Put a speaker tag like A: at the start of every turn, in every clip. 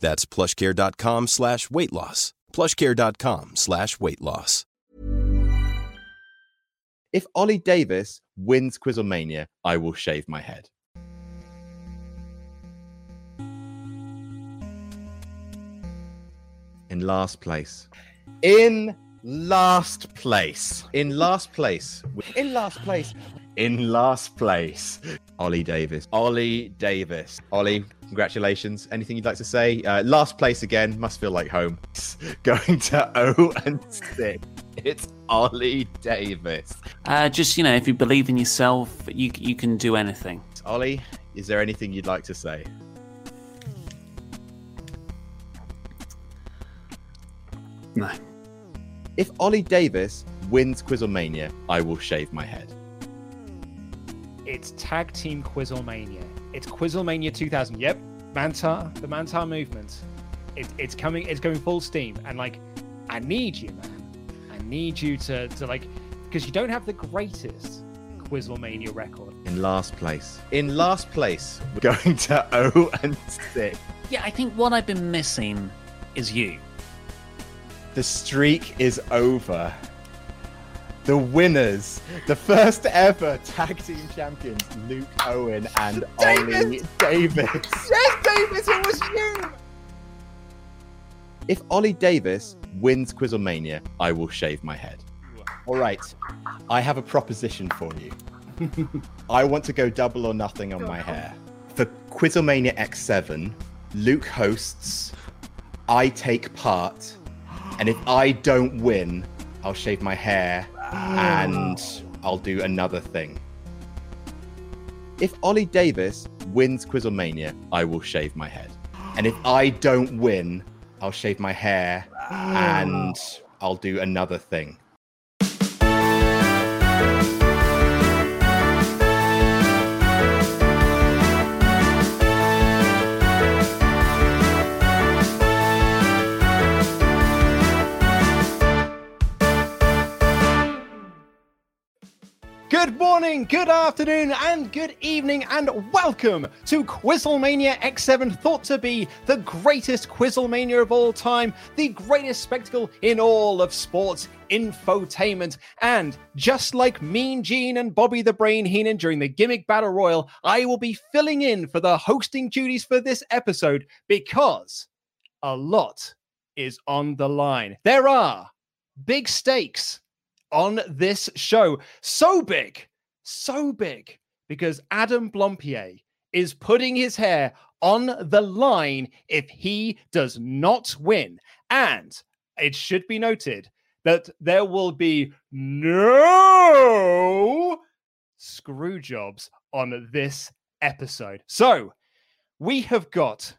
A: That's plushcare.com slash weight loss. Plushcare.com slash weight loss.
B: If Ollie Davis wins Quizzlemania, I will shave my head. In last place. In last place. In last place. In last place. In last place. Ollie Davis. Ollie Davis. Ollie, congratulations. Anything you'd like to say? Uh, last place again. Must feel like home. Going to 0 and 6. It's Ollie Davis.
C: Uh, just you know, if you believe in yourself, you you can do anything.
B: Ollie, is there anything you'd like to say?
C: No.
B: If Ollie Davis wins Quizzlemania, I will shave my head.
D: It's tag team Quizzlemania. It's Quizzlemania 2000. Yep, Mantar, the Mantar movement. It, it's coming. It's going full steam. And like, I need you, man. I need you to to like, because you don't have the greatest Quizzlemania record.
B: In last place. In last place. We're going to 0 and 6.
C: Yeah, I think what I've been missing is you.
B: The streak is over. The winners, the first ever tag team champions, Luke Owen and Ollie Davis.
D: Yes, Davis, it was you.
B: If Ollie Davis wins Quizzlemania, I will shave my head. All right, I have a proposition for you. I want to go double or nothing on my hair. For Quizzlemania X7, Luke hosts, I take part, and if I don't win, I'll shave my hair and I'll do another thing. If Ollie Davis wins Quizzlemania, I will shave my head. And if I don't win, I'll shave my hair and I'll do another thing.
D: Good morning, good afternoon, and good evening, and welcome to Quizzlemania X7, thought to be the greatest Quizzlemania of all time, the greatest spectacle in all of sports infotainment. And just like Mean Gene and Bobby the Brain Heenan during the Gimmick Battle Royal, I will be filling in for the hosting duties for this episode because a lot is on the line. There are big stakes on this show. So big, so big, because Adam Blompier is putting his hair on the line if he does not win. And it should be noted that there will be no screw jobs on this episode. So we have got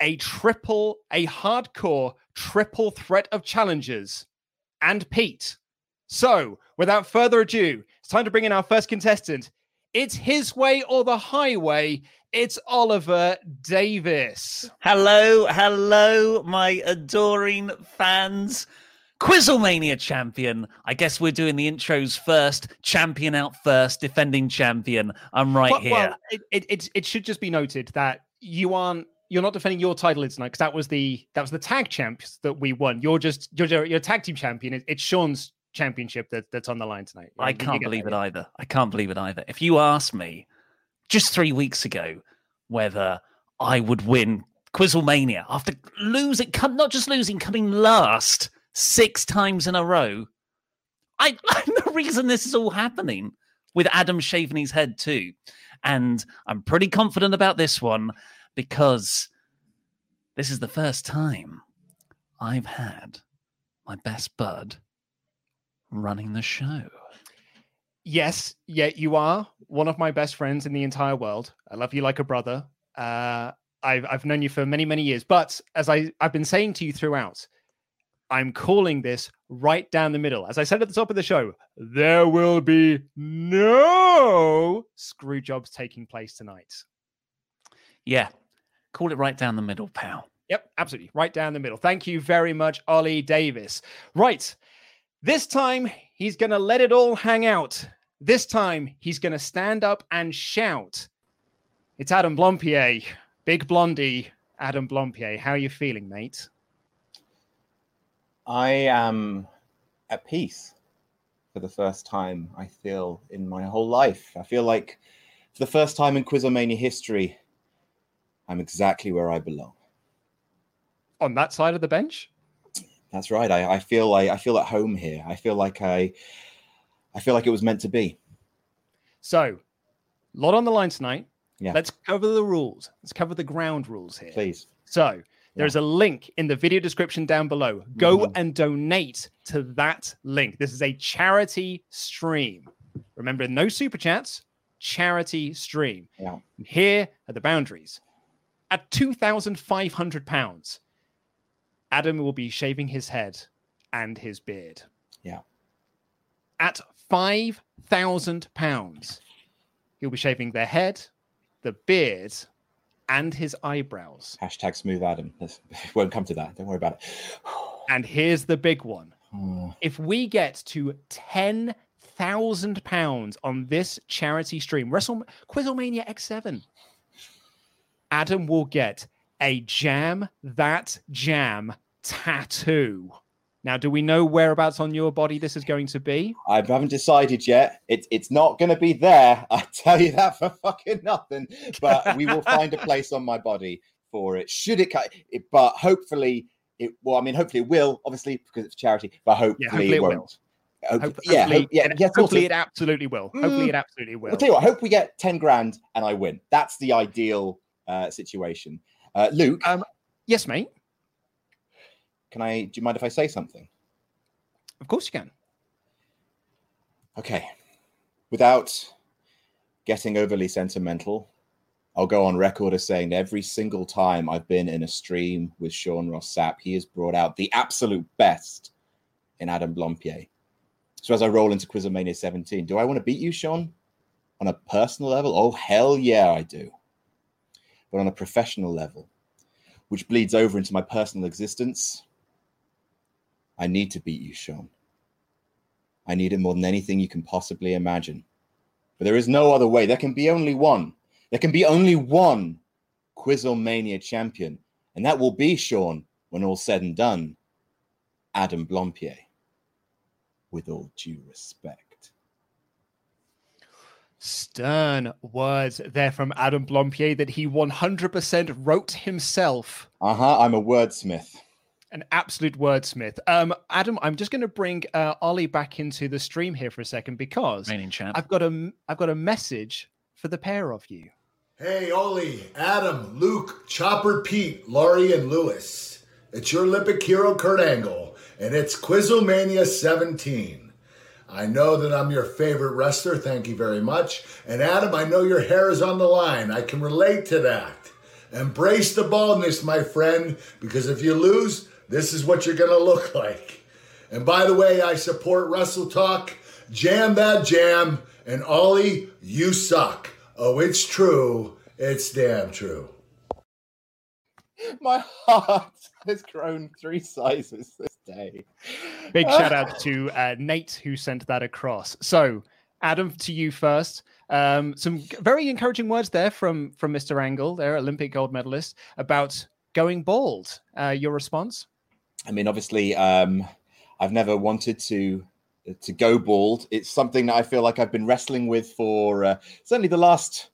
D: a triple, a hardcore triple threat of challengers and Pete. So, without further ado, it's time to bring in our first contestant. It's his way or the highway. It's Oliver Davis.
C: Hello, hello, my adoring fans. Quizzlemania champion. I guess we're doing the intros first. Champion out first. Defending champion. I'm right
D: Well-
C: here.
D: Well, it, it, it, it should just be noted that you aren't you're not defending your title tonight because that was the that was the tag champs that we won. You're just you're you're a tag team champion. It- it's Sean's championship that, that's on the line tonight.
C: I
D: You- you
C: can't
D: get
C: believe
D: that.
C: it either. I can't believe it either. If you asked me just three weeks ago whether I would win Quizzlemania after losing, com- not just losing, coming last six times in a row, I, I'm the reason this is all happening with Adam shaving his head too. And I'm pretty confident about this one because this is the first time I've had my best bud running the show.
D: Yes, yeah, you are one of my best friends in the entire world. I love you like a brother. Uh, I've I've known you for many many years, but as I I've been saying to you throughout, I'm calling this right down the middle. As I said at the top of the show, there will be no screw jobs taking place tonight.
C: Yeah, call it right down the middle, pal.
D: Yep, absolutely. Right down the middle. Thank you very much, Ollie Davis. Right. This time, he's going to let it all hang out. This time, he's going to stand up and shout. It's Adam Blompier, big blondie. Adam Blompier, how are you feeling, mate?
B: I am at peace for the first time, I feel, in my whole life. I feel like for the first time in Quizomania history, I'm exactly where I belong.
D: On that side of the bench?
B: That's right. I, I feel like I feel at home here. I feel like I I feel like it was meant to be.
D: So, lot on the line tonight.
B: Yeah.
D: Let's cover the rules. Let's cover the ground rules here.
B: Please.
D: So there's a link in the video description down below. Go
B: Mm-hmm.
D: and donate to that link. This is a charity stream. Remember, no super chats, charity stream.
B: Yeah.
D: And here are the boundaries. At £2,500, Adam will be shaving his head and his beard.
B: Yeah.
D: At £5,000, he'll be shaving their head, the beard, and his eyebrows.
B: Hashtag smooth Adam. This, it won't come to that. Don't worry about it.
D: And here's the big one.
B: Oh,
D: If we get to ten thousand pounds on this charity stream, Wrestle Quizlemania X7, Adam will get a jam that jam tattoo. Now, do we know whereabouts on your body this is going to be?
B: I haven't decided yet. It's it's not going to be there. I tell you that for fucking nothing. But we will find a place on my body for it. Should it, cut- it but hopefully it. Well, I mean, hopefully it will. Obviously because it's charity. But hopefully,
D: hopefully
B: it
D: it will.
B: won't. Hope-
D: Hope-
B: yeah, hope- yeah,
D: it,
B: yeah. sort
D: hopefully
B: of.
D: it absolutely will. Hopefully it absolutely will.
B: I'll tell you what. Hope we get ten grand and I win. That's the ideal uh, situation. Uh, Luke,
D: Um, yes, mate.
B: can I? Do you mind if I say something?
D: Of course you can.
B: Okay. Without getting overly sentimental, I'll go on record as saying that every single time I've been in a stream with Sean Ross Sapp, he has brought out the absolute best in Adam Blompier. So as I roll into Quizomania 17, do I want to beat you, Sean? On a personal level? Oh, hell yeah, I do. But on a professional level, which bleeds over into my personal existence, I need to beat you, Sean. I need it more than anything you can possibly imagine. But there is no other way. There can be only one. There can be only one Quizlemania champion. And that will be, Sean, when all's said and done, Adam Blompier. With all due respect.
D: Stern words there from Adam Blompier that he 100% wrote himself.
B: Uh huh. I'm a wordsmith.
D: An absolute wordsmith. Um, Adam, I'm just going to bring uh, Ollie back into the stream here for a second because
C: Reigning champ.
D: I've got a I've got a message for the pair of you.
E: Hey, Ollie, Adam, Luke, Chopper Pete, Laurie, and Lewis. It's your Olympic hero, Kurt Angle, and it's Quizlemania 17. I know that I'm your favorite wrestler. Thank you very much. And Adam, I know your hair is on the line. I can relate to that. Embrace the baldness, my friend, because if you lose, this is what you're going to look like. And by the way, I support Wrestle Talk. Jam that jam. And Ollie, you suck. Oh, it's true. It's damn true.
B: My heart has grown three sizes this day.
D: Big
B: Uh.
D: shout out to uh, Nate who sent that across. So, Adam, to you first. Um, some g- very encouraging words there from from Mr. Angle, their Olympic gold medalist, about going bald. Uh, your response?
B: I mean, obviously, um, I've never wanted to uh, to go bald. It's something that I feel like I've been wrestling with for uh, certainly the last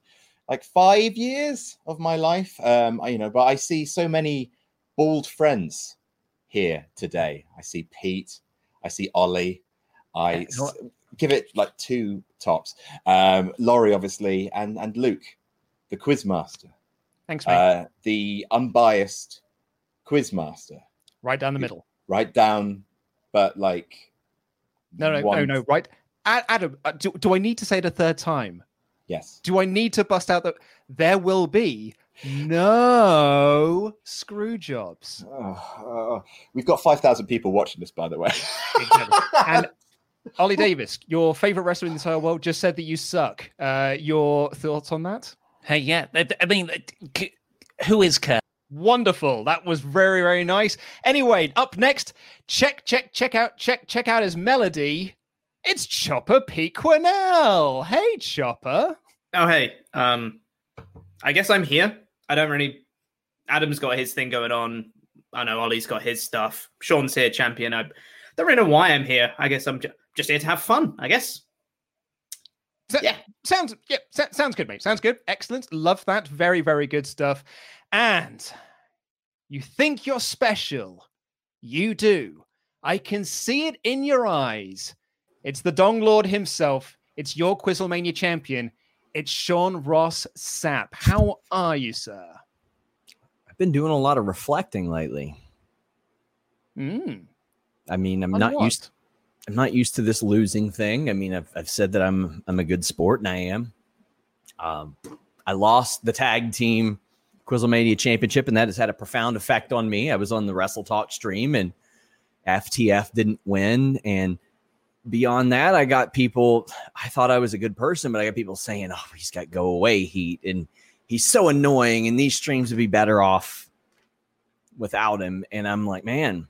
B: like five years of my life. Um, I, you know, but I see so many bald friends here today. I see Pete. I see Ollie. I
C: Yeah, you know
B: s- uh, give it like two tops. Um, Laurie, obviously, and and Luke, the quizmaster,
F: Thanks, mate.
B: uh, the unbiased quizmaster,
F: right down the middle.
B: right down, but like
F: No, no,
B: one-
F: no, no. Right,
D: A- Adam, uh, do, do I need to say it a third time?
B: Yes,
D: Do I need to bust out that there will be no screw jobs?
B: Oh, oh. we've got five thousand people watching this, by the way.
F: and Ollie Davis, your favorite wrestler in the entire world, just said that you suck. Uh, your thoughts on that?
C: Hey, yeah. I I mean, c- who is Kurt?
D: Wonderful. That was very, very nice. Anyway, up next, check, check, check out, check, check out his melody. It's Chopper Pete Quinnell. Hey, Chopper.
G: Oh hey, um, I guess I'm here. I don't really. Adam's got his thing going on. I know Ollie's got his stuff. Sean's here, champion. I don't really know why I'm here. I guess I'm ju- just here to have fun. I guess.
D: So-
G: Yeah.
D: Sounds yeah, so- sounds good, mate. Sounds good. Excellent. Love that. Very, very good stuff. And you think you're special. You do. I can see it in your eyes. It's the Dong Lord himself. It's your Quizlemania champion. It's Sean Ross Sapp. How are you, sir?
H: I've been doing a lot of reflecting lately.
D: Mm,
H: I mean, I'm
D: on
H: not
D: what?
H: used. I'm not used to this losing thing. I mean, I've, I've said that I'm I'm a good sport, and I am. Um, I lost the tag team Quizlemania championship, and that has had a profound effect on me. I was on the Wrestle Talk stream, and FTF didn't win. And beyond that, I got people. I thought I was a good person, but I got people saying, "Oh, he's got go away heat, and he's so annoying, and these streams would be better off without him." And I'm like, man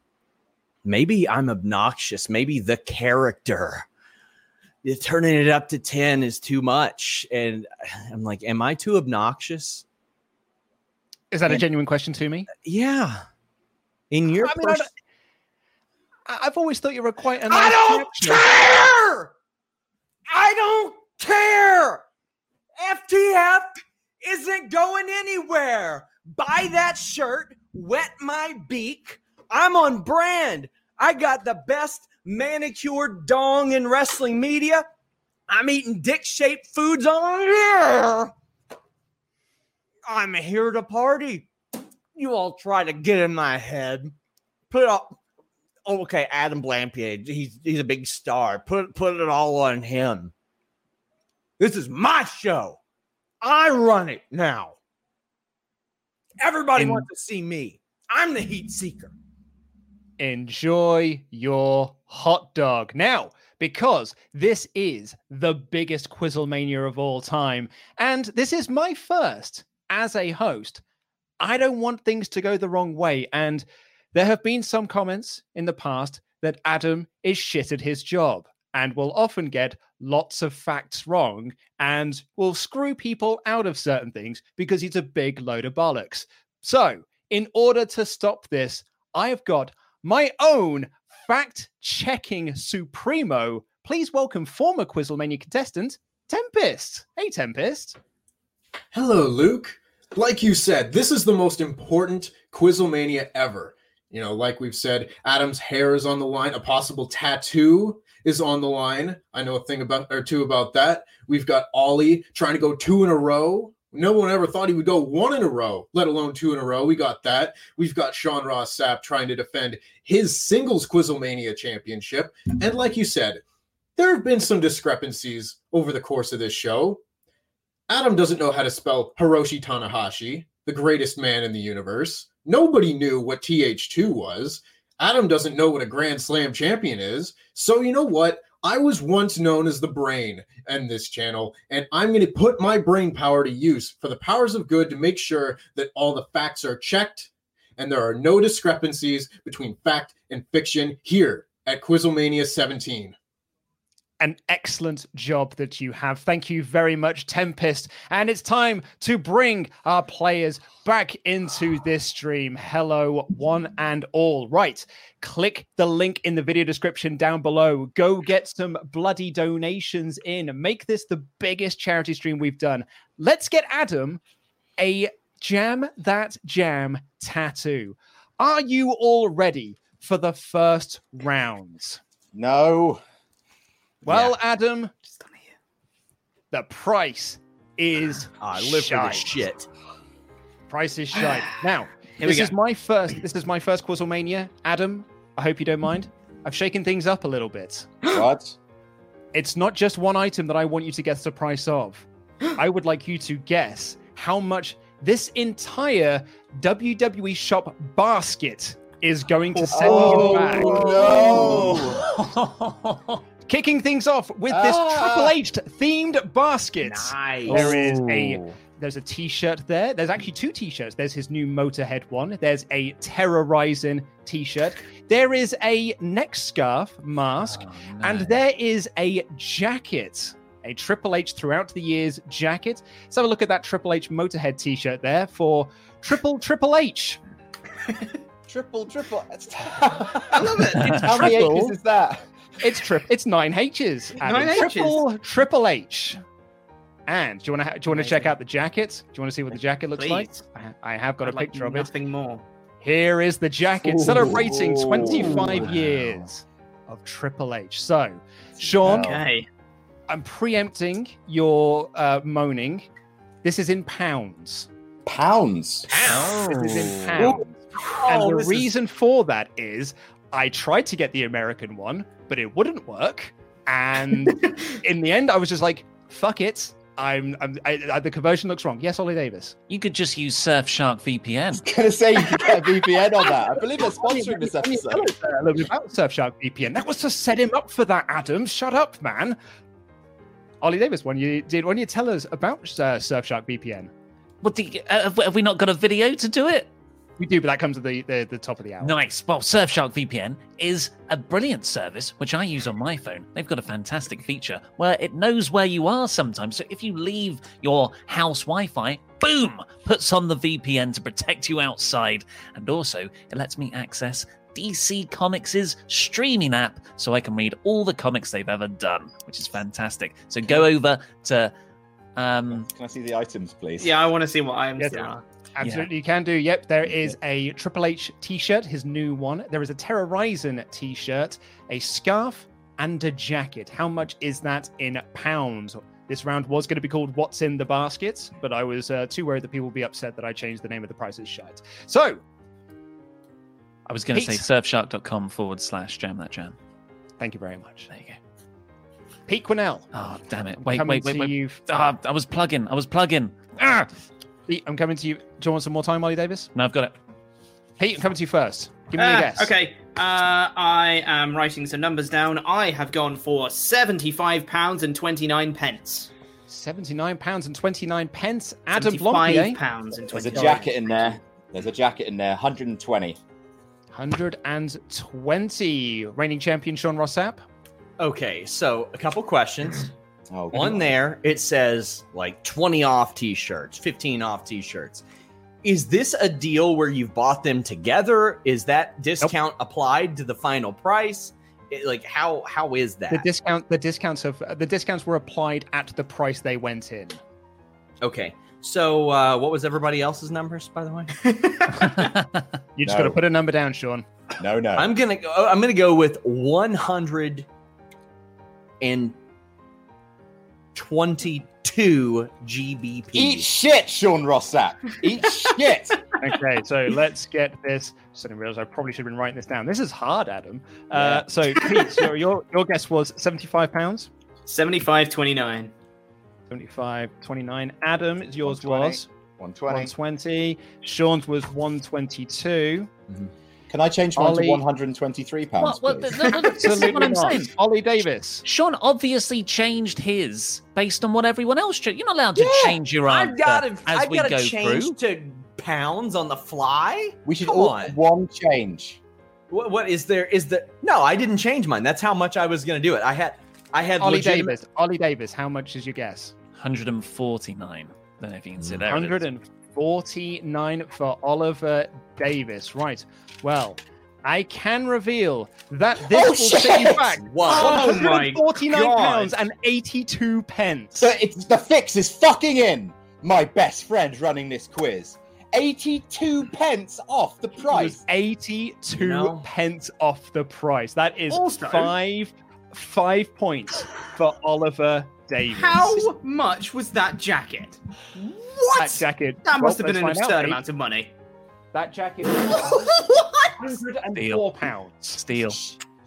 H: maybe I'm obnoxious. Maybe the character yeah, turning it up to 10 is too much. And I'm like, am I too obnoxious?
D: Is that a genuine question to me?
H: Yeah. In your
D: I mean, I
H: pers-
D: don't- I- I've always thought you were quite a
I: I
D: nice
I: don't
D: character.
I: care. I don't care. FTF isn't going anywhere. Buy that shirt, wet my beak. I'm on brand. I got the best manicured dong in wrestling media. I'm eating dick shaped foods on here. I'm here to party. You all try to get in my head. Put it all, oh, okay, Adam Blampier, he's he's a big star. Put put it all on him. This is my show. I run it now. Everybody
H: And-
I: wants to see me. I'm the heat seeker.
D: enjoy your hot dog. Now, because this is the biggest Quizzlemania of all time, and this is my first as a host, I don't want things to go the wrong way. And there have been some comments in the past that Adam is shit at his job and will often get lots of facts wrong and will screw people out of certain things because he's a big load of bollocks. So, in order to stop this, I have got my own fact checking supremo. Please welcome former Quizzlemania contestant Tempest. Hey, Tempest.
J: Hello, Luke. Like you said, this is the most important Quizlemania ever. You know, like we've said, Adam's hair is on the line. A possible tattoo is on the line. I know a thing about or two about that. We've got Ollie trying to go two in a row. No one ever thought he would go one in a row, let alone two in a row. We got that. We've got Sean Ross Sapp trying to defend his singles Quizlemania championship. And like you said, there have been some discrepancies over the course of this show. Adam doesn't know how to spell Hiroshi Tanahashi, the greatest man in the universe. Nobody knew what TH2 was. Adam doesn't know what a Grand Slam champion is. So, you know what? I was once known as the brain in this channel, and I'm going to put my brain power to use for the powers of good to make sure that all the facts are checked and there are no discrepancies between fact and fiction here at Quizzlemania 17.
D: an excellent job that you have. Thank you very much, Tempest. And it's time to bring our players back into this stream. Hello, one and all. Right. Click the link in the video description down below. Go get some bloody donations in. Make this the biggest charity stream we've done. Let's get Adam a jam that jam tattoo. Are you all ready for the first round?
B: no.
D: Well,
I: Adam,
D: the price is I
H: live for this
D: shit. Price is shite. Now,
H: Here we
D: this
H: go.
D: is my first. This is my first Quazzlemania. Adam, I hope you don't mind. I've shaken things up a little bit.
B: What?
D: It's not just one item that I want you to guess the price of. I would like you to guess how much this entire WWE shop basket is going to send
H: Oh,
D: you back. Kicking things off with this Triple H themed basket.
K: Nice.
D: There is a
K: Ooh.
D: there's a t-shirt there. There's actually two t-shirts. There's his new Motorhead one. There's a Terrorizing t-shirt. There is a neck scarf mask, and there is a jacket. A Triple H throughout the years jacket. Let's have a look at that Triple H Motorhead t-shirt there for Triple Triple H.
L: Triple, triple. I love it.
D: How many Triple. H's is
L: that?
D: It's trip. It's nine H's. Adam.
L: Nine H's.
D: Triple Triple H. And do you want to ha- do you want to check out the jacket? Do you want to see what the jacket looks like?
G: Please.
D: I, I have got a
G: like
D: picture of it.
G: nothing more.
D: Here is the jacket
G: Ooh.
D: celebrating
G: Ooh.
D: 25
G: Wow.
D: years of Triple H. So, Sean,
G: Okay.
D: I'm preempting your uh, moaning. This is in pounds.
B: Pounds.
D: This is in pounds.
K: Oh,
D: and the
K: this is-
D: reason for that is I tried to get the American one, but it wouldn't work. And in the end, I was just like, fuck it. I'm, I'm I, I, the conversion looks wrong. Yes, Ollie Davis.
C: You could just use Surfshark VPN.
L: Gonna say you could get a VPN on that. I believe they're sponsoring this episode.
D: A little bit about Surfshark VPN. That was to set him up for that, Adam. Shut up, man. Ollie Davis, when you did, when you tell us about uh, Surfshark VPN,
C: What do you, uh, have- have we not got a video to do it?
D: we do, but that comes at the, the, the top of the hour.
C: Nice. Well, Surfshark VPN is a brilliant service which I use on my phone. They've got a fantastic feature where it knows where you are sometimes. So if you leave your house Wi Fi, boom, puts on the VPN to protect you outside. And also, it lets me access DC Comics' streaming app so I can read all the comics they've ever done, which is fantastic. So go over to. Um,
B: Can I see the items, please?
G: Yeah, I want to see what items
D: Yes,
G: there are.
D: Absolutely, you can do. Yep, there is a Triple H T-shirt, his new one. There is a Terra Ryzen T-shirt, a scarf, and a jacket. How much is that in pounds? This round was going to be called "What's in the Basket," but I was uh, too worried that people would be upset that I changed the name of the prices shite. So,
C: I was going to say
D: Pete.
C: surfshark.com forward slash jam that jam.
D: thank you very much,
C: There you go.
D: Pete Quinnell.
C: Oh, damn it. Wait,
D: coming
C: wait, wait,
D: to
C: wait.
D: you-
C: Ah, I was plugging. I was plugging. Ah!
D: Pete, I'm coming to you. Do you want some more time, Ollie Davis?
C: No, I've got it.
D: Pete, I'm coming to you first. Give me
G: Ah,
D: a guess.
G: Okay. Uh, I am writing some numbers down. I have gone for seventy-five pounds and twenty-nine pence.
D: Seventy-nine pounds and twenty-nine pence. Adam
G: Five
D: Blompier.
G: pounds and
B: eh? There's a
G: twenty-nine.
B: jacket in there. There's a jacket in there. 120.
D: 120. Reigning champion Sean Rossap.
H: Okay, so a couple questions.
B: Oh, come
H: On there, it says like 20 off t shirts, 15 off t shirts. Is this a deal where you've bought them together? Is that discount applied to the final price? It- like how how is that?
D: The discount the discounts of uh, the discounts were applied at the price they went in.
H: okay. So uh, what was everybody else's numbers by the way?
D: You just
B: No.
D: got to put a number down, Sean.
B: No, no.
H: I'm going to I'm going to go with 122 GBP.
B: Eat shit, Sean Rossap. Eat shit.
D: Okay, so let's get this. Suddenly realized I probably should have been writing this down. This is hard, Adam. Uh, so Pete, your, your your guess was 75 pounds.
G: Seventy-five twenty-nine.
D: 75 29. Adam, yours
B: 120.
D: was
B: 120.
D: 120. Sean's was 122.
B: Mm-hmm. Can I change mine
D: Ollie.
B: to 123 pounds,
C: What, what,
B: please?
C: no, no, this is what I'm
D: not.
C: saying.
D: Ollie Davis.
C: Sean obviously changed his based on what everyone else changed. You're not allowed to
H: Yeah,
C: change your
H: I've
C: answer
H: got to.
C: as
H: I've
C: we
H: got
C: go
H: to change
C: through.
H: to pounds on the fly.
B: We should
H: Come
B: all
H: on.
B: one change.
H: What, what is there? Is the no? I didn't change mine. That's how much I was going to do it. I had. I had.
D: Ollie
H: legitimate-
D: Davis. Ollie Davis, how much is your guess?
C: 149. Don't know if you can see that.
D: 149 for Oliver Davis. Right. Well, I can reveal that this
B: Oh,
D: will set you
B: shit!
D: back
H: Wow.
G: Oh my
D: 149
G: God.
D: pounds and 82 pence.
B: So it's the fix is fucking in. My best friend running this quiz. 82 pence off the
D: It was
B: price.
D: 82
H: No.
D: pence off the price. That is
G: Also-
D: five five points for Oliver Davies.
G: How much was that jacket? What?
D: That jacket.
G: That must have
D: well,
G: been an
D: let's find
G: absurd
D: out, eh?
G: amount of money.
D: That jacket.
C: Deal.
D: Four pounds.
C: Steal.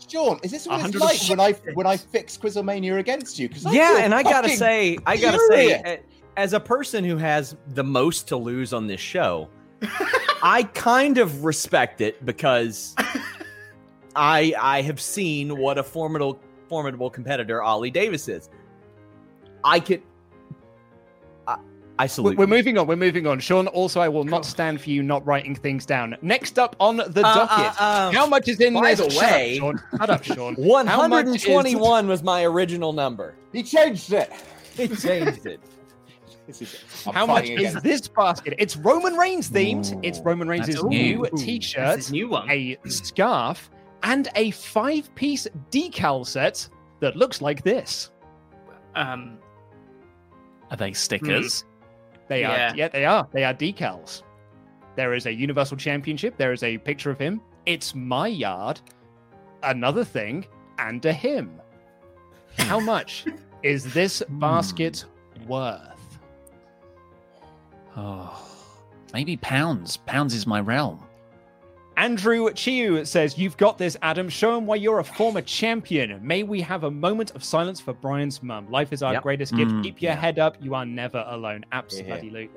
B: Sean, is this what it's
D: 100
B: like when I when I fix Quizomania against you? 'Cause I
H: yeah,
B: feel
H: and I gotta
B: fucking-
H: say, I gotta say,
B: furious.
H: a- as a person who has the most to lose on this show, I kind of respect it because I I have seen what a formidable formidable competitor Ollie Davis is. I could, I, I
D: We're
H: salute.
D: we're moving on. We're moving on. Sean, also, I will not stand for you not writing things down. Next up on the
H: Uh, uh,
D: docket.
H: um,
D: how much is in
H: by
D: this?
H: the
D: Shut up,
H: way-
D: Sean. Shut up, Sean.
H: One
D: How much
H: hundred
D: is-
H: and twenty-one was my original number.
B: he changed it.
H: They changed it.
B: This is it. I'm
D: How much
B: fighting
D: is
B: against-
D: this basket? It's Roman Reigns themed. it's Roman Reigns'
C: that's
D: new
C: new.
G: That's his
D: t-shirt,
G: new one.
D: a scarf, and a five-piece decal set that looks like this.
G: Um,
C: Are they stickers?
D: Mm-hmm. They
G: Yeah.
D: are. Yeah, they are. They are decals. There is a Universal Championship. There is a picture of him. It's my yard. Another thing, and a him.
C: Hmm.
D: How much is this basket worth?
C: Oh, maybe pounds. Pounds is my realm.
D: Andrew Chiu says, You've got this, Adam. Show him why you're a former champion. May we have a moment of silence for Brian's mum. Life is our
H: Yep.
D: greatest gift.
C: Mm,
D: Keep your
H: yeah.
D: head up. You are never alone. Absolutely.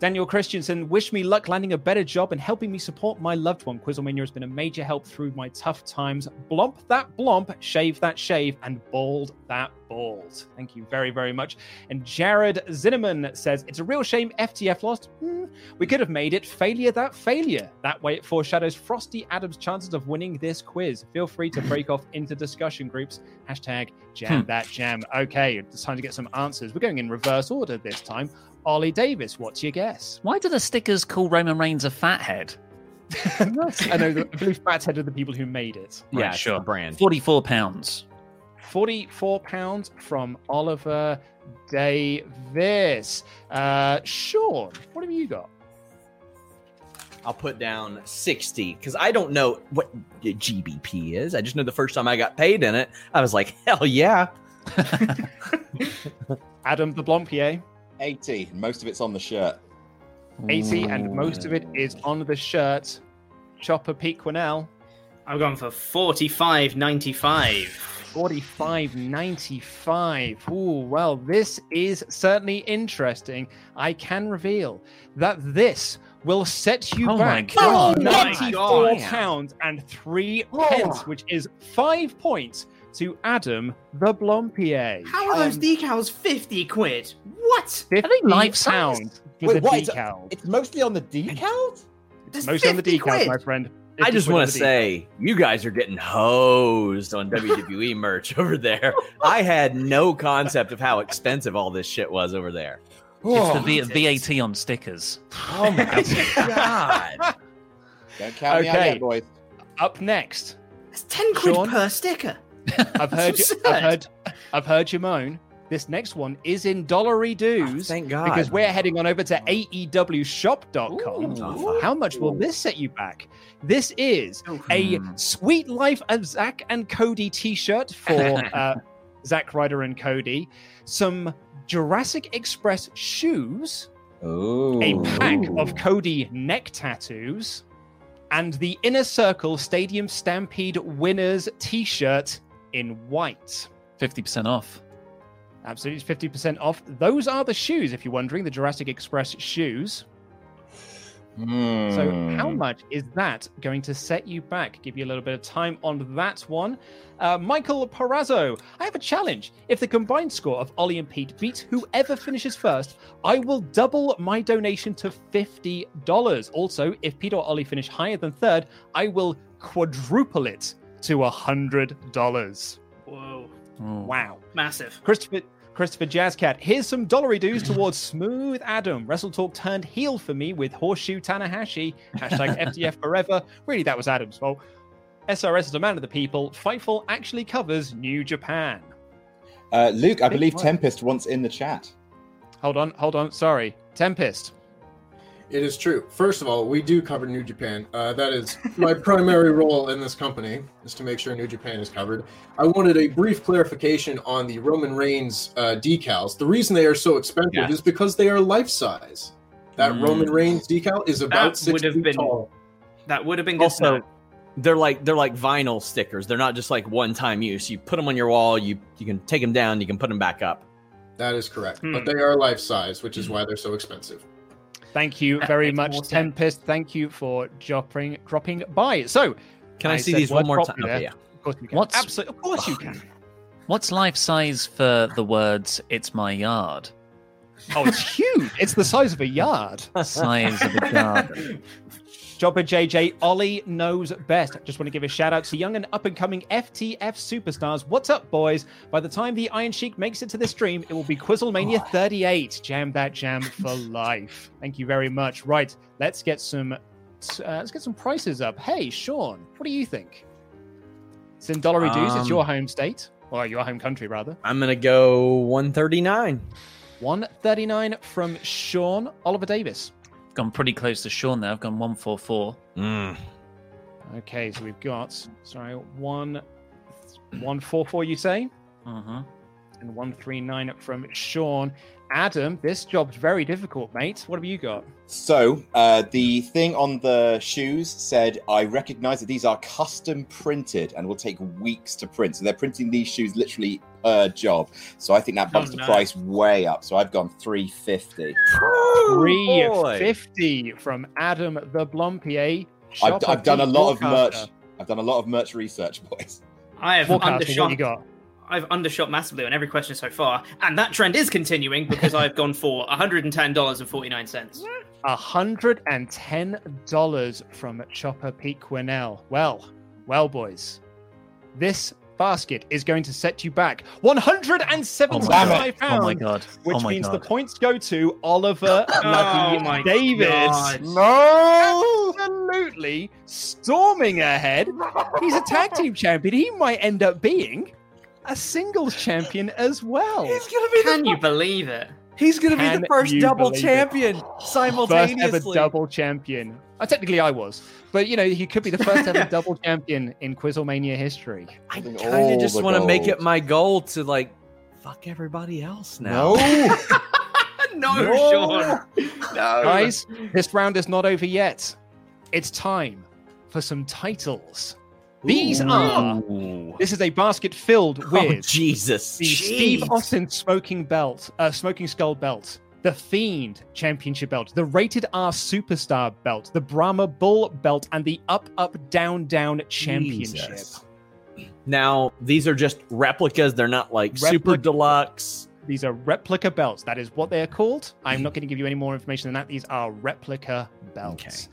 D: Daniel Christensen, wish me luck landing a better job and helping me support my loved one. Quizzlemania has been a major help through my tough times. Blomp that blomp, shave that shave, and bald that bald. Thank you very, very much. And Jared Zinneman says, It's a real shame FTF lost. Hmm, we could have made it failure that failure. That way it foreshadows Frosty Adams' chances of winning this quiz. Feel free to break off into discussion groups. Hashtag jam
C: Hmm.
D: that jam. Okay, it's time to get some answers. We're going in reverse order this time. Ollie Davis, what's your guess?
C: Why do the stickers call Roman Reigns a fathead?
D: I know, that- I believe Fathead are the people who made it.
H: Yeah,
C: Right,
H: it's
C: sure.
H: the brand.
C: Forty-four pounds.
D: 44 pounds from Oliver Davis. Uh, Sean, what have you got?
H: I'll put down 60 because I don't know what GBP is. I just know the first time I got paid in it, I was like, hell yeah.
D: Adam the Blompier.
B: 80. Most of it's on the shirt.
D: 80, and most of it is on the shirt. Chopper Pete Quinnell,
G: I've gone for forty-five ninety-five.
D: 45.95. Ooh, well, this is certainly interesting. I can reveal that this will set you
C: Oh my
D: back
C: God.
G: Oh my
D: 94
G: God. Oh.
D: pounds and three pence, which is five points to Adam the Blompier.
G: How are those decals fifty quid? What?
D: Are
C: they life-size?
D: pounds for
B: Wait,
D: the
B: what is-
D: decals.
B: It's mostly on the decals?
G: That's
D: Most on the
G: 50
D: decals,
G: quid.
D: my friend.
H: I
D: 50
H: just
D: quid on
H: want
D: the
H: to
D: decals.
H: say, you guys are getting hosed on WWE merch over there. I had no concept of how expensive all this shit was over there.
C: It's the v- VAT on stickers.
H: Oh my God.
B: Don't count me out
D: Okay.
B: yet, boys.
D: Up next,
G: That's ten quid
D: Sean?
G: per sticker.
D: I've heard, you,
G: That's
D: I've
G: absurd.
D: heard, I've heard you moan. This next one is in dollary dues
H: Oh, Thank God.
D: because we're heading on over to E AEWShop.com.
H: Ooh. Oh, hmm.
D: How much will this set you back? This is a Sweet Life of Zach and Cody T-shirt for uh, Zach Ryder and Cody, some Jurassic Express shoes,
B: Oh.
D: a pack of Cody neck tattoos, and the Inner Circle Stadium Stampede winners T-shirt in white.
C: Fifty percent off.
D: Absolutely, fifty percent off. Those are the shoes, if you're wondering, the Jurassic Express shoes. So, how much is that going to set you back? Give you a little bit of time on that one. Uh, Michael Perazzo, I have a challenge. If the combined score of Ollie and Pete beats whoever finishes first, I will double my donation to fifty dollars. Also, if Pete or Ollie finish higher than third, I will quadruple it to hundred dollars.
G: Whoa,
C: Ooh.
D: Wow.
G: massive.
D: Christopher Christopher Jazzcat, here's some dollary dues towards Smooth Adam. Wrestle Talk turned heel for me with Horseshoe Tanahashi. Hashtag FTF forever. Really, that was Adam's fault. SRS is a man of the people. Fightful actually covers New Japan.
B: Uh, Luke, I believe
D: one.
B: Tempest wants in the chat.
D: Hold on, hold on. Sorry. Tempest.
J: It is true. First of all, we do cover New Japan. Uh, that is my primary role in this company is to make sure New Japan is covered. I wanted a brief clarification on the Roman Reigns uh, decals. The reason they are so expensive
G: Yeah. Hmm.
J: is because they are life size. That
H: Mm.
J: Roman Reigns decal is about
G: That
J: six
G: would have
J: feet
G: been-
J: tall.
G: That would have been good. to
H: Also,
G: know.
H: they're like they're like vinyl stickers. They're not just like one time use. You put them on your wall. You you can take them down. You can put them back up.
J: That is correct,
G: Hmm.
J: but they are life size, which is why they're so expensive.
D: Thank you
G: That
D: very
G: makes
D: much,
G: more sense.
D: Tempest. Thank you for dropping, dropping by. So,
H: Can I,
D: I
H: see
D: said
H: these
D: word
H: one more time?
D: popular.
H: Okay, yeah.
D: of course, you can.
C: What's-
D: Absolutely. Of course, you can.
C: What's life size for the words "It's my yard"?
D: Oh, it's huge. It's the size of a yard.
C: Size of a garden.
D: Jobber JJ, Ollie knows best. Just want to give a shout out to young and up and coming FTF superstars. What's up, boys? By the time the Iron Sheik makes it to the stream, it will be Quizzlemania 38. Jam that jam for life. Thank you very much. Right, let's get some uh, let's get some prices up. Hey, Sean, what do you think? It's in dollar dues. It's
H: Um,
D: your home state or your home country rather.
H: I'm gonna go 139.
D: 139 from Sean Oliver Davis.
C: Gone pretty close to Sean there. I've gone one four four.
H: Mm.
D: Okay, so we've got sorry one one four four. You say
C: Mm-hmm.
D: and one three nine from Sean. Adam, this job's very difficult, mate. What have you got?
B: So uh, the thing on the shoes said, "I recognize that these are custom printed and will take weeks to print. So they're printing these shoes literally per job. So I think that bumps
G: Oh,
B: the
G: no.
B: price way up. So I've gone three fifty.
D: Three
H: boy.
D: fifty from Adam the Blompier.
B: I've,
D: shopper,
B: I've done a
D: Pete
B: lot of merch.
D: Forecaster.
B: I've done a lot of merch research, boys.
G: I have
D: Forecaster, what you
G: undershot.
D: got?
G: I've undershot massively on every question so far, and that trend is continuing because I've gone for one hundred and ten dollars and forty nine cents.
D: hundred and ten dollars from Chopper Pete Quinnell. Well, well, boys, this basket is going to set you back one hundred and seventy-five
C: Oh
D: pounds.
C: my god!
D: Which
C: oh my
D: means
C: god!
D: the points go to Oliver Lucky
G: Oh my
D: Davis.
G: God.
D: No! Absolutely storming ahead. He's a tag team champion. He might end up being a singles champion as well.
K: He's gonna be
G: Can
K: the
G: you believe it?
K: he's gonna be
D: Can
K: the first
D: you
K: double
D: believe it?
K: champion
D: First
K: simultaneously.
D: ever double champion. Uh, technically, I was, but you know, he could be the first ever double champion in Quizlemania history.
H: I
B: Having
H: kind
B: all
H: of just
B: the
H: want to make
B: gold.
H: it my goal to like fuck everybody else now.
B: No,
G: No, Sean. No.
D: Guys, this round is not over yet. It's time for some titles. These are.
H: Ooh.
D: This is a basket filled
H: Oh,
D: with
H: Jesus.
D: the Steve
H: Jeez.
D: Austin smoking belt, uh, smoking skull belt, the Fiend championship belt, the Rated R superstar belt, the Brahma Bull belt, and the Up Up Down Down championship.
H: Jesus. Now, these are just replicas. They're not like super
D: Replica-
H: deluxe. Mm-hmm.
D: These are replica belts. That is what they are called. I'm not going to give you any more information than that. These are replica belts.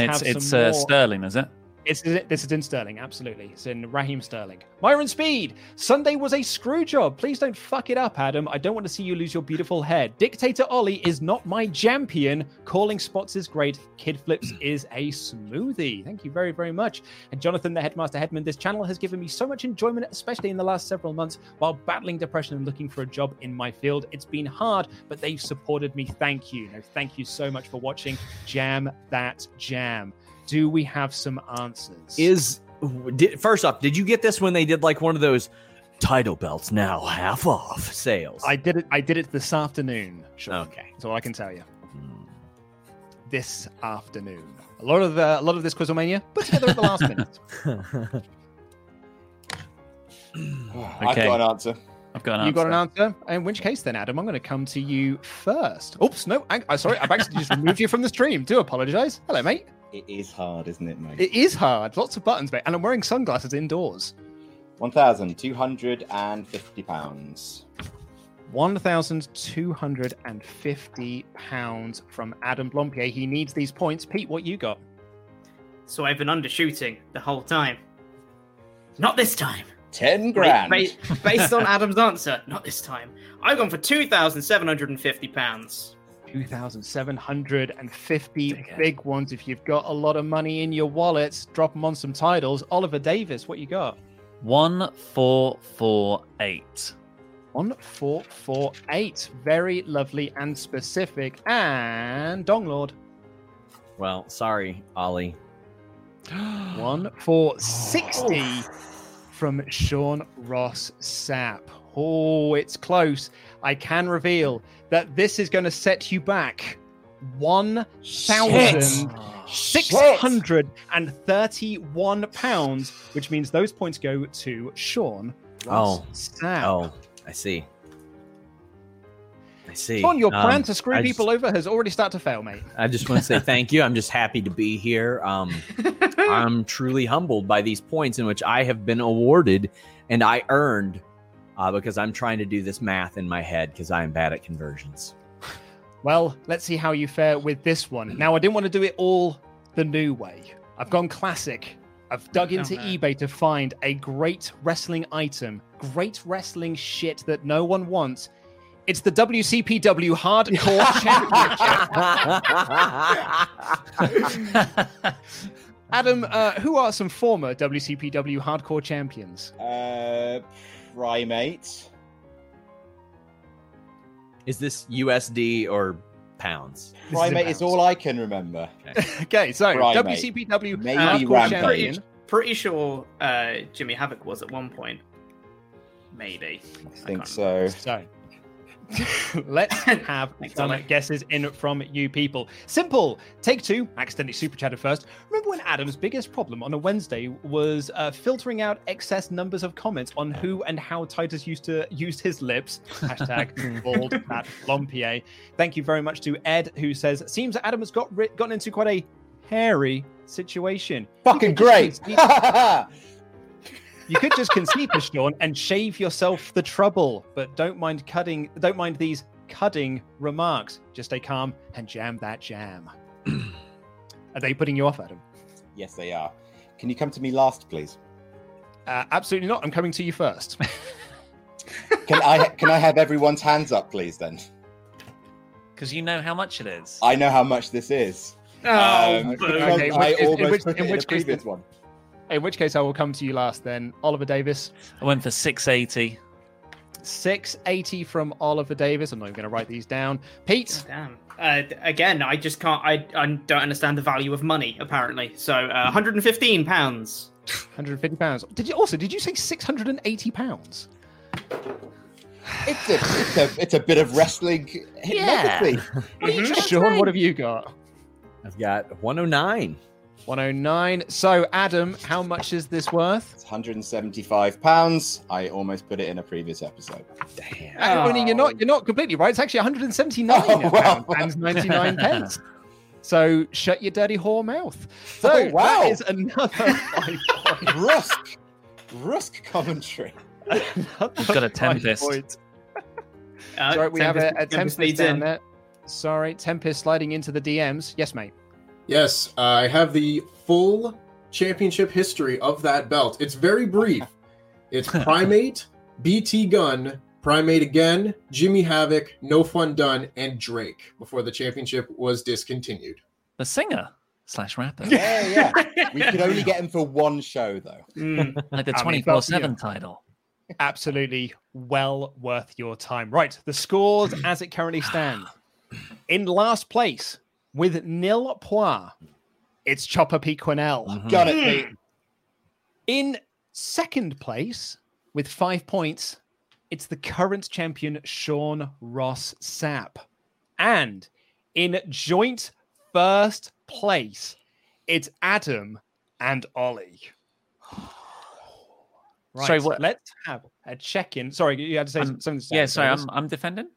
C: and it's
D: have
C: it's
D: some
C: uh,
D: more-
C: Sterling, is it?
D: It's, this is in Sterling, absolutely. It's in Raheem Sterling. Myron Speed, Sunday was a screw job. Please don't fuck it up, Adam. I don't want to see you lose your beautiful hair. Dictator Ollie is not my champion. Calling spots is great. Kid Flips is a smoothie. Thank you very, very much. And Jonathan, the headmaster headman, this channel has given me so much enjoyment, especially in the last several months while battling depression and looking for a job in my field. It's been hard, but they've supported me. Thank you. No, thank you so much for watching. Jam that jam. Do we have some answers?
H: Is did, first off, did you get this when they did like one of those title belts now half off sales?
D: I did it. I did it this afternoon. Sure.
H: okay.
D: That's all I can tell you.
B: Hmm.
D: This afternoon, a lot of the, a lot of this Quizlemania put together at the last minute.
B: I've
C: Okay.
B: got an answer.
C: I've got an
D: You got an
C: answer.
D: answer? In which case, then, Adam, I'm going to come to you first. Oops, no, I, I sorry, I've actually just removed you from the stream. Do apologise. Hello, mate.
B: It is hard, isn't it, mate?
D: It is hard. Lots of buttons, mate, and I'm wearing sunglasses indoors.
B: One thousand two hundred and fifty pounds.
D: One thousand two hundred and fifty pounds from Adam Blompier. He needs these points. Pete, what you got?
G: So I've been undershooting the whole time. Not this time.
B: Ten
G: Ba-
B: grand.
G: ba- based on Adam's answer, not this time. I've gone for two thousand seven hundred and fifty pounds.
D: 2,750 big ones. If you've got a lot of money in your wallets, drop them on some titles. Oliver Davis, what you got?
C: One four four eight.
D: 1448. Very lovely and specific. And Donglord.
H: Well, sorry, Ollie.
D: One for 60
H: Oh.
D: from Sean Ross Sapp. Oh, it's close. I can reveal that this is going to set you back 1,631 pounds, which means those points go to Sean Ross
H: Oh.
D: Sapp.
H: Oh, I see. I see.
D: Sean, your
H: Um,
D: plan to screw
H: I just-
D: people over has already started to fail, mate.
H: I just want to say thank you. I'm just happy to be here. Um, I'm truly humbled by these points in which I have been awarded and I earned uh, because I'm trying to do this math in my head because I am bad at conversions.
D: Well, let's see how you fare with this one. Now, I didn't want to do it all the new way. I've gone classic. I've dug into eBay to find a great wrestling item, great wrestling shit that no one wants. It's the WCPW Hardcore Championship. Adam, uh, who are some former WCPW Hardcore champions?
B: Uh, primate.
H: Is this USD or pounds?
B: Primate is all I can remember.
D: Okay, so
B: Primate.
D: WCPW
B: Maybe
D: uh, Hardcore
B: Rampage.
D: Champion.
G: Pretty sure uh, Jimmy Havoc was at one point. Maybe.
B: I think so.
D: So let's have some
G: Ollie.
D: guesses in from you people. Simple. Take two. Accidentally super chatted first. Remember when Adam's biggest problem on a Wednesday was uh, filtering out excess numbers of comments on who and how Titus used to used his lips. Hashtag bald at Lompier. Thank you very much to Ed who says seems that Adam has got ri- gotten into quite a hairy situation.
B: Fucking great.
D: You could just concede to Sean and shave yourself the trouble, but don't mind cutting. Don't mind these cutting remarks. Just stay calm and jam that jam. Are they putting you off, Adam?
B: yes, they are. Can you come to me last, please?
D: Uh, absolutely not. I'm coming to you first.
B: Can I can I have everyone's hands up, please? Then
C: Because you know how much it is.
B: I know how much this is.
G: Oh,
B: Um,
G: boo.
B: because
D: Okay, in
B: I
D: which- in
B: almost
D: which-
B: put
D: in
B: it in
D: which
B: a
D: case
B: previous
D: then-
B: one.
D: In which case, I will come to you last. Then Oliver Davis,
C: I went for 680.
D: six eighty from Oliver Davis. I'm not even going to write these down. Pete,
G: Damn. Uh, d- again, I just can't. I, I don't understand the value of money. Apparently, so uh,
D: Hmm.
G: 115 pounds.
D: 150 pounds. Did you also? Did you say 680 pounds?
B: It's a, it's a it's a bit of wrestling
C: Yeah.
B: legacy.
G: Mm-hmm.
D: Sean, what have you got?
H: I've got 109.
D: 109. So, Adam, how much is this worth?
B: It's 175 pounds. I almost put it in a previous episode.
D: Uh, I mean, you're
G: Oh.
D: not you're not completely right. It's actually 179
B: Oh, wow.
D: pounds 99 pence. So shut your dirty whore mouth. So
B: Oh, wow.
D: that is another five points.
B: Rusk, Rusk commentary.
C: You've got a
D: Five
C: tempest.
D: points.
G: Uh,
D: Sorry, we have a, a tempest,
G: leads
D: down
G: in.
D: there. Sorry, tempest sliding into the DMs. Yes, mate.
J: Yes, I have the full championship history of that belt. It's very brief. It's Primate, BT Gun, Primate again, Jimmy Havoc, No Fun Done, and Drake before the championship was discontinued.
C: The singer slash rapper.
B: Yeah, yeah. we could only get him for one show though.
G: Mm.
C: Like the
D: I mean,
C: 24 7
D: yeah.
C: title.
D: absolutely well worth your time. Right, the scores as it currently stands. In last place with nil points, it's Chopper P. Quinnell.
B: Got it, Pete.
D: In second place with five points, it's the current champion Sean Ross Sapp. And in joint first place, it's Adam and Ollie. Right,
C: Sorry, what-
D: let's have a check in. Sorry, you had to say
C: I'm-
D: something. to say,
C: Yeah, sorry,
D: Davis.
C: I'm, I'm defending.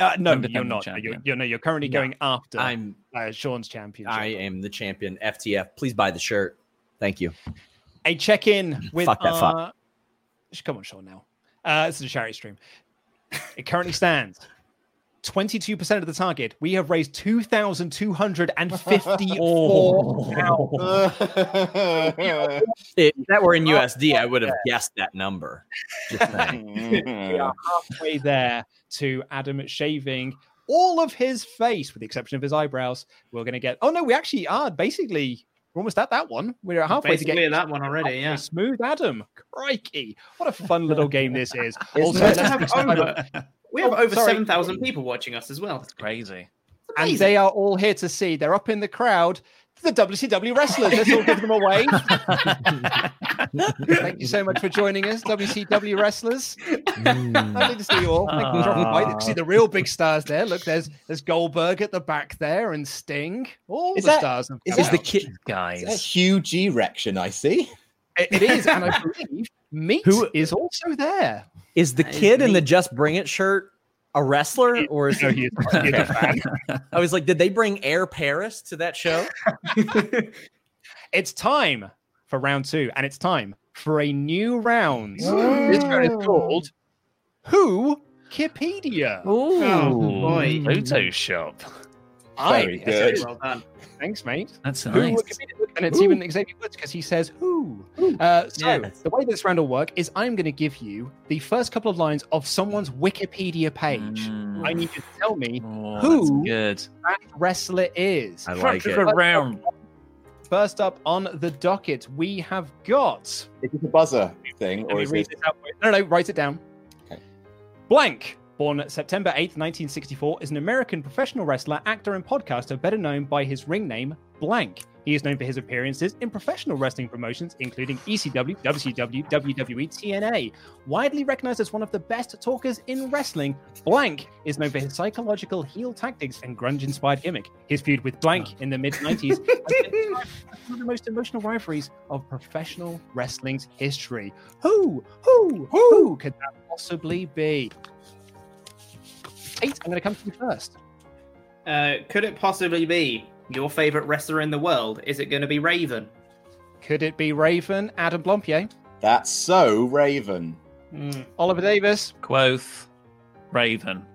D: uh, no,
C: I'm
D: you're
C: defending
D: not.
C: champion.
D: You're, you're, no, you're currently
H: No.
D: going after
H: I'm
D: uh, Sean's championship.
H: I am the champion. FTF. Please buy the shirt. Thank you.
D: a check in with
H: Fuck that, fuck.
D: our... uh, Sh- Come on, Sean. Now uh, this is a charity stream. It currently stands twenty two percent of the target. We have raised two thousand two hundred and fifty four pounds.
C: Oh.
D: uh,
H: If that were in USD, I would have guessed that number. Just saying. Mm-hmm.
D: halfway there to Adam shaving all of his face, with the exception of his eyebrows. We're going to get. Oh no, we actually are basically. We're almost at that one. We're halfway to
G: Basically,
D: get
G: that one already. Yeah.
D: smooth Adam. Crikey, what a fun little game this is.
B: Isn't it?
G: We have over
D: Oh, sorry.
G: seven thousand people watching us as well.
C: Crazy.
G: It's
D: and they are all here to see. They're up in the crowd. The WCW wrestlers. Let's all give them a wave. Thank you so much for joining us, WCW wrestlers. Lovely to see you all. Thank you for dropping by. You can see the real big stars there. Look, there's there's Goldberg at the back there and Sting. All
L: Is
D: the
L: that-
D: stars. have
L: is
D: come
L: that the
D: out.
L: kid?
C: guys.
L: A huge erection, I see.
D: It- it is, and I believe Meat
H: Who-
D: is also there.
H: Is the
G: That is
H: kid in
G: neat.
H: the Just Bring It shirt a wrestler or is he? I was like, did they bring Air Paris to that show?
D: It's time for round two, and it's time for a new round. This round is called Who Kipedia.
G: Oh, boy.
D: Mm.
C: Photoshop.
B: Very
D: Aye,
B: good.
C: Oh,
G: Well done.
D: Thanks, mate.
C: That's
D: Who
C: nice.
D: Wikipedia look- And it's even Xavier Woods because he says who. Uh, so
H: Yes.
D: the way this round will work is I'm going to give you the first couple of lines of someone's Wikipedia page.
C: Mm.
D: I need you to tell me
C: Oh,
D: Who-
C: That's good.
D: that wrestler is.
H: I like it.
C: around.
D: First up on the docket, we have got.
B: Is this a buzzer thing,
D: Let
B: or
D: me
B: is this
D: read this out. No, no, write it down.
B: Okay.
D: Blank, born September 8th, 1964, is an American professional wrestler, actor, and podcaster better known by his ring name, Blank. He is known for his appearances in professional wrestling promotions, including E ECW, WCW, WWE, TNA. Widely recognized as one of the best talkers in wrestling, Blank is known for his psychological heel tactics and grunge inspired gimmick. His feud with Blank in the mid 90s has been one of the most emotional rivalries of professional wrestling's history. Who, who, who could that possibly be? Eight, I'm going to come to you first.
G: Uh, could it possibly be your favorite wrestler in the world? Is it going to be Raven?
D: Could it be Raven, Adam Blompier,
B: that's so Raven?
G: Mm.
D: Oliver Davis,
C: Quoth Raven.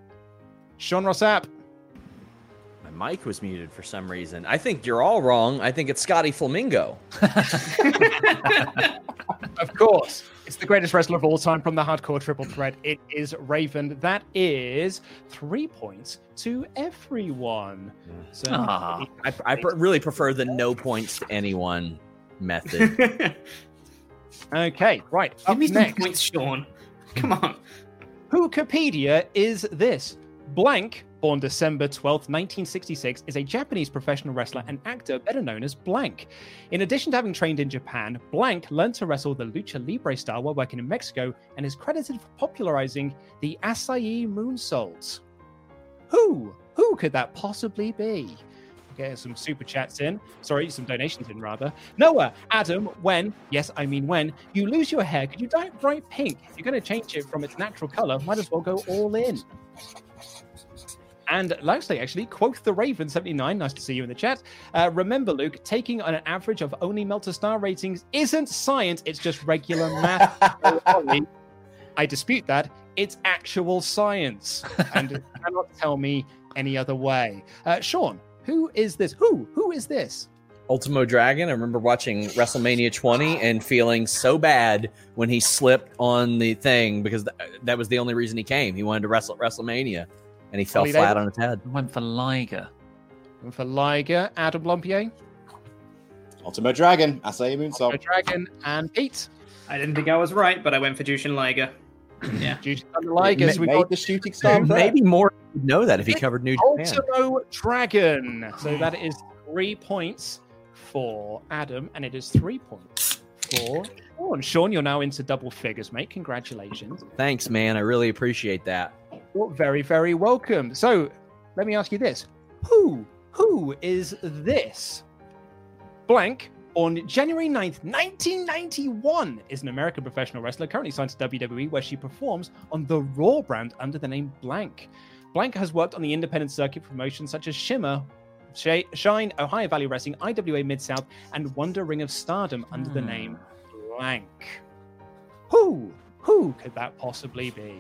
D: Sean Rossap?
H: My mic was muted for some reason. I think you're all wrong. I think it's Scotty Flamingo.
D: Of course. It's the greatest wrestler of all time from the hardcore triple threat. It is Raven. That is three points to everyone. So
C: Ah.
H: I, I pr- really prefer the no points to anyone method.
D: okay, right. Up
G: Give me some
D: next.
G: points, Sean. Come on.
D: Wikipedia is this. Blank, born December 12, 1966, is a Japanese professional wrestler and actor better known as Blank. In addition to having trained in Japan, Blank learned to wrestle the lucha libre style while working in Mexico and is credited for popularizing the acai moonsaults. Who? Who could that possibly be? Get some super chats in. Sorry, some donations in rather. Noah, Adam, when, yes, I mean when, you lose your hair, could you dye it bright pink? If you're going to change it from its natural color, might as well go all in. And lastly, actually, quote the Raven 79. Nice to see you in the chat. Uh, remember, Luke, taking on an average of only Melter star ratings isn't science, it's just regular math. Don't worry. I dispute that. It's actual science. And you cannot tell me any other way. Uh, Sean, who is this? Who? Who is this?
H: Ultimo Dragon. I remember watching WrestleMania 20 and feeling so bad when he slipped on the thing because th- that was the only reason he came. He wanted to wrestle at WrestleMania and he fell
D: Ollie
H: flat on his head.
C: Went for Liger.
D: And for Liger, Adam Blompier,
B: Ultimo Dragon, Asai Moonsault.
D: Ultra Dragon, and Pete.
G: I didn't think I was right, but I went for Jushin Liger.
D: Due to the Ligers,
B: Made
D: we've got
B: the shooting star. Maybe.
H: Maybe more would know that if he covered New Japan.
D: Ultimo Dragon. So that is three points for Adam, and it is three points for Sean. Sean, you're now into double figures, mate. Congratulations.
H: Thanks, man. I really appreciate that.
D: You're Oh, very, very welcome. So let me ask you this. Who, who is this? Blank on January 9th, 1991 is an American professional wrestler currently signed to WWE where she performs on the Raw brand under the name Blank. Blank has worked on the independent circuit promotions such as Shimmer, Sh- Shine, Ohio Valley Wrestling, IWA Mid South, and Wonder Ring of Stardom under the
C: Hmm.
D: name Blank. Who, who could that possibly be?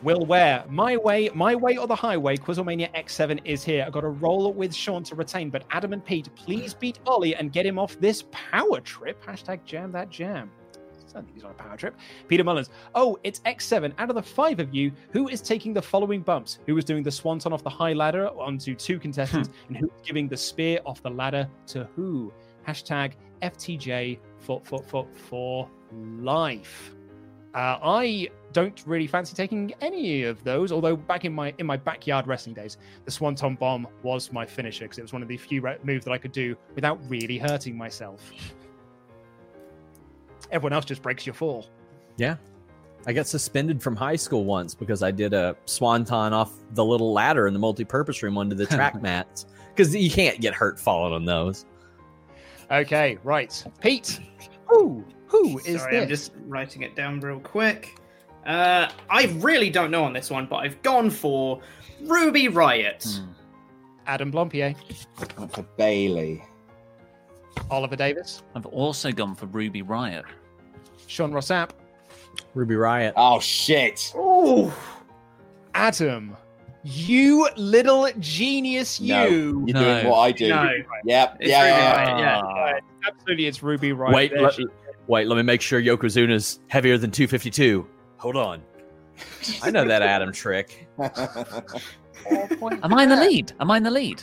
D: Will Ware, My Way, My Way or the Highway, Quizlemania X7 is here. I've got a roll with Sean to retain, but Adam and Pete, please beat Ollie and get him off this power trip. Hashtag jam that jam. I don't think he's on a power trip. Peter Mullins, oh, it's X7. Out of the five of you, who is taking the following bumps? Who is doing the swanton off the high ladder onto two contestants? and who's giving the spear off the ladder to who? Hashtag FTJ for, for, for, for life. Uh, I don't really fancy taking any of those. Although back in my in my backyard wrestling days, the Swanton Bomb was my finisher because it was one of the few re- moves that I could do without really hurting myself. Everyone else just breaks your fall.
H: Yeah. I got suspended from high school once because I did a swanton off the little ladder in the multi-purpose room onto the track mats because you can't get hurt falling on those.
D: Okay, right, Pete. Who who is
G: Sorry,
D: this?
G: I'm just writing it down real quick. Uh, I really don't know on this one, but I've gone for Ruby Riot.
D: Hmm. Adam Blompier,
B: Went for Bailey.
D: Oliver Davis,
C: I've also gone for Ruby Riot.
D: Sean Rossap,
H: Ruby Riot.
B: Oh shit!
D: Adam. You little genius,
B: No,
D: you.
B: You're
C: No.
B: doing what I do.
G: No,
B: Yep.
G: it's
B: yeah,
G: Ruby
B: yeah, yeah.
G: Riot. Yeah.
D: Absolutely, it's Ruby right
H: wait,
D: there.
H: let, wait, let me make sure Yokozuna's heavier than 252. Hold on. I know that Adam trick.
C: Am I in the lead? Am I in the lead?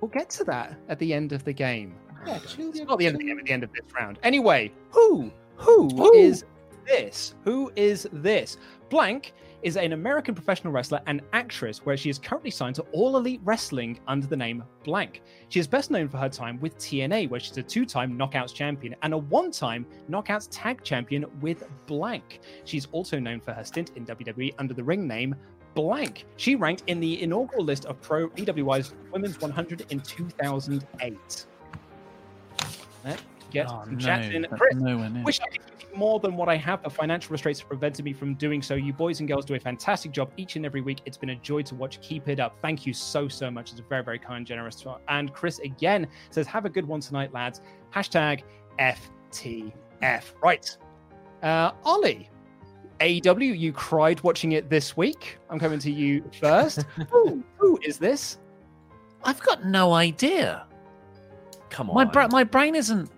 D: We'll get to that at the end of the game. It's not the end of the game, at the end of this round. Anyway, who who is this? Who is this? Blank is an American professional wrestler and actress where she is currently signed to All Elite Wrestling under the name Blank. She is best known for her time with TNA, where she's a two time Knockouts champion and a one time Knockouts tag champion with Blank. She's also known for her stint in WWE under the ring name Blank. She ranked in the inaugural list of Pro EWI's Women's 100 in 2008. Let's get
C: Oh,
D: some chats in. Chris, Wish I could give you more than what I have, but financial restraints have prevented me from doing so. You boys and girls do a fantastic job each and every week. It's been a joy to watch. Keep it up. Thank you so, so much. It's a very, very kind, generous. And Chris again says, Have a good one tonight, lads. Hashtag FTF. Right. Uh, Ollie, AW, you cried watching it this week. I'm coming to you first. who, who is this?
C: I've got no idea.
H: Come on.
C: My bra- my brain isn't.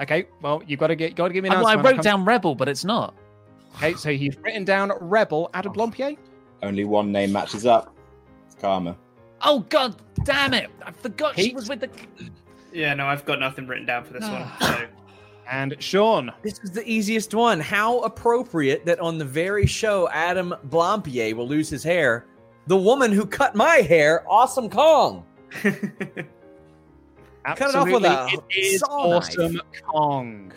D: Okay, well, you've got to get, got to give me an
C: I,
D: answer.
C: I
D: man.
C: wrote
D: come-
C: down Rebel, but it's not. Oh.
D: Okay, so he's written down Rebel, Adam Blompier.
B: Only one name matches up. It's Karma.
C: Oh God, damn it! I forgot she
D: Pete?
C: was with the.
G: yeah, no, I've got nothing written down for this one.
D: Ah.
G: So.
D: And Sean,
H: This is the easiest one. How appropriate that on the very show Adam Blompier will lose his hair. The woman who cut my hair, Awesome Kong. Cut it off with
C: Uh,
D: Absolutely,
H: a
D: It is
H: saw knife.
D: awesome Kong.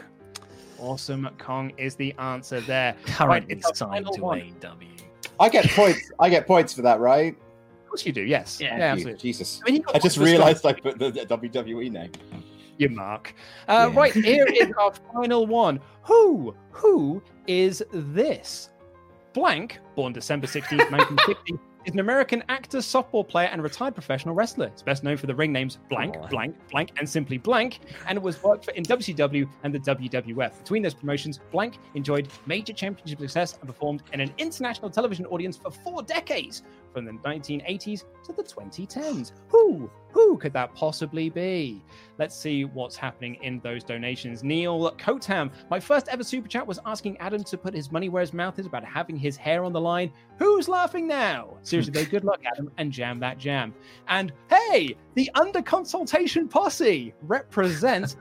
D: Awesome Kong is the answer there.
C: Currently
D: it's our
C: signed
D: final
C: to E
D: one.
C: AW.
B: I get points. I get points for that, right?
D: Of course you do. Yes.
G: Yeah.
D: Yeah,
B: Thank you.
D: absolutely.
B: Jesus.
D: mean, he got
B: I just
D: one for
B: realized I put the, the WWE name.
D: your mark. Uh,
B: Yeah.
D: Right here is our final one. Who who is this? Blank, born December 16th, 1960, is an American actor, softball player, and retired professional wrestler. It's best known for the ring names Blank,
H: Aw.
D: Blank, Blank, and simply Blank, and it was worked for in WCW and the WWF. Between those promotions, Blank enjoyed major championship success and performed in an international television audience for four decades, from the 1980s to the 2010s. Who who could that possibly be? Let's see what's happening in those donations. Neil Cotham, my first ever super chat was asking Adam to put his money where his mouth is about having his hair on the line. Who's laughing now? Seriously, though, good luck, Adam, and jam that jam. And hey, the under consultation posse represents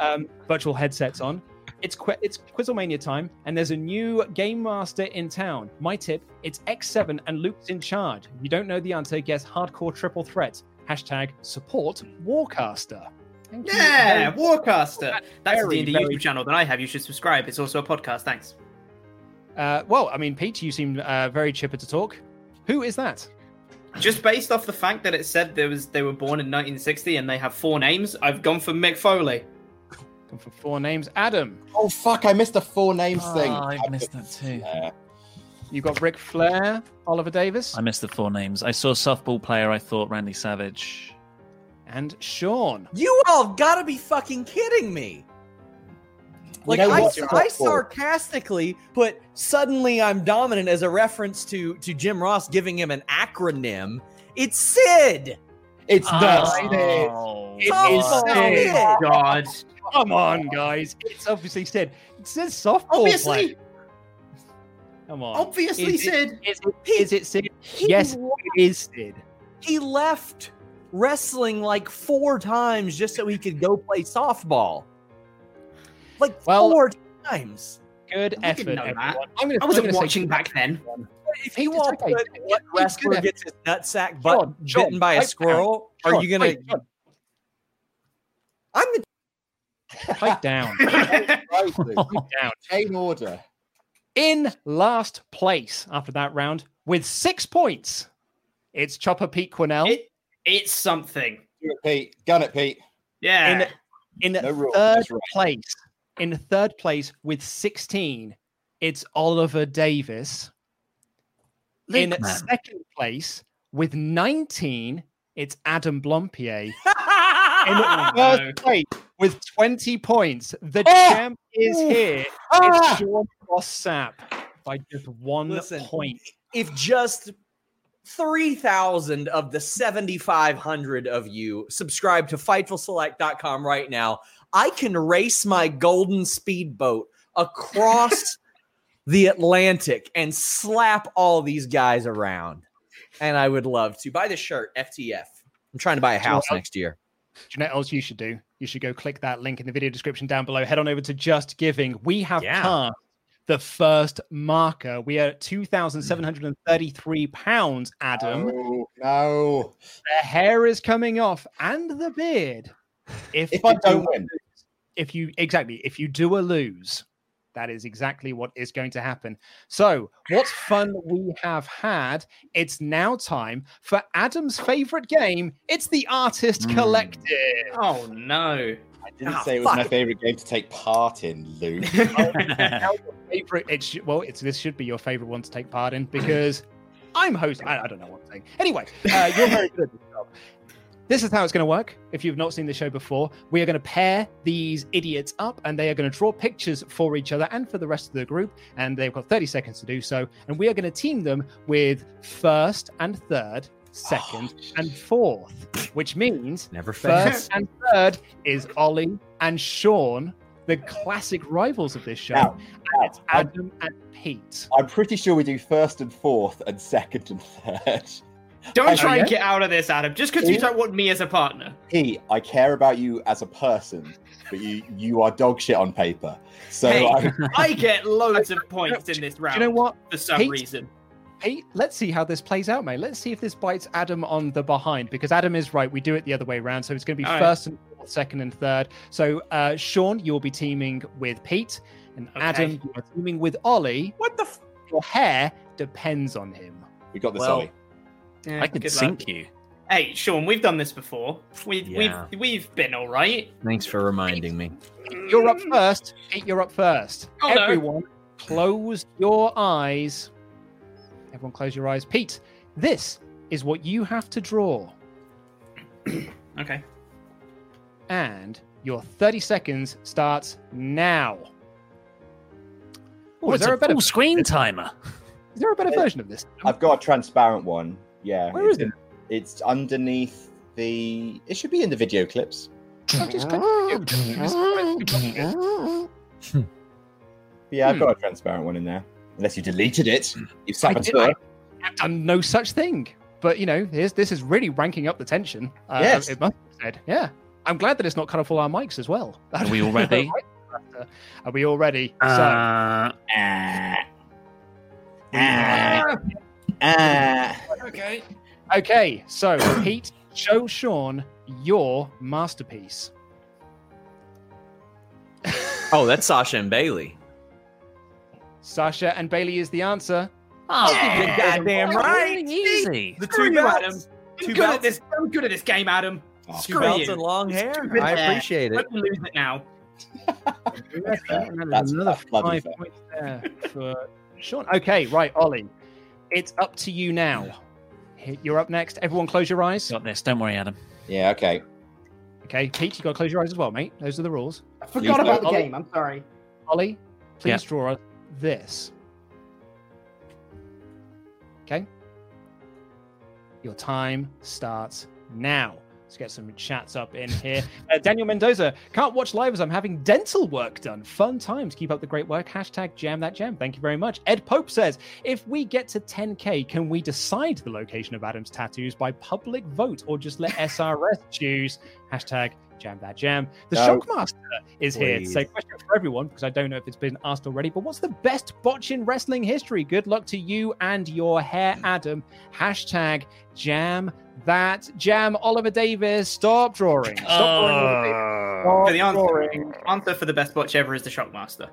D: um, virtual headsets on. It's Qu- it's Quizlemania time, and there's a new game master in town. My tip: it's X7, and Luke's in charge. If you don't know the answer, guess hardcore triple threat. Hashtag support Warcaster. Thank you
G: Yeah,
D: very-
G: Warcaster. That's
D: very,
G: the D&D
D: very-
G: YouTube channel that I have. You should subscribe. It's also a podcast. Thanks.
D: Uh, well, I mean, Pete, you seem uh, very chipper to talk. Who is that?
G: Just based off the fact that it said there was they were born in 1960 and they have four names, I've gone for Mick Foley.
D: Come for four names. Adam,
B: Oh fuck! I missed the four names thing.
C: Ah, I
B: I
C: missed
B: put-
C: that too.
B: Yeah.
D: you got Ric Flair, Oliver Davis,
C: I missed the four names. I saw softball player. I thought Randy Savage.
D: and Sean.
H: You all gotta be fucking kidding me. Like
B: know
H: I,
B: what?
H: I sarcastically put suddenly I'm dominant as a reference to to Jim Ross giving him an acronym. It's Sid.
B: It's
C: Ah.
B: not. Sid.
H: Come on, Sid.
G: God.
D: Come on, guys. It's obviously Sid. It says softball player.
G: Obviously,
D: Come on.
G: obviously,
D: Is it-
G: Sid.
D: Is it, is it Sid?
H: He
D: yes, it is Sid.
H: he left wrestling like four times just so he could go play softball. Like
D: Well-
H: four times.
D: Good
G: You
D: effort,
G: didn't know that.
D: everyone. I'm gonna,
G: I
D: I'm
G: wasn't
D: gonna say
G: watching back then.
H: If
D: he
H: he
D: wants
H: wants
D: to-
H: what
D: good
H: wrestler
D: effort.
H: gets his nutsack
D: John,
H: butt
D: John,
H: bitten by a
D: pipe down.
H: squirrel,
D: John,
H: are you gonna?
D: wait, John,
K: I'm the
D: pipe down.
B: Right, Luke.
D: Pipe down.
B: Chain order.
D: In last place after that round with six points, it's Chopper Pete Quinnell.
G: It- It's something.
B: Do it, Pete. Gun it, Pete.
G: Yeah.
D: In- in
B: No rules.
D: third
B: That's right.
D: place, in third place with 16, it's Oliver Davis. in
C: Luke, man.
D: second place with 19, it's Adam Blompier. in
G: Oh, no.
D: first place with 20 points, the
H: Oh!
D: champ is here.
G: Ah!
D: It's Sean Ross Sapp by just one
H: Listen.
D: point.
H: if just 3,000 of the 7,500 of you subscribe to FightfulSelect.com right now, I can race my golden speedboat across the Atlantic and slap all these guys around. And I would love to buy this shirt, FTF. I'm trying to buy a house next year.
D: Do you know what else you should do? You should go click that link in the video description down below. Head on over to Just Giving. We have
H: Yeah.
D: passed the first marker. We are at £2,733, Adam.
B: No, no.
D: The hair is coming off and the beard.
B: If I
D: you
B: don't win,
D: if you exactly if you do a lose that is exactly what is going to happen so what fun we have had it's now time for adam's favorite game it's the artist
B: Hmm.
D: collective
G: Oh, no.
B: I didn't
H: Ah,
B: say it was
H: fuck
B: my
H: it.
B: favorite game to take part in, Luke.
D: favorite it sh- well it's this should be your favorite one to take part in because i'm host I, I don't know what i'm saying anyway uh, you're very good at this job this is how it's going to work if you've not seen the show before we are going to pair these idiots up and they are going to draw pictures for each other and for the rest of the group and they've got 30 seconds to do so and we are going to team them with first and third second
B: Oh,
D: and fourth which means
H: Never fails.
D: First and third is Ollie and Sean, the classic rivals of this show.
B: Now,
D: and it's
B: now,
D: Adam and Pete.
B: I'm pretty sure we do first and fourth and second and third.
G: Don't
B: Oh,
G: try and
B: yeah?
G: get out of this, Adam, just because you
B: Yeah.
G: don't want me as a partner.
B: He, I care about you as a person, but you you are dog shit on paper. So
G: Hey.
B: I'm,
G: I get loads of points in this
D: Do
G: round
D: you know what,
G: for some
D: Pete?
G: reason.
D: Pete? Let's see how this plays out, mate. Let's see if this bites Adam on the behind because Adam is right. We do it the other way around. So it's going to be
G: All right.
D: first and fourth, second and third. So, uh, Sean, you'll be teaming with Pete, and
G: Okay.
D: Adam, you're teaming with Ollie.
K: what the f-
D: Your hair depends on him.
B: we got this,
H: Well,
B: Ollie.
G: Yeah,
C: I could
G: good
C: sink
G: luck.
C: you.
G: Hey, Sean, we've done this before. We,
H: Yeah.
G: We've we've been all right.
H: Thanks for reminding me.
D: You're up first. Pete, you're up first.
G: Oh, no.
D: Everyone, close your eyes. Everyone, close your eyes. Pete, this is what you have to draw.
G: Okay.
D: And your 30 seconds starts now. Ooh,
C: Oh,
D: is,
C: it's
D: there
C: a,
D: a better,
C: full screen timer.
D: is there a better version of this?
B: I've got a transparent one. Yeah.
D: Where is
B: it's, it? It's underneath the. It should be in the video clips.
D: I've just clicked it. Just clicked it.
B: Yeah, I've
D: Hmm.
B: got a transparent one in there. Unless you deleted it, you
D: I did-
B: saboteur.
D: I've done no such thing. But you know, here's, this is really ranking up the tension. Uh,
B: Yes.
D: it must be said. Yeah, I'm glad that it's not cut off all our mics as well. uh,
C: Are we all ready?
D: Are we all ready?
C: Uh,
B: Ah, ah.
K: okay
D: so, okay, so Pete, show Sean your masterpiece.
H: Oh, that's Sasha and Bailey.
D: Sasha and Bailey is the answer.
C: oh,
H: You're goddamn right.
C: Easy.
H: The
G: Screw
H: two
G: you,
H: belts.
G: Adam.
H: Two
G: I'm good at
H: belts.
G: this. I'm good at this game, Adam.
B: Oh,
H: Two
G: Screw
H: belts
G: you.
H: and long hair.
G: Stupid
H: I
G: hair.
H: appreciate it.
G: Let me lose it now.
B: That's
D: another
B: that's bloody
D: five
B: fair.
D: points there for Sean. Okay, right, Ollie, it's up to you now. You're up next. Everyone, close your eyes.
C: Got this. Don't worry, Adam.
B: Yeah, okay.
D: Okay, Pete, you got to close your eyes as well, mate. Those are the rules.
G: I
B: Lose
G: forgot about
B: that.
G: the game. I'm sorry.
D: Ollie, please
C: Yeah.
D: draw this. Okay. Your time starts now. Let's get some chats up in here. Uh, Daniel Mendoza can't watch live as I'm having dental work done. Fun times. Keep up the great work. Hashtag jam that jam. Thank you very much. Ed Pope says if we get to 10k, can we decide the location of Adam's tattoos by public vote or just let SRS choose? Hashtag jam that jam. The
M: No.
D: Shockmaster is here to say question for everyone because I don't know if it's been asked already. But what's the best botch in wrestling history? Good luck to you and your hair, Adam. Hashtag jam that jam. Oliver Davis, stop drawing. Stop drawing.
G: Oh.
D: Oliver Davis.
G: for the answer,
D: boring.
G: answer for the best watch ever is the Shockmaster.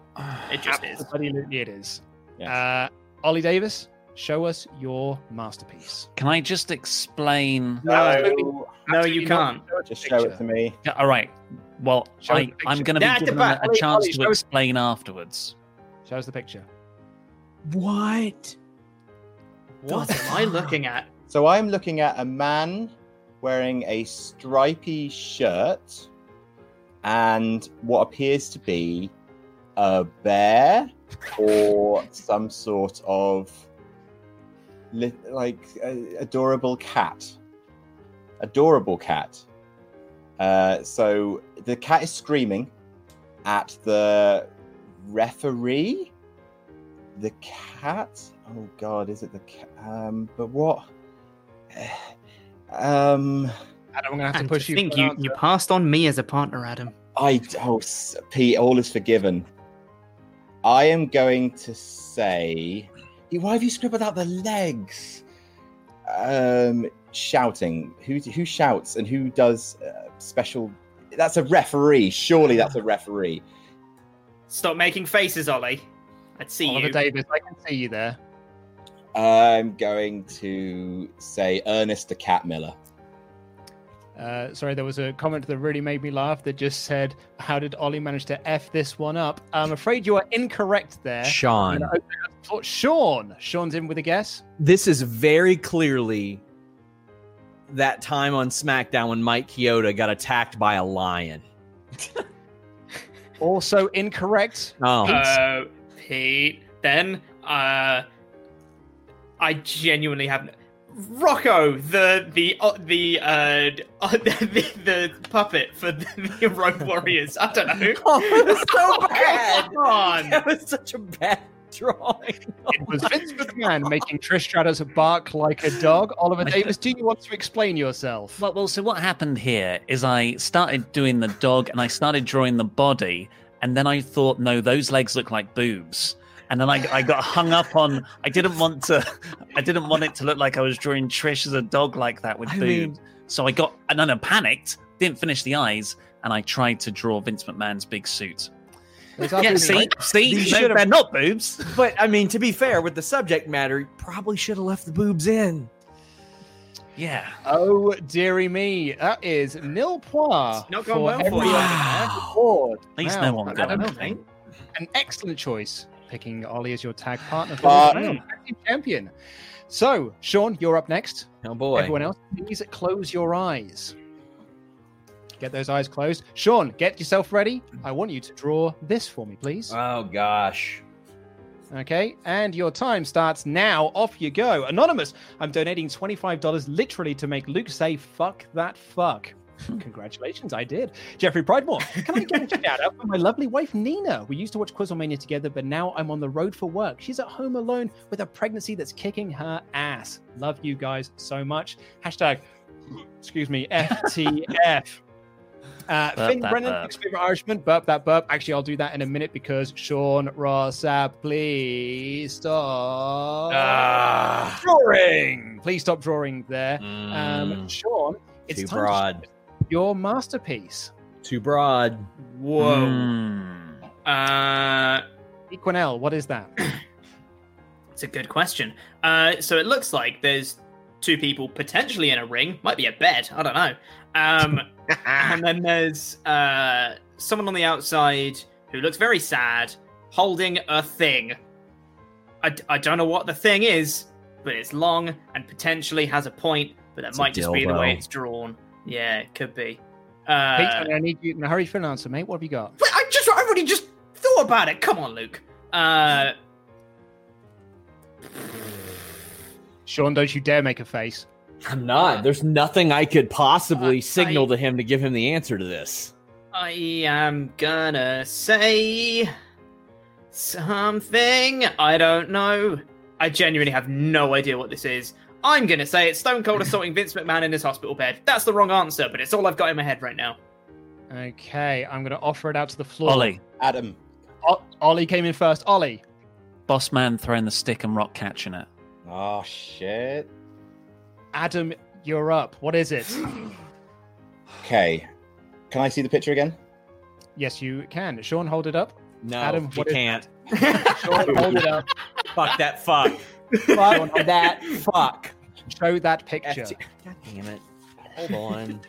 G: It just is.
D: Absolutely, it is.
M: Yes.
D: Uh, Ollie Davis, show us your masterpiece.
C: Can I just explain?
M: No,
G: No, you can't.
M: just show it to me.
C: Yeah, All right. Well,
D: Show the
C: I,
D: picture.
C: I'm going to
G: That's
C: be given
G: about-
C: a, a
G: Ollie,
C: chance
G: Ollie,
C: to
G: show-
C: explain afterwards.
D: Show us the picture.
H: What?
G: What am I looking at?
B: So I'm looking at a man wearing a stripy shirt and what appears to be a bear or some sort of li- like a- adorable cat. Adorable cat. Uh, so the cat is screaming at the referee. The cat? Oh God, is it the cat? Um, but what? Um,
D: Adam, I'm going to have to
G: And
D: push
G: to
D: you.
G: think
D: for an
G: you, you passed on me as a partner, Adam.
B: I oh s- Pete, all is forgiven. I am going to say, why have you scribbled out the legs? Um, shouting. Who who shouts and who does uh, special? That's a referee. Surely that's a referee.
G: Stop making faces, Ollie. I'd see
D: Oliver
G: you.
D: Davis, I can see you there.
B: I'm going to say Ernest the Cat Miller.
D: Uh, sorry, there was a comment that really made me laugh that just said, How did Ollie manage to F this one up? I'm afraid you are incorrect there. I'm
H: Sean,
D: gonna open it up for Sean. Sean's in with a guess.
H: this is very clearly that time on SmackDown when Mike Chioda got attacked by a lion.
D: Also incorrect.
H: Oh,
G: Uh, Pete. Then, uh, I genuinely have Rocco, the the uh, the, uh, d- uh, the the puppet for the, the Road Warriors. I don't know.
H: Oh, it was
G: Oh,
H: so bad.
G: Come on.
H: That was such a bad drawing.
D: It was Vince McMahon making Trish Stratus bark like a dog. Oliver Davis, do you want to explain yourself?
C: Well, well, so what happened here is I started doing the dog and I started drawing the body, and then I thought, no, those legs look like boobs. And then I, I got hung up on. I didn't want to. I didn't want it to look like I was drawing Trish as a dog like that with
H: I
C: boobs. so I got and then I panicked, didn't finish the eyes, and I tried to draw Vince McMahon's big suit.
D: It's
C: Yeah,
D: absolutely
C: see, see,
H: You
C: no,
H: should've-
C: they're not boobs.
H: But I mean, to be fair, with the subject matter, you probably should have left the boobs in.
C: Yeah.
D: Oh dearie me, that is nil point.
G: It's not gone well for
D: everyone
G: you.
D: on the board.
C: At least
D: Wow.
C: no one
G: I
C: got
G: don't
C: it.
G: think.
D: An excellent choice, picking Ollie as your tag partner for
B: But-
D: the round. Tag team champion. So, Sean, you're up next.
H: Oh boy.
D: Everyone else, please close your eyes. Get those eyes closed. Sean, get yourself ready. I want you to draw this for me, please.
H: Oh gosh.
D: Okay, and your time starts now. Off you go. Anonymous, I'm donating $25 literally to make Luke say, fuck that fuck. Congratulations, I did. Jeffrey Pridemore, can I get a shout out for my lovely wife, Nina? We used to watch Quizlemania together, but now I'm on the road for work. She's at home alone with a pregnancy that's kicking her ass. Love you guys so much. Hashtag, excuse me, FTF. Uh,
C: Burp
D: Finn
C: that
D: Brennan,
C: burp.
D: ex-favorite Irishman, burp that burp. Actually, I'll do that in a minute because Sean Rossap, please stop
C: Ah.
D: drawing. Please stop drawing there.
C: Mm.
D: Um, Sean, it's
H: too
D: time to
H: broad.
D: show your masterpiece.
H: Too broad.
G: Whoa.
C: Hmm.
G: Uh.
D: Equinel, what is that?
G: It's a good question. Uh, so it looks like there's two people potentially in a ring. Might be a bed. I don't know. Um, and then there's uh, someone on the outside who looks very sad, holding a thing. I, d- I don't know what the thing is, but it's long and potentially has a point. But that
H: It's a
G: might just be the way
H: dildo.
G: it's drawn. Yeah, it could be.
D: Pete,
G: Uh,
D: I'm gonna need you in a hurry for an answer, mate. What have you got?
G: but I just I already just thought about it. Come on, Luke. Uh,
D: Sean, don't you dare make a face.
H: I'm not. There's nothing I could possibly
G: Uh,
H: signal
G: I-
H: to him to give him the answer to this.
G: I am gonna say something. I don't know. I genuinely have no idea what this is. I'm gonna say it's Stone Cold assaulting Vince McMahon in his hospital bed. That's the wrong answer, but it's all I've got in my head right now.
D: Okay, I'm going to offer it out to the floor.
C: Ollie,
B: Adam,
D: O- Ollie came in first. Ollie.
C: boss man throwing the stick and rock catching it.
B: oh shit.
D: Adam, you're up. What is it?
B: Okay, can I see the picture again?
D: yes, you can. Sean, hold it up.
H: No,
D: Adam,
H: you
D: what is-
H: Oh, can't.
D: Sean, hold it up.
H: Fuck that. Fuck.
D: Sean,
H: Fuck that. Fuck.
D: show that picture.
H: God damn it. Hold on.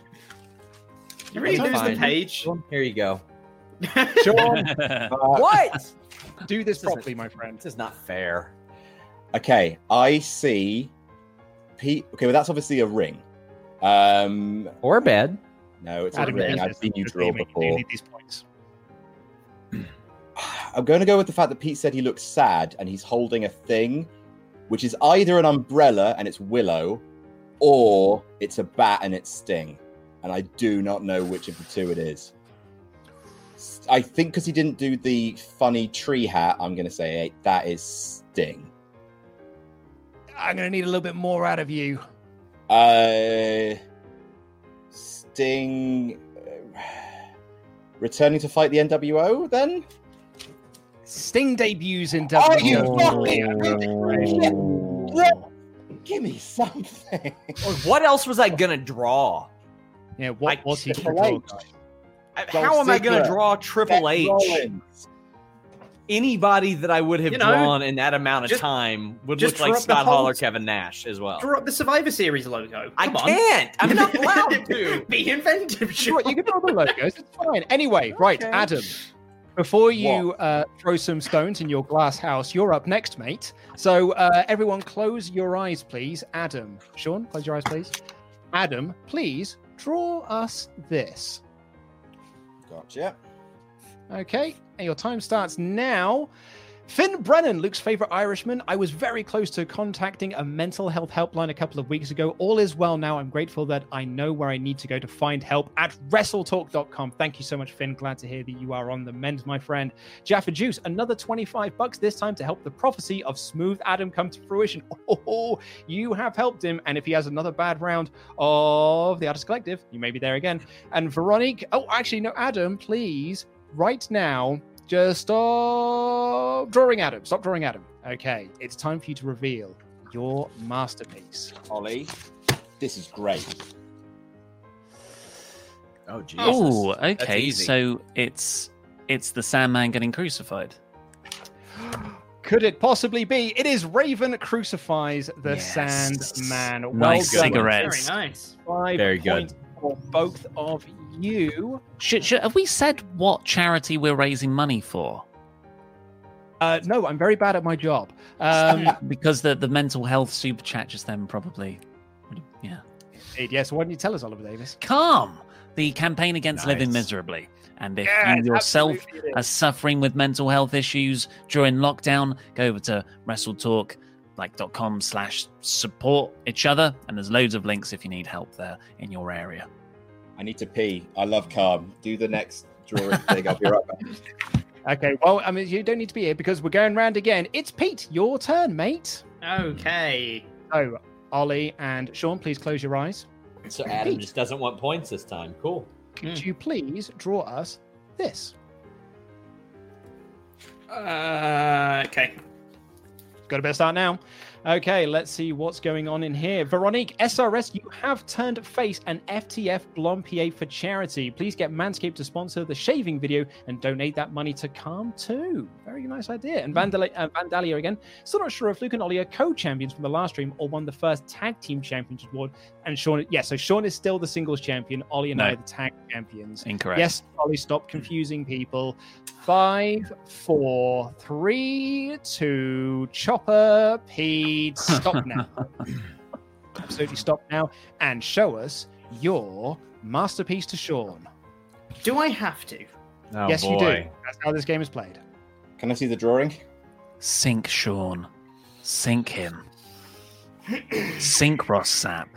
G: You really
H: That's
G: lose the
H: fine.
G: page.
H: Here you go.
D: Sean, uh,
K: What?
D: do this
H: isn't-
D: properly, my friend.
H: This is not fair.
B: Okay, I see. Pete. Okay, well that's obviously a ring. Um,
H: Or bed.
B: no, it's
D: Adam,
B: a ring.
D: you
B: I've seen you
D: just
B: draw
D: leave it. You
B: before.
D: need these points.
B: I'm going to go with the fact that Pete said he looks sad and he's holding a thing, which is either an umbrella and it's willow, or it's a bat and it's sting. And I do not know which of the two it is. S- I think because he didn't do the funny tree hat, I'm going to say eh, that is sting.
D: I'm going to need a little bit more out of you.
B: Uh, sting. uh, Returning to fight the NWO then?
D: Sting debuts in
B: Are
D: WWE.
B: you fucking kidding me? Give me something.
H: Or what else was I gonna draw?
D: Yeah, what
H: I-
D: was he?
B: Triple
D: controlled?
B: H.
H: I-
B: Dolph
H: How am I gonna
B: Ziggler,
H: draw Triple
B: Seth
H: H?
B: Rollins.
H: Anybody that I would have
G: You know,
H: drawn in that amount of
G: just-
H: time would
G: just
H: look like
G: drop the
H: Scott Hall or
G: Holt.
H: Kevin Nash as well.
G: Draw up the Survivor Series logo.
H: I
G: Come on.
H: can't. I'm not allowed to.
G: Be inventive,
D: Sure,
G: sure.
D: you can draw the logos. It's fine. Anyway, right,
K: Okay.
D: Adam. Before you uh, throw some stones in your glass house, you're up next, mate. So uh, everyone, close your eyes, please. Adam, Sean, close your eyes, please. Adam, please draw us this.
B: Gotcha.
D: Okay, and your time starts now. Finn Brennan, Luke's favorite Irishman. I was very close to contacting a mental health helpline a couple of weeks ago. All is well now. I'm grateful that I know where I need to go to find help at wrestletalk.com. Thank you so much, Finn. Glad to hear that you are on the mend, my friend. Jaffa Juice, another 25 bucks this time to help the prophecy of Smooth Adam come to fruition. Oh, you have helped him. And if he has another bad round of the Artist Collective, you may be there again. And Veronique, oh, actually, no, Adam, please right now, just stop drawing Adam. Stop drawing Adam. Okay, it's time for you to reveal your masterpiece.
B: Ollie, this is great.
H: Oh Jesus.
C: Oh, okay.
H: easy.
C: So it's it's the Sandman getting crucified.
D: Could it possibly be? It is Raven crucifies the
H: Yes.
D: Sandman. Well
C: Nice
G: Very
D: done.
C: cigarettes.
G: nice.
D: Five
H: Very good.
D: points For both of you.
C: Should, should, have we said what charity we're raising money for?
D: Uh, no, I'm very bad at my job. Um,
C: Because the, the mental health super chat just then probably. would've- Yeah.
D: yes, why don't you tell us, Oliver Davis?
C: Calm! The campaign against living
H: Nice.
C: miserably. And if
D: Yes,
C: you yourself
D: absolutely it
C: are
D: is.
C: suffering with mental health issues during lockdown, go over to WrestleTalk like dot com slash support each other and there's loads of links if you need help there in your area.
B: I need to pee. I love calm. Do the next drawing thing. I'll be right back.
D: Okay, well, I mean, you don't need to be here because we're going round again. It's Pete, your turn, mate.
G: Okay.
D: So, Ollie and Sean, please close your eyes.
H: So Adam just doesn't want points this time. Cool.
D: Could
G: Hmm.
D: you please draw us this?
G: Uh, okay.
D: Got to better start now. Okay, let's see what's going on in here. Veronique, SRS, you have turned face an FTF Blompier for charity. Please get Manscaped to sponsor the shaving video and donate that money to Calm too. Very nice idea. And
C: Hmm.
D: Vandal- uh, Vandalia again. Still not sure if Luke and Ollie are co-champions from the last stream or won the first tag team championship award. And Sean, yeah, so Sean is still the singles champion. Ollie and I
C: No.
D: are the tag champions.
C: Incorrect.
D: Yes, Ollie, stop confusing people. Five, four, three, two, chopper, Pete, stop now. Absolutely stop now and show us your masterpiece to Sean.
G: Do I have to?
H: Oh,
D: yes, you do. That's how this game is played.
B: Can I see the drawing?
C: Sink Sean. Sink him. Sink Ross Sap.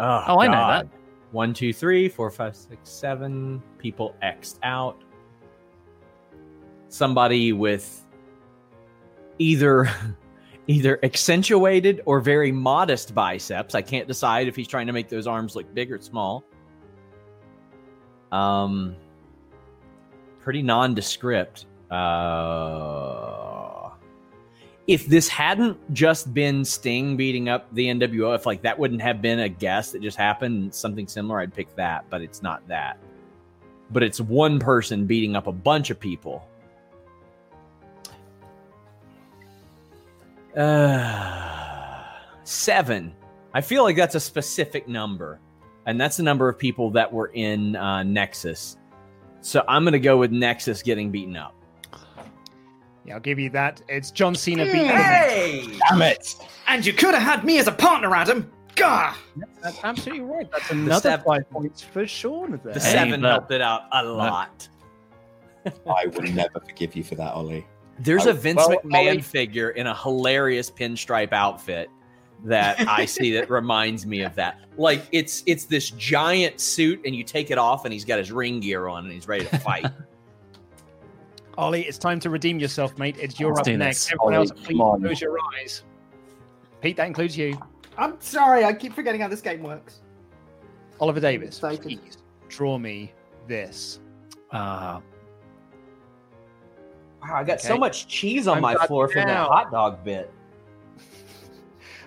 H: Oh,
C: Oh, I know
H: God. One, two, three, four, five, six, seven people X'd out. Somebody with either either accentuated or very modest biceps. I can't decide if he's trying to make those arms look big or small. Um, pretty nondescript. Uh, if this hadn't just been Sting beating up the NWO, if like that wouldn't have been a guess that just happened, something similar, I'd pick that, but it's not that. But it's one person beating up a bunch of people. Uh, seven. I feel like that's a specific number, and that's the number of people that were in uh, Nexus. So I'm going to go with Nexus getting beaten up.
D: Yeah, I'll give you that. It's John Cena beating.
G: Hey!
B: Damn it.
G: And you could have had me as a partner, Adam. Gah!
D: That's absolutely right. That's
H: The
D: another
H: seven-
D: five points for Sean there.
H: The
C: Hey,
H: seven
C: but-
H: helped it out a lot.
B: I will never forgive you for that, Ollie.
H: There's
B: I-
H: a Vince
B: well,
H: McMahon
B: Ollie-
H: figure in a hilarious pinstripe outfit that I see that reminds me of that. Like it's it's this giant suit, and you take it off, and he's got his ring gear on, and he's ready to fight.
D: Ollie, it's time to redeem yourself, mate. It's you're
C: Let's
D: up
C: do
D: next.
C: this.
D: Everyone
B: Ollie,
D: else, please
B: come on.
D: close your eyes. Pete, that includes you.
G: I'm sorry, I keep forgetting how this game works.
D: Oliver Davis,
G: Thank you.
D: please draw me this.
C: Ah,
H: wow, I got
D: so Okay.
H: much cheese
D: on I'm my got floor from that down.
H: hot dog bit.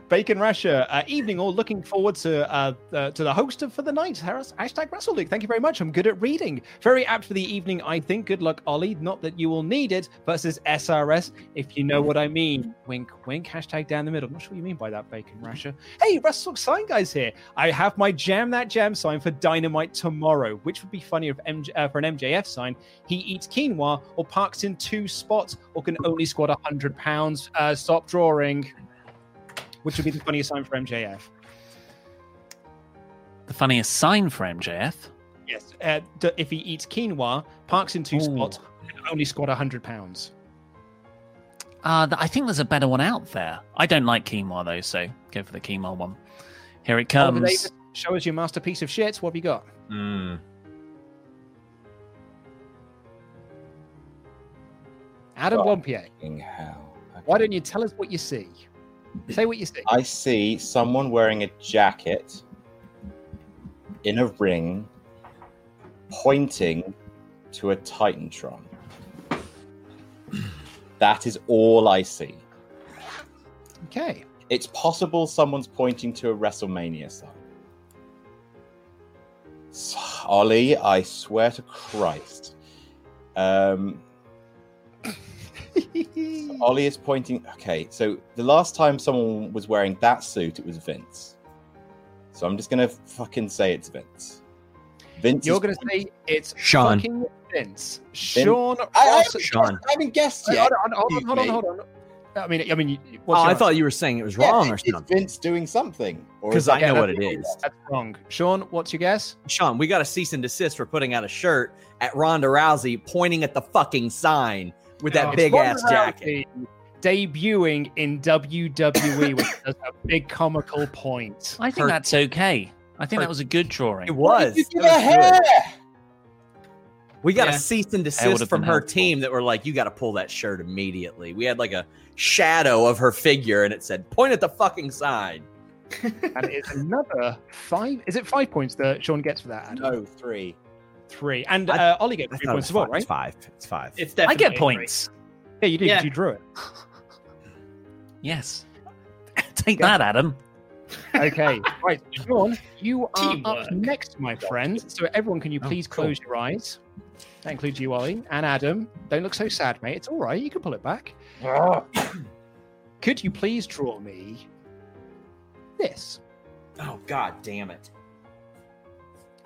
D: Bacon Rasher, uh, evening all. Looking forward to uh, uh, to the host of for the night, Harris. Hashtag WrestleLuke. Thank you very much. I'm good at reading. Very apt for the evening, I think. Good luck, Ollie. Not that you will need it. Versus SRS, if you know what I mean. Wink, wink. Hashtag down the middle. not sure what you mean by that, Bacon Rasher. Hey, WrestleLuke sign guys here. I have my jam that jam sign for Dynamite tomorrow. Which would be funnier if MJ, uh, for an MJF sign? He eats quinoa or parks in two spots or can only squat hundred pounds. Uh, stop drawing which would be the funniest sign for MJF.
C: the funniest sign for MJF.
D: Yes. Uh, d- if he eats quinoa, parks in two
C: Ooh.
D: spots, and only squat 100 pounds.
C: Uh, th- I think there's a better one out there. I don't like quinoa though, so go for the quinoa one. Here it
D: Oliver
C: comes.
D: Davis, show us your masterpiece of shit. What have you got?
C: Hmm.
D: Adam
B: Well,
D: Lompier,
B: Fucking hell. Okay.
D: why don't you tell us what you see? Say what you see.
B: I see someone wearing a jacket in a ring pointing to a Titantron. That is all I see.
D: Okay.
B: It's possible someone's pointing to a WrestleMania sign. S- Ollie, I swear to Christ. Um, so Ollie is pointing. Okay, so the last time someone was wearing that suit, it was Vince. So I'm just gonna fucking say it's Vince. Vince.
D: You're
B: is
D: going to say it's
H: Sean.
D: fucking Vince. Sean
B: I,
D: Ross.
B: I,
H: Sean.
B: I haven't guessed
D: Hold
B: yet.
D: on, hold on, hold on, hold on. I mean, I mean, you- what's
H: oh,
D: your
H: I
D: answer?
H: thought you were saying it was
B: Yeah,
H: wrong
B: it-
H: or
B: it's
H: something.
B: Vince doing something. or
H: Because
B: is it-
H: I know
D: yeah,
H: what it is.
D: that's wrong. Sean, what's your guess?
H: Sean, we got a cease and desist for putting out a shirt at Ronda Rousey pointing at the fucking sign with that
G: Oh,
H: big ass
D: Ronda
H: jacket.
D: Rousey debuting in WWE, which is a big comical point.
C: I think
H: Her-
C: that's okay. I think
H: her-
C: that was a good drawing.
H: It was.
B: You give
H: It was
B: a hair.
H: good. We got
G: Yeah.
H: a cease and desist
C: would've
H: from
C: been
H: her
C: helpful.
H: team that were like, you got to pull that shirt immediately. We had like a shadow of her figure and it said, point at the fucking sign.
D: And it's another five. Is it five points that Sean gets for that? Adam?
B: No three.
D: Three. And
H: I-
D: uh, Ollie gets
H: I
D: three
H: thought it
D: points
H: was
D: as well,
H: five.
D: right?
H: It's five.
G: It's
H: It's five.
C: I
G: definitely
C: get points.
D: Yeah, you do. 'cause
G: Yeah.
D: You drew it.
C: Yes. Take that, Adam.
D: Okay. right, Sean, you are
G: Teamwork.
D: up next, my friend. So everyone, can you
C: Oh,
D: please
C: cool.
D: close your eyes? That includes you, Ollie, and Adam. Don't look so sad, mate. It's all right. You can pull it back.
H: Ah.
D: Could you please draw me this?
H: oh, God damn it.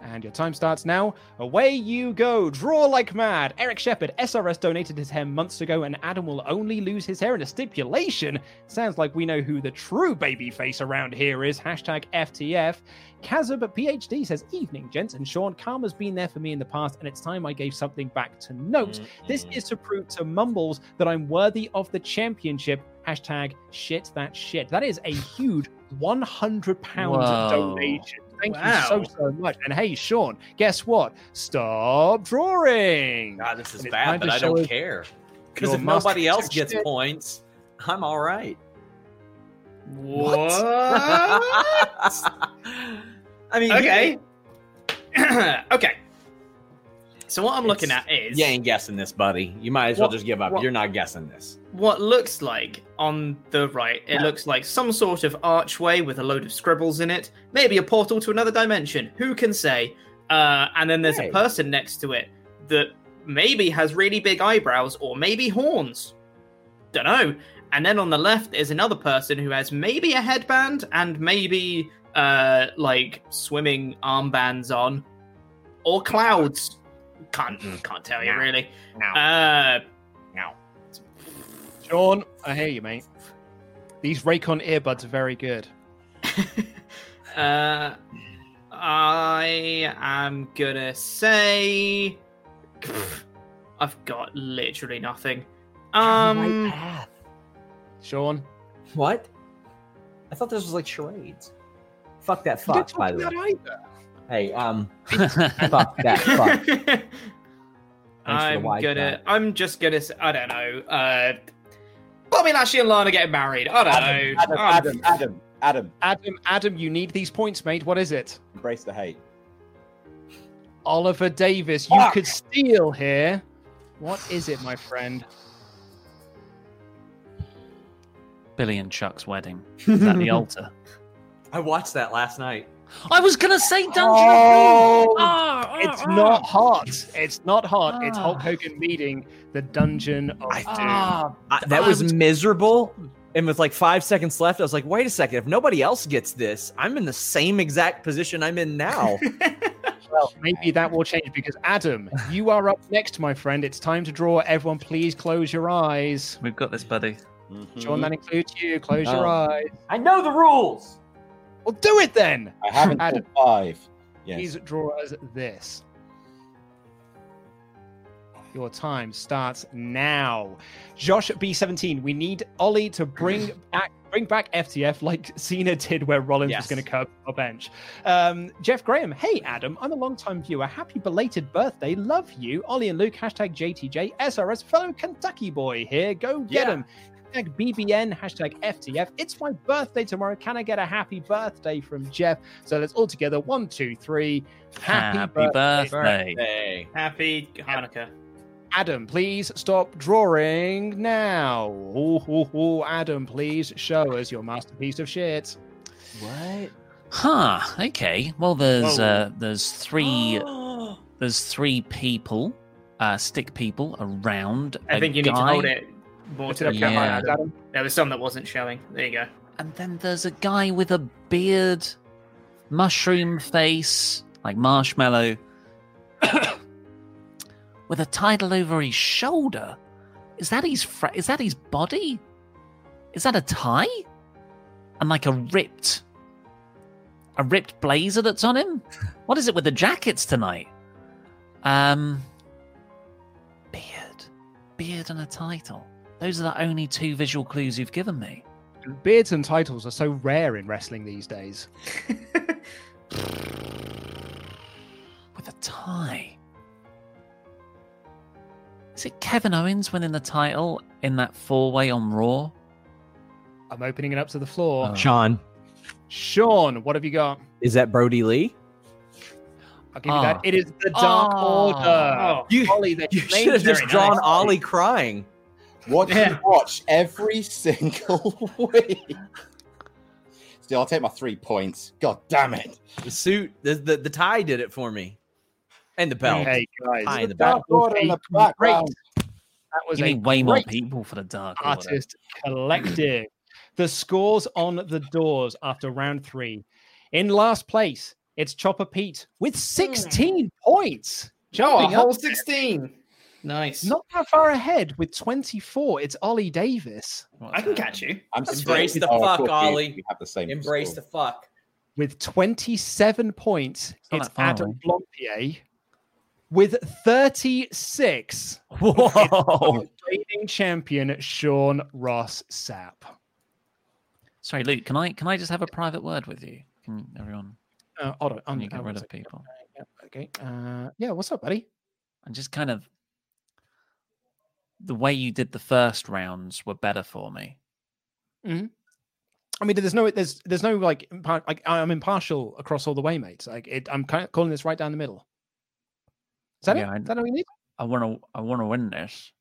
D: And your time starts now. Away you go. Draw like mad. Eric Shepard, SRS donated his hair months ago, and Adam will only lose his hair in a stipulation. Sounds like we know who the true babyface around here is. Hashtag FTF. Kazub PhD says, Evening, gents and Sean. Karma's been there for me in the past, and it's time I gave something back to note. This is to prove to Mumbles that I'm worthy of the championship. Hashtag shit that shit. That is a huge 100
C: Whoa.
D: pound donation. Thank
G: Wow.
D: you so, so much. And hey, Sean, guess what? Stop drawing.
H: God, this is
D: It's
H: bad,
D: time
H: but
D: to
H: I don't
D: show us
H: care. Because
D: your
H: if nobody else
D: masterpiece of
H: gets
D: shit.
H: points, I'm all right.
G: What?
H: I mean,
G: okay. okay. So what I'm looking at is
H: You ain't guessing this, buddy. You might as well
G: What-
H: just give up.
G: what-
H: You're not guessing this.
G: what looks like on the right. It looks like some sort of archway with a load of scribbles in it. Maybe a portal to another dimension. Who can say? Uh, and then there's
H: Hey.
G: a person next to it that maybe has really big eyebrows or maybe horns. Don't know. And then on the left is another person who has maybe a headband and maybe uh, like swimming armbands on or clouds. Can't can't tell you really. Uh,
D: Sean, I hear you, mate. These Raycon earbuds are very good.
G: Uh, I am gonna say Pff, I've got literally nothing. Um,
D: Sean,
H: What? I thought this was like charades. Fuck that
D: you didn't
H: fox,
D: talk
H: by the
D: about
H: way.
D: either.
H: Hey, um, fuck that fox. the
G: I'm
H: wide
G: gonna.
H: bat.
G: I'm just gonna. s- I don't know. Uh, Bobby Lashley and Lana getting married. I don't
B: Adam,
G: know.
B: Adam,
G: I'm-
B: Adam, Adam, Adam,
D: Adam, Adam, you need these points, mate. What is it?
B: embrace the hate.
D: Oliver Davis, you could steal here. What is it, my friend?
C: Billy and Chuck's wedding is at the altar.
H: I watched that last night.
C: I was gonna say Dungeon
D: Oh,
C: of Doom. Ah, ah,
D: It's
C: ah.
D: not hot. It's not hot. It's
C: Ah.
D: Hulk Hogan meeting the Dungeon of Doom.
C: Ah,
H: I, that
C: I
H: was,
C: was-
H: miserable. And with like five seconds left, I was like, wait a second. If nobody else gets this, I'm in the same exact position I'm in now.
D: Maybe that will change because Adam, you are up next, my friend. It's time to draw. Everyone, please close your eyes.
C: we've got this, buddy.
D: Sean,
C: Hmm?
D: that includes you. Close your
H: Oh.
D: eyes.
H: I know the rules.
D: Well, do it then.
B: I haven't
D: Adam.
B: pulled five. Yes.
D: Please draw us this. Your time starts now. Josh B17, we need Ollie to bring back bring back FTF like Cena did where Rollins
H: Yes.
D: was going to curb our bench. Um, Jeff Graham, hey Adam, I'm a long-time viewer. Happy belated birthday. Love you. Ollie and Luke, hashtag JTJ, SRS, fellow Kentucky boy here. Go get
H: Yeah.
D: him. Hashtag BBN, hashtag FTF. It's my birthday tomorrow. Can I get a happy birthday from Jeff? So let's all together. One, two, three. Happy, birthday.
C: birthday.
H: Hey.
G: Happy Hanukkah.
D: Adam, please stop drawing now. Ooh, ooh, ooh. Adam, please show us your masterpiece of shit.
H: What?
C: Huh. Okay. Well, there's uh, there's three there's three people, uh, stick people around.
G: I
C: a
G: think you need to
C: guy,
G: hold it more to the
D: Put it up,
C: Yeah.
D: camera,
G: camera.
D: Adam.
G: There was some that wasn't showing. There you go.
C: And then there's a guy with a beard, mushroom face, like marshmallow, with a title over his shoulder. Is that his fra- is that his body? Is that a tie? And like a ripped a ripped blazer that's on him? What is it with the jackets tonight? Um beard. Beard and a title. Those are the only two visual clues you've given me.
D: Beards and titles are so rare in wrestling these days.
C: with a tie. Is it Kevin Owens winning the title in that four way on Raw? Oh.
D: I'm opening it up to the floor.
C: Uh,
H: Sean,
D: Sean, what have you got?
H: is that Brody Lee?
D: I'll give you
C: Ah.
D: that. It is the Dark
C: Ah.
D: Order.
G: Oh,
H: You,
D: Ollie, they
H: you
D: named
H: should have
D: very
H: just
D: nice.
H: drawn Ollie crying.
B: What do you watch every single week? Still, I'll take my three points. God damn it.
H: The suit, the, the, the tie did it for me. And the belt.
D: Hey guys,
H: Tie in the
D: that
H: belt.
D: was
B: in
D: a
B: the
D: great.
B: background.
D: That was
C: You
D: a
C: need way more
D: great
C: people for the Dark Order.
D: Artist Collective. the scores on the doors after round three. In last place, it's Chopper Pete with 16
C: Hmm.
D: points.
G: oh, a
D: Jumping
G: whole
D: up.
G: sixteen. Nice.
D: Not that far ahead with 24. It's Ollie Davis
C: What's
G: I can
C: that?
G: catch you.
B: I'm
H: Embrace
B: still-
H: the
B: Oh,
H: fuck,
B: cool, we-
H: Ollie.
B: We have the same
H: Embrace the
B: score.
H: fuck.
D: with 27 points.
C: not
D: It's
C: that far
D: Adam Blompier with 36.
C: Whoa!
D: Reigning champion Sean Ross Sapp.
C: Sorry, Luke. Can I can I just have a private word with you? Can everyone?
D: Uh, hold on. I'm,
C: Can you get
D: uh,
C: rid
D: one
C: of people?
D: sec. Okay. Uh, yeah, what's up, buddy?
C: And just kind of the way you did the first rounds were better for me. Mm-hmm.
D: I mean, there's no, there's, there's no like, impar- like I'm impartial across all the way, mate. Like, it, I'm kind of calling this right down the middle. Is that
C: Yeah, I-
D: it? Is that all you need?
C: I want to. I want to win this.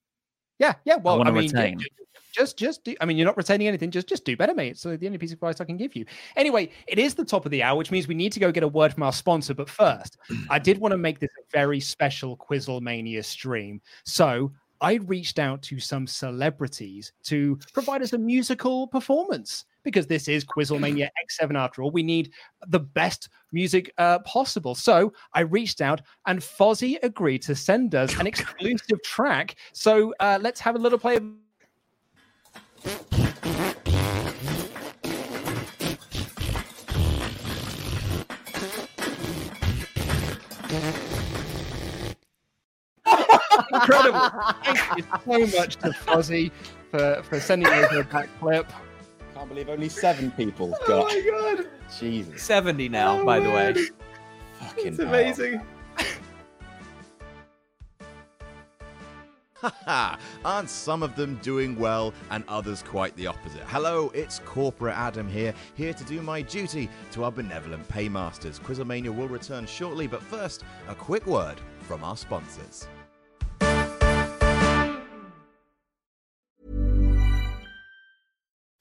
D: Yeah, yeah. Well, I,
C: wanna
D: mean, yeah,
C: retain.
D: ju- just, just do. I mean, you're not retaining anything. Just, just do better, mate. So the only piece of advice I can give you. Anyway, it is the top of the hour, which means we need to go get a word from our sponsor. But first, I did want to make this a very special Quizzlemania stream. So I reached out to some celebrities to provide us a musical performance because this is Quizzlemania X7 after all. We need the best music uh, possible. So I reached out and Fozzy agreed to send us an exclusive track. So uh, let's have a little play. of- Incredible. Thank you so much to Fozzy for, for sending over that clip.
N: Can't believe only seven people got.
I: my god,
N: Jesus,
O: 70
H: Oh,
O: now, by the way.
N: fucking
I: it's
N: hell.
I: amazing.
B: Haha, aren't some of them doing well and others quite the opposite? Hello, it's Corporate Adam here, here to do my duty to our benevolent paymasters. Quizlemania will return shortly, but first, a quick word from our sponsors.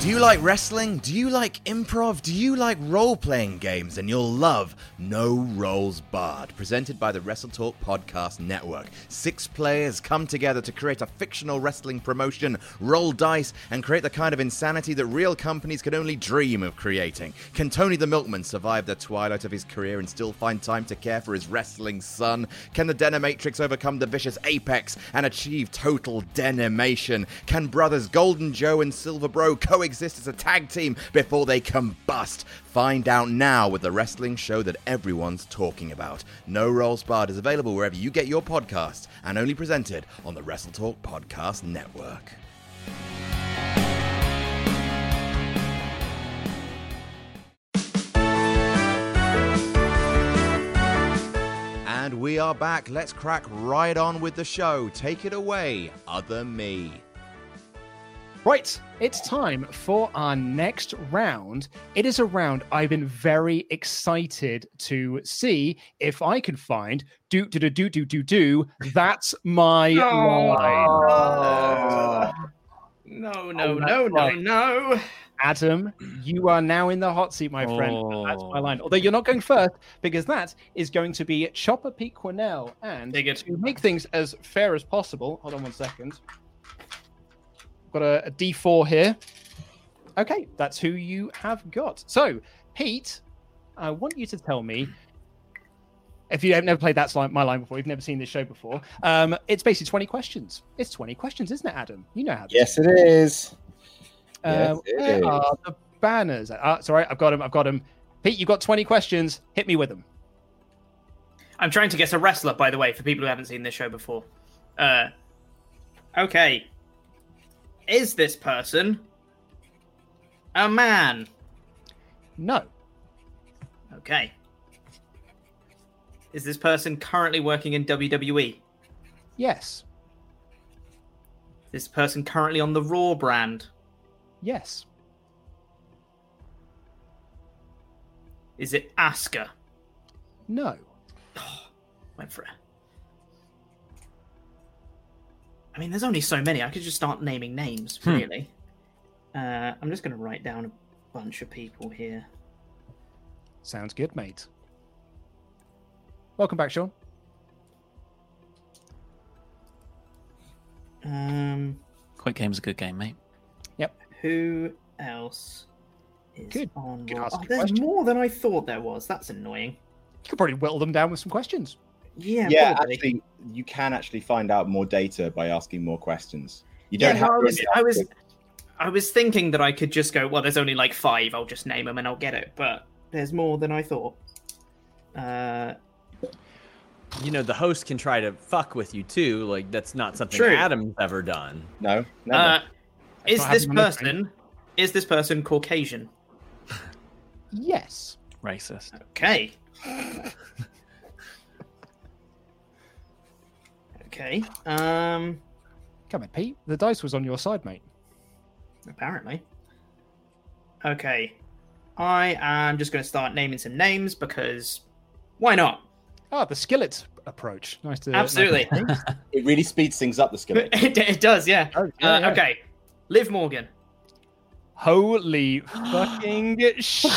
B: Do you like wrestling? Do you like improv? Do you like role playing games? And you'll love No Roles Barred, presented by the Wrestle Talk Podcast Network. Six players come together to create a fictional wrestling promotion, roll dice, and create the kind of insanity that real companies can only dream of creating. Can Tony the Milkman survive the twilight of his career and still find time to care for his wrestling son? Can the Denimatrix overcome the vicious apex and achieve total denimation? Can brothers Golden Joe and Silver Bro coexist as a tag team before they combust? Find out now with the wrestling show that everyone's talking about. No Rolls Barred is available wherever you get your podcasts and only presented on the Wrestle Talk Podcast Network. And we are back. Let's crack right on with the show. Take it away, other me.
D: Right, it's time for our next round. It is a round I've been very excited to see if I can find do do do do do do do. That's my line.
G: No, no,
D: Oh,
G: no,
D: that's
G: no,
D: right.
G: no.
D: Adam, you are now in the hot seat, my friend. That's
G: Oh.
D: my line. Although you're not going first because that is going to be Chopper Pete Cornell. And to make things as fair as possible, hold on one second. Got a a D4 here. Okay, that's who you have got. So, Pete, I want you to tell me if you have never played that's line, my line before, you've never seen this show before. Um, it's basically 20 questions. It's 20 questions, isn't it, Adam? You know how to
N: Yes, it is.
D: uh,
N: Yes, it
D: where
N: is.
D: are the banners? Uh, sorry, I've got them. I've got them. Pete, you've got 20 questions. Hit me with them.
G: I'm trying to guess a wrestler, by the way, for people who haven't seen this show before. Uh, okay. Is this person a man?
D: No.
G: Okay. Is this person currently working in E? WWE?
D: Yes.
G: This person currently on the Raw brand?
D: Yes.
G: Is it Asuka?
D: No.
G: Went for it. I mean, there's only so many. I could just start naming names,
H: Hmm.
G: really. Uh, I'm just going to write down a bunch of people here.
D: Sounds good, mate. Welcome back, Sean.
G: Um,
C: Quick game's a good game, mate.
D: Yep.
G: Who else is on?
D: Can
G: Raw?
D: ask
G: Oh,
D: a
G: there's
D: question.
G: more than I thought there was. That's annoying.
D: You could probably whittle them down with some questions.
G: Yeah,
B: yeah.
G: probably.
B: Actually, you can actually find out more data by asking more questions. You
G: Yeah,
B: don't have.
G: no, I
B: to
G: was,
B: only
G: I
B: ask
G: was,
B: it.
G: I was thinking that I could just go. Well, there's only like five. I'll just name them and I'll get it. But there's more than I thought. Uh,
H: You know, the host can try to fuck with you too. Like that's not something
G: True.
H: Adam's ever done.
B: No.
G: uh, is
H: not
G: this
H: happening on this
G: person? Is this person Caucasian?
D: Yes.
C: Racist.
D: Oh,
G: Okay. okay. Um.
D: Come on, Pete. The dice was on your side, mate.
G: Apparently. Okay. I am just going to start naming some names because why not?
D: Ah, the skillet approach. Nice to
G: Absolutely.
B: It really speeds things up. The skill.
G: it, it does, yeah.
D: Oh, yeah,
G: uh,
D: yeah.
G: Okay. Liv Morgan.
D: Holy fucking shit!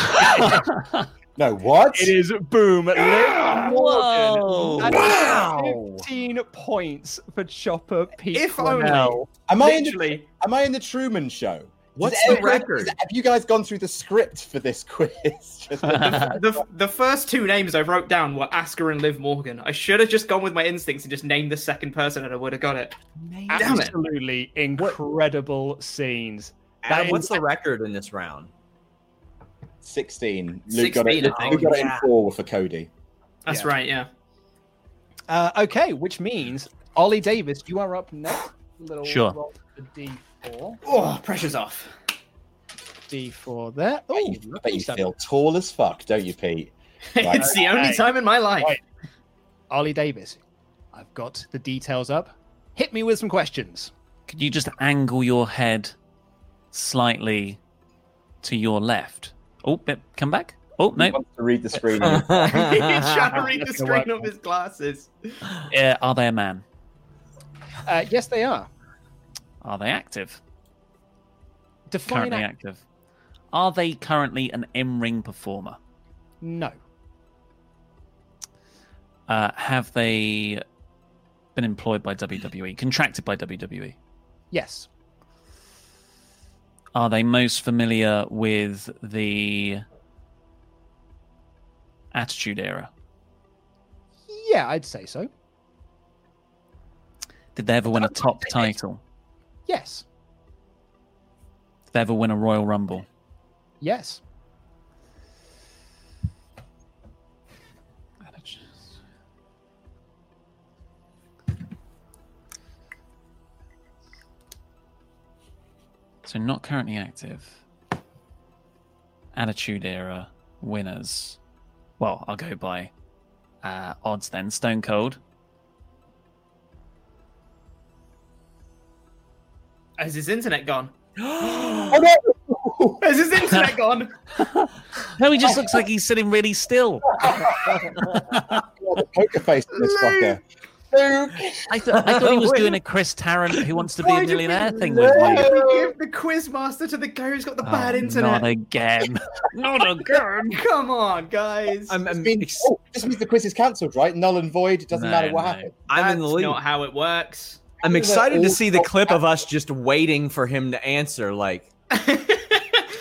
B: No. What?
D: It is boom. Liv Morgan.
C: Whoa.
D: That is
B: Wow.
D: Fifteen points for Chopper Pete.
G: If
D: Cornell.
G: only.
B: Am I in the,
G: Literally.
B: Am I in the Truman Show?
H: What's
B: Does
H: the
B: everyone-
H: record?
B: Have you guys gone through the script for this quiz? Just like-
G: The, the first two names I wrote down were Asker and Liv Morgan. I should have just gone with my instincts and just named the second person and I would have got it. Damn it.
D: Absolutely incredible scenes.
H: Adam,
D: That
H: what's
D: is
H: the record in this round?
B: 16. Luke got
G: 16,
B: it,
G: I
B: Luke got it in
G: think.
B: four for Cody.
G: That's
D: Yeah.
G: right, yeah.
D: uh, okay, which means Ollie Davis, you are up next. Little
C: Sure.
D: roll for D4,
G: Oh, pressure's off.
D: D4 there.
B: I
D: Oh,
B: bet you, I bet you feel tall as fuck, don't you, Pete? Right.
G: it's the only time in my life.
D: Right. Ollie Davis, I've got the details up. Hit me with some questions.
C: Could you just angle your head slightly to your left? Oh, bit- come back. Oh,
B: He
C: no.
B: wants to read the screen.
G: He's trying to read the
D: That's gonna work,
G: screen of his glasses.
C: Uh, are they a man?
D: Uh, yes, they are.
C: Are they active?
D: Define
C: Currently
D: act-
C: active. Are they currently an in ring performer?
D: No.
C: Uh, have they been employed by WWE, contracted by E? WWE?
D: Yes.
C: Are they most familiar with the Attitude Era?
D: Yeah, I'd say so.
C: Did they ever win a top title?
D: Yes.
C: Did they ever win a Royal Rumble?
D: Yes.
C: So not currently active. Attitude Era winners. Well, I'll go by uh, odds then. Stone Cold.
G: Has his internet gone?
B: oh, no!
G: Has his internet gone?
C: No, he just looks like he's sitting really still.
B: God, the poker face on this fucker.
C: I, th- I thought he was doing a Chris Tarrant who wants to be
G: Why
C: a
G: did we-
C: millionaire thing with
G: Why
C: me.
G: did we give the quiz master to the guy who's got the bad
C: Oh,
G: internet?
C: Not again. not again.
G: Come on, guys.
H: I'm, I'm,
B: Oh, this means the quiz is cancelled, right? Null and void. It doesn't
C: No,
B: matter what
C: no.
B: happened.
H: I'm in the
G: That's
H: lead.
G: not how it works.
H: I'm excited to see the
B: all-
H: clip of us just waiting for him to answer. Like,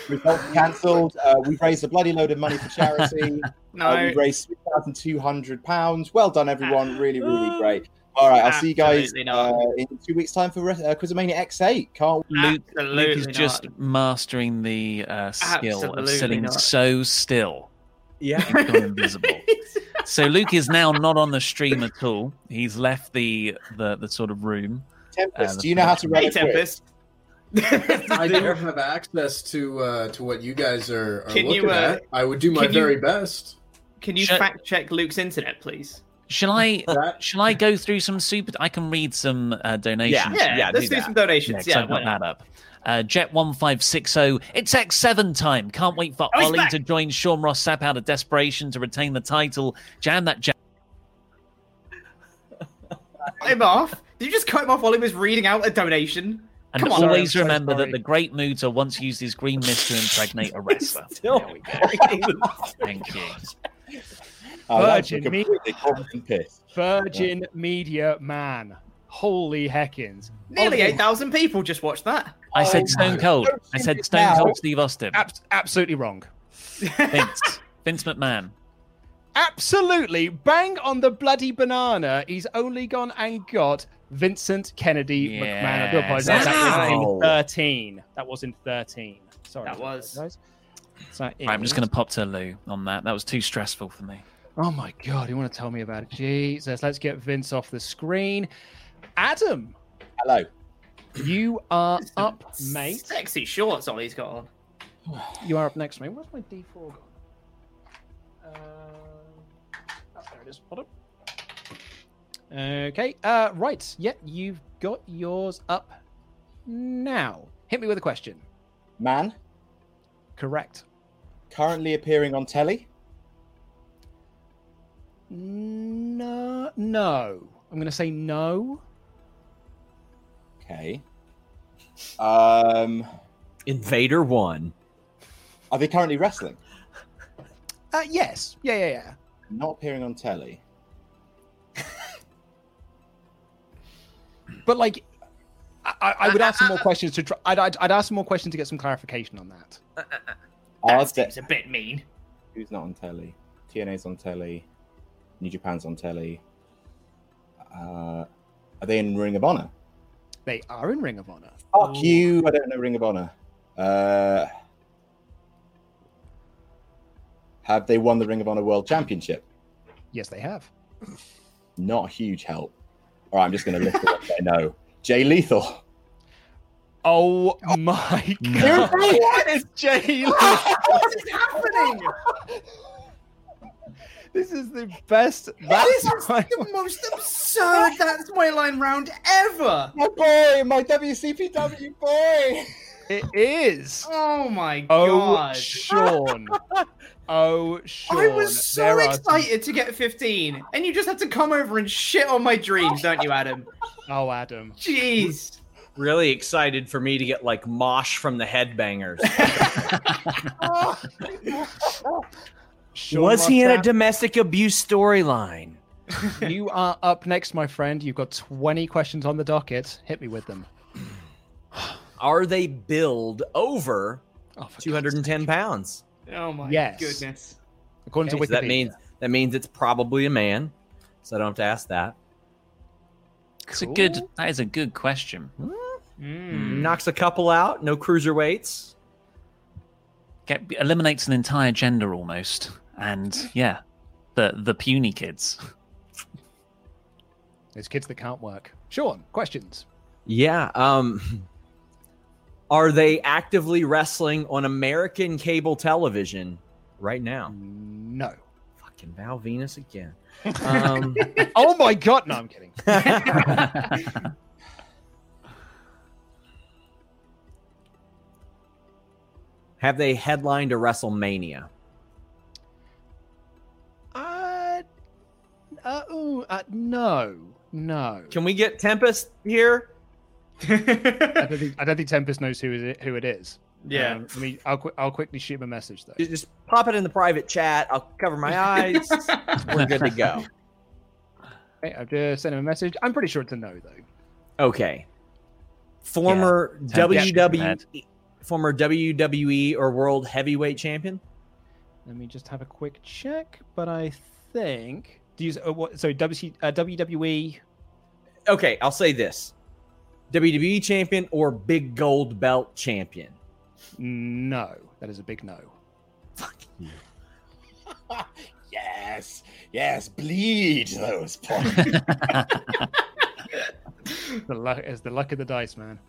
B: Results cancelled. Uh, we've raised a bloody load of money for charity.
G: No. Ah.
B: Uh, we raised three thousand two hundred pounds. Well done, everyone. Really, really great. All right, I'll see you guys
G: Absolutely
B: uh,
G: not.
B: in two weeks' time for Re- uh, Quizomania X8. Can't
C: Luke,
G: Absolutely
C: Luke is
G: not.
C: just mastering the uh, skill of
G: Absolutely
C: sitting
G: not.
C: so still.
H: yeah,
C: He's gone invisible. So Luke is now not on the stream at all. He's left the the, the sort of room.
B: Tempest,
C: Uh,
B: do you know how to run
G: Hey,
B: a quiz?
G: Tempest.
J: I don't have access to uh, to what you guys are, are
G: Can
J: looking
G: you, uh,
J: at. I would do my
G: can you-
J: very best.
G: Can you fact check Luke's internet, please?
C: Shall I? shall I go through some super? I can read some uh, donations.
G: Yeah, yeah, let's do some donations.
C: Next,
G: Yeah,
C: I've
G: why
C: got
G: not?
C: that up. Uh, Jet one five six zero. It's X seven time. Can't wait for
G: Oh, he's
C: Ollie
G: back.
C: to join Sean Ross Sapp out of desperation to retain the title. Jam that jam.
G: Cut him off? Did you just cut him off while he was reading out a donation?
C: And
G: Come on,
C: always remember that the great Muta once used his green mist to impregnate a wrestler.
G: There
C: we go. Thank you.
D: Oh, Virgin
B: completely competent piss.
D: Virgin Media Man. Holy heckins.
G: Nearly
D: Ollie-
G: eight thousand people just watched that.
C: I said Stone Cold. I said Stone Cold Steve Austin.
D: Abs- absolutely wrong.
C: Vince. Vince McMahon.
D: Absolutely bang on the bloody banana. He's only gone and got Vincent Kennedy McMahon. I do apologize.
C: Yes.
D: That was in
C: Wow.
D: 13. That was in 13. Sorry.
G: That was.
C: Right, I'm just going to pop to Lou on that. That was too stressful for me.
D: Oh my god, you want to tell me about it? Jesus, let's get Vince off the screen. Adam.
B: Hello.
D: You are up, mate.
G: Sexy shorts Ollie's got on.
D: You are up next, mate. Where's my D4 gone? Uh, oh, there it is. Hold on. Okay. Uh, right. Yep, you've got yours up now. Hit me with a question.
B: Man,
D: Correct.
B: currently appearing on telly.
D: No. No. I'm going to say no.
B: Okay. Um,
H: Invader One.
B: Are they currently wrestling?
D: Uh, yes. Yeah, yeah, yeah.
B: Not appearing on telly.
D: But like, I, I- I would ask some more questions to try. I'd, I'd, I'd ask some more questions to get some clarification on that.
B: Are they-
G: It's a bit mean.
B: Who's not on telly? TNA's on telly. New Japan's on telly. Uh, are they in Ring of Honor?
D: They are in Ring of Honor.
B: Fuck you! I don't know Ring of Honor. Uh, have they won the Ring of Honor World Championship?
D: Yes, they have.
B: Not a huge help. All right, I'm just going to list the ones I know. Jay Lethal.
D: Oh my god! What is Jay?
G: what is happening?
D: this is the best.
G: This
D: That's
G: is
D: my,
G: the most absurd that's my line round ever.
B: My boy, my WCPW boy.
D: it is.
G: Oh my
D: Oh,
G: god.
D: Sean. Oh, Sean.
G: I was so
D: There are-
G: excited to get 15, and you just had to come over and shit on my dreams, don't you, Adam?
D: Oh, Adam.
G: Jeez.
H: Really excited for me to get like mosh from the headbangers.
D: Sean Rossap,
H: domestic abuse storyline?
D: you are up next, my friend. You've got 20 questions on the docket. Hit me with them.
H: Are they billed over
D: Oh, for
H: 210 pounds?
G: Oh my
D: Yes.
G: goodness.
D: According
H: So
D: to Wikipedia.
H: that means that means it's probably a man. So I don't have to ask that.
C: It's a good. That is a good question.
G: Mm.
H: Hmm. Knocks a couple out. No cruiserweights.
C: Get, eliminates an entire gender almost, and yeah, the the puny kids.
D: There's kids that can't work. Sean, questions.
H: Yeah. Um, are they actively wrestling on American cable television right now?
D: No.
H: Fucking Val Venus again. Um,
D: oh my god! No, I'm kidding.
H: have they headlined a WrestleMania?
D: Uh, uh, ooh, uh no, no.
H: Can we get Tempest here?
D: I don't, think, I don't think Tempest knows who is it, who it is.
G: Yeah.
D: Um, let me. I'll, qui- I'll quickly shoot him a message though.
H: Just- Just pop it in the private chat. I'll cover my eyes. We're good to go.
D: Okay, I've just sent him a message. I'm pretty sure it's a no though.
H: Okay. Former
C: Tempest should be
D: E
C: mad.
H: WWE, former WWE or World Heavyweight Champion.
D: Let me just have a quick check. But I think. Do you? s- Uh, what, so WC, uh, WWE.
H: okay, I'll say this: WWE champion or big gold belt champion.
D: No, that is a big no.
B: Yes, yes, bleed those points.
D: The luck is the luck of the dice, man.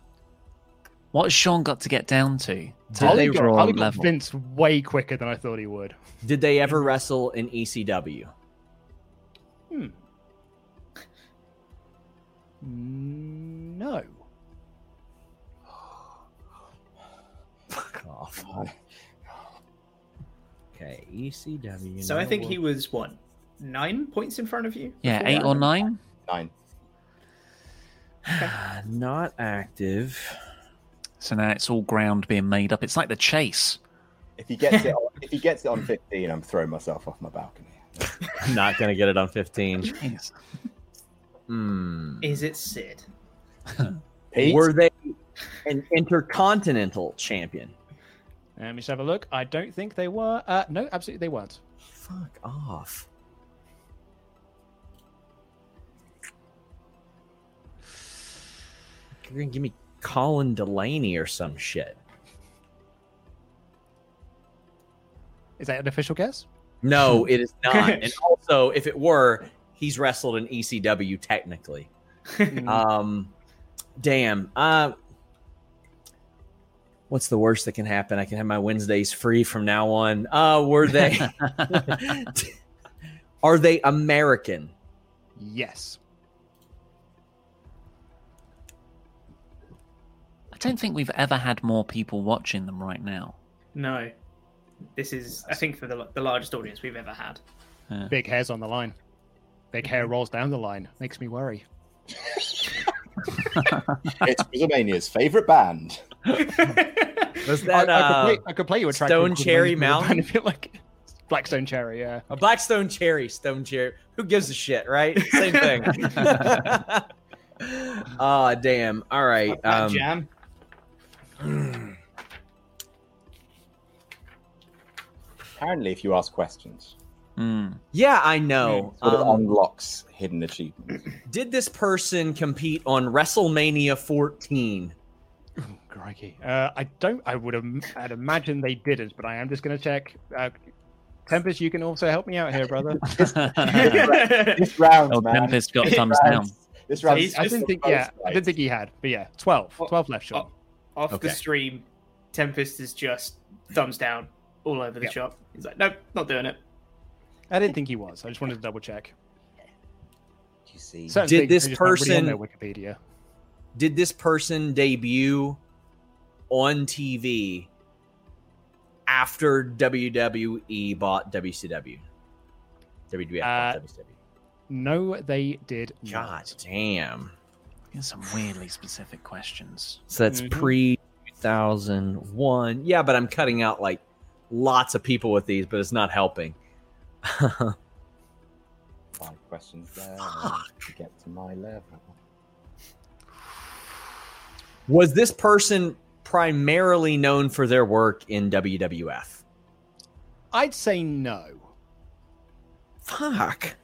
C: What has Sean got to get down to? to
D: Ollie got,
C: overall
D: Ollie got
C: level?
D: Vince way quicker than I thought he would.
H: Did they ever wrestle in E ECW?
D: Hmm. No.
H: Fuck off. Okay, E ECW.
G: So I think he was what nine points in front of you.
C: Yeah,
G: Before
C: eight
G: that?
C: or nine.
B: Nine.
H: Not active.
C: So now it's all ground being made up. It's like the chase.
B: If he gets it, on, if he gets it on 15, I'm throwing myself off my balcony.
H: I'm not gonna get it on 15. Hmm.
G: Is it Sid?
H: Were they an intercontinental champion?
D: Let me just have a look. I don't think they were. Uh, no, absolutely they weren't.
H: Fuck off. You're gonna give me Colin Delaney or some shit.
D: Is that an official guess? Hmm.
H: No, it is not. and also, if it were, he's wrestled in ECW technically. um, damn. Uh, what's the worst that can happen? I can have my Wednesdays free from now on. Uh, were they? are they American?
D: Yes.
C: I don't think we've ever had more people watching them right now.
G: No, this is I think for the the largest audience we've ever had.
D: Big hair's on the line. Big hair rolls down the line. Makes me worry.
B: It's WrestleMania's favorite band.
H: Was that
D: I, I, could
H: uh,
D: play, I could play you a track.
H: Stone
D: from
H: Cherry
D: Queen Elizabeth
H: Mountain?
D: if you like Blackstone Cherry, yeah.
H: a Blackstone Cherry? Stone Cherry. Who gives a shit, right? Same thing. Ah, damn. All right.
G: That
H: Um,
G: jam.
B: Apparently, if you ask questions,
H: yeah, I know.
B: sort
H: Um,
B: of unlocks hidden achievements.
H: Did this person compete on WrestleMania 14?
D: Crikey. Uh, I don't. I would have. I'd imagine they didn't, but I am just going to check. Uh, Tempest, you can also help me out here, brother.
B: This round,
C: Oh,
B: man.
C: Tempest got
B: This
C: thumbs
B: round-
C: down.
B: This
D: I
B: round,
G: He's-
D: didn't think. Yeah, I didn't think he had. But yeah, 12. 12 left, Sean.
G: Off
H: Okay.
G: the stream, Tempest is just thumbs down all over the
D: Yep.
G: shop. He's like, nope, not doing it.
D: I didn't think he was. I just wanted to double check.
B: You see,
D: Certain
H: Did
D: things
H: this
D: are just not really on their
H: person-
D: Wikipedia?
H: Did this person debut on TV after WWE bought WCW?
D: Uh,
H: WWF E bought WCW.
D: No, they did not.
H: God damn.
C: Here's some weirdly specific questions.
H: So that's
D: mm-hmm.
H: pre 2001. Yeah, but I'm cutting out like lots of people with these, but it's not helping.
B: five questions there. To get to my level.
H: Was this person primarily known for their work in WWF?
D: I'd say no.
H: Fuck.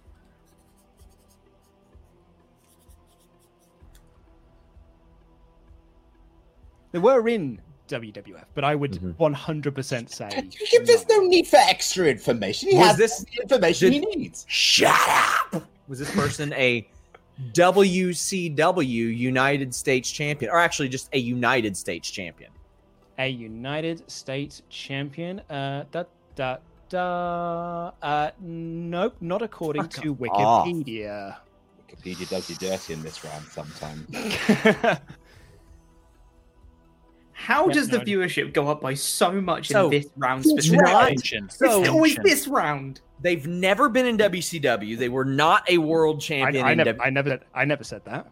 D: They were in WWF, but I would
H: Mhm.
D: 100% say.
B: You give this no need for extra information. He
H: Was
B: has
H: this-
B: the information
H: did-
B: he needs.
H: Shut up. Was this person a WCW United States champion, or actually just a United States champion?
D: a United States champion. Uh, da da da. Uh, nope, not according to
H: off.
D: Wikipedia.
B: Wikipedia does you dirty in this round sometimes.
G: How
D: Yeah,
G: does the
D: no.
G: viewership go up by so much
H: So,
G: in this round
H: it's
G: specifically?
H: not-
G: it's
H: So
G: always this round.
H: they've never been in WCW. They were not a world
D: I,
H: champion.
D: I
H: in
D: never,
H: W-
D: I never, I never said that.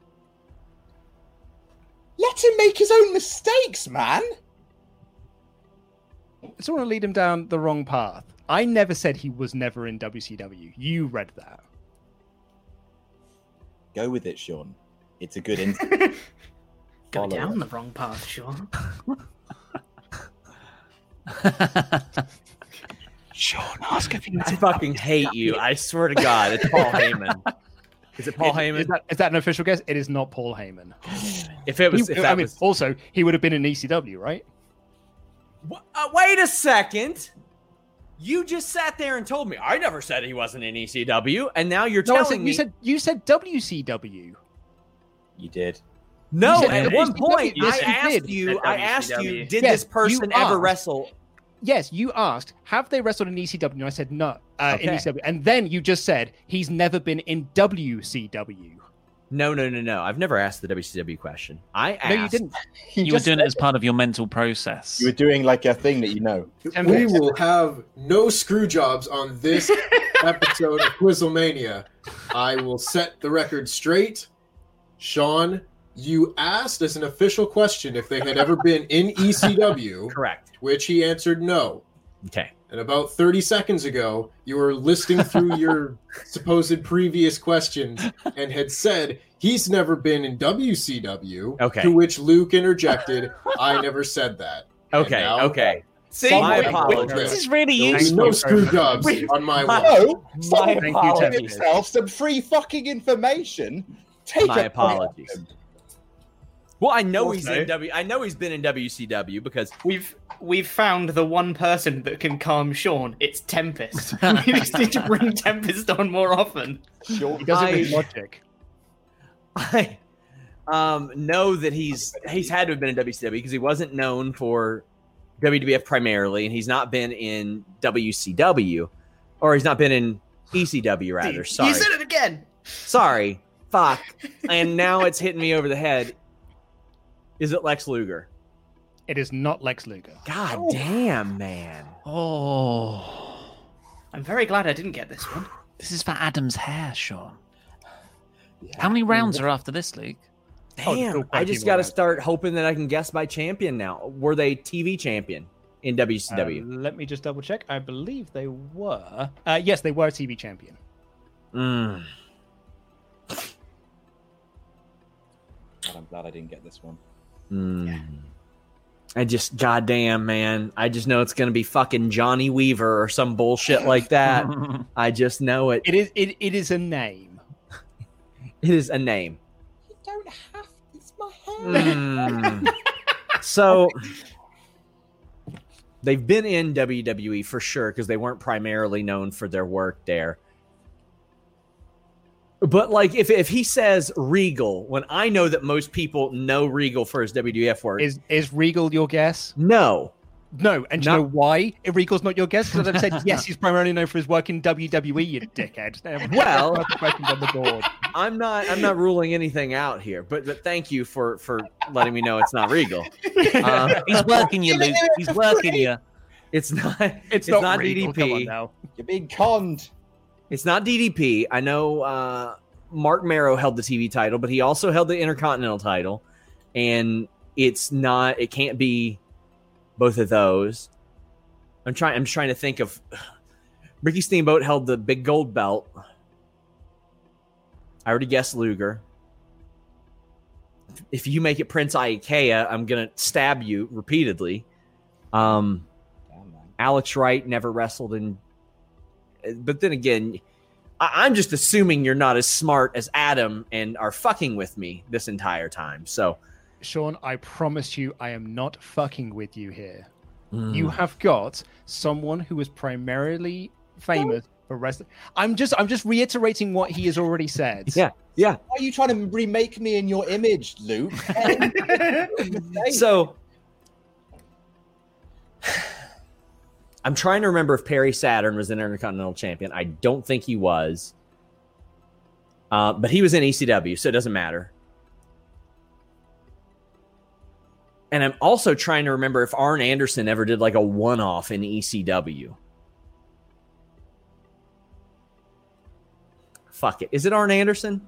B: Let him make his own mistakes, man.
D: I just want to lead him down the wrong path. I never said he was never in WCW. You read that.
B: Go with it, Sean. It's a good insight.
G: Go
B: Follow
G: down
B: it.
G: the wrong path, Sean.
H: I fucking hate you. I swear to God, it's Paul Heyman. Is it Paul
D: Is-
H: Heyman?
D: Is that, is that an official guess? It is not Paul Heyman.
H: if it was,
D: He-
H: if
D: I
H: that
D: mean,
H: was,
D: also he would have been in ECW, right?
H: Wha- uh, wait a second. You just sat there and told me I never said he wasn't in ECW, and now you're
D: No, I
H: telling
D: said,
H: me
D: you said you said WCW.
B: You did.
K: No,
D: said
K: at
D: WCW.
K: one point
D: Yes,
K: I
D: you
K: asked
D: did.
K: you,
D: At
K: I asked you,
D: WCW.
K: did
D: Yes,
K: this person
D: you
K: ever
D: asked.
K: wrestle?
D: Yes, you asked, have they wrestled in ECW? And I said, no, uh, in
H: Okay.
D: ECW. And then you just said, he's never been in WCW.
H: No, no, no, no. I've never asked the WCW question. I asked.
D: No, you didn't.
C: You were doing it as part of your mental process.
B: You were doing like a thing that you know.
J: We will have no screw jobs on this episode of Quizzlemania. I will set the record straight. Sean, you asked as an official question if they had ever been in ECW.
H: Correct.
J: Which he answered no.
H: Okay.
J: And about 30 seconds ago, you were listing through your supposed previous questions and had said he's never been in WCW.
H: Okay.
J: To which Luke interjected, I never said that. And
H: Okay,
J: now-
H: okay.
J: See,
H: my
J: wait, wait,
H: apologies.
J: wait.
C: This is really
J: There's
C: useful.
J: No screw jobs
B: Wait,
J: on my watch.
B: No,
J: My
B: someone
J: apologies.
B: giving
J: Thank you,
B: himself some free fucking information. Take
H: My
B: a point.
H: apologies. Well, I know
G: Well,
H: he's
G: no.
H: in W. I know he's been in WCW because
G: We've we've found the one person that can calm Sean. It's Tempest. we just need to bring Tempest on more often.
D: He does it with
H: I-
D: logic.
H: I um, know that he's he's had to have been in WCW because he wasn't known for WWF primarily, and he's not been in WCW, or he's not been in ECW rather. Sorry,
G: You said it again.
H: sorry, fuck. and now it's hitting me over the head. Is it Lex Luger?
D: It is not Lex Luger. Oh,
H: God
G: Oh.
H: damn, man.
C: Oh,
G: I'm very glad I didn't get this one.
C: this is for Adam's hair, Sean. How many rounds are after this, Luke?
D: Oh, there's
H: Damn,
D: still quite
H: I
D: a few
H: just
D: more
H: got to
D: rounds.
H: start hoping that I can guess by champion now. Were they TV champion in WCW?
D: Um, let me just double check. I believe they were. Uh, yes, they were TV champion.
H: Mm.
B: God, I'm glad I didn't get this one.
H: Mm. I just, goddamn, man. I just know it's going to be fucking Johnny Weaver or some bullshit like that. I just know it.
D: It is. It, it is a name.
H: It is a name.
K: You don't have it's my
H: Mm. so they've been in WWE for sure because they weren't primarily known for their work there. But like if if he says Regal, when I know that most people know Regal for his WWF work,
D: Is is Regal your guess?
H: no.
D: No, and do you
H: Not-
D: know why Regal's not your guess? Because I've said yes, he's primarily known for his work in WWE. You dickhead. There we go.
H: Well-
D: That's the questions on the board.
H: I'm not I'm not ruling anything out here, but but thank you for for letting me know it's not Regal. Uh,
C: He's working you, Luke. He's working you.
H: it's not
D: It's,
H: it's,
D: not,
H: not,
D: Regal. Come on
H: DDP.
D: now.
B: You're being conned.
H: It's not DDP. I know uh, Mark Marrow held the TV title, but he also held the Intercontinental title, and it's not. It can't be both of those. I'm trying. I'm trying to think of. Ricky Steamboat held the big gold belt. I already guessed Luger. If you make it Prince Ikea, I'm gonna stab you repeatedly. Um,
B: Damn, man.
H: Alex Wright never wrestled in. But then again, I, I'm just assuming you're not as smart as Adam and are fucking with me this entire time. So
D: Sean, I promise you, I am not fucking with you here.
H: Mm.
D: You have got someone who is primarily famous for wrestling. I'm just, I'm just reiterating what he has already said.
H: yeah, yeah.
B: Why are you trying to remake me in your image, Luke?
H: So I'm trying to remember if Perry Saturn was an Intercontinental Champion. I don't think he was, uh, but he was in ECW, so it doesn't matter. And I'm also trying to remember if Arn Anderson ever did like a one off in E ECW. Fuck it. Is it Arn Anderson?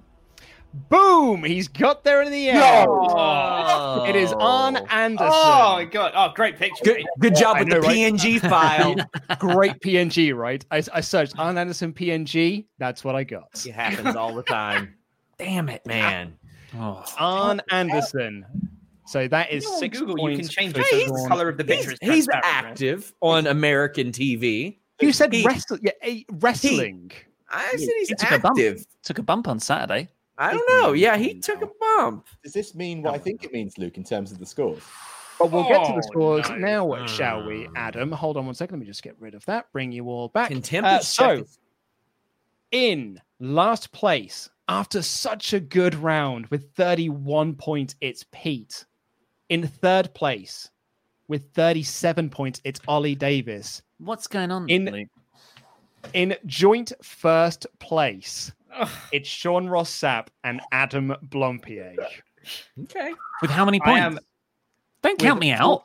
D: Boom! He's got there in the end.
G: Oh.
D: It is on Anderson.
G: Oh my god! Oh, great picture.
H: Good,
G: mate.
H: good job
D: I
H: with
D: know,
H: the
D: right?
H: PNG file.
D: Great PNG, right? I, I searched Arn Anderson PNG. That's what I got.
H: it happens all the time. Damn it, man.
C: Oh.
D: Arn Anderson. So that is
G: You know, on
D: six
G: Google, you
D: points
G: can change
D: for
G: it. Hey, the
D: Sean.
G: color of the picture. is
H: He's
G: transparent, right?
H: active on American TV.
D: You said
H: He-
D: wrestle, yeah, eh, wrestling.
H: I said he's
C: He took a bump.
H: active.
C: Took a bump on Saturday.
H: I don't know. Yeah, he took a bump.
B: Does this mean what I think it means, Luke, in terms of the scores?
D: But we'll get to
G: Oh,
D: the scores
G: no.
D: now, shall we, Adam? Hold on one second. Let me just get rid of that. Bring you all back.
H: Can
D: Uh,
H: Tempest check
D: so,
H: his-
D: in last place After such a good round with 31 points, it's Pete. In third place with 37 points, it's Ollie Davis.
C: What's going on?
D: In, in joint first place, it's Sean Ross Sapp and Adam Blompier.
C: Okay. With how many
D: I
C: points?
D: am-
C: Don't count
D: with
C: me out.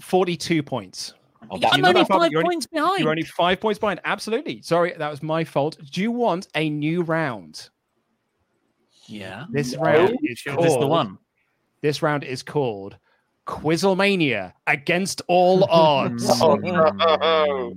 D: 40 42 points.
C: Oh, Yeah, that's I'm not only a problem. five
D: You're
C: points behind.
D: You're only five points behind. Absolutely. Sorry, that was my fault. Do you want a new round?
C: Yeah.
D: This
C: No.
G: Oh,
D: round is
C: Sure.
D: called,
C: Is this the one?
D: This round is called Quizlemania Against All Odds.
C: Oh,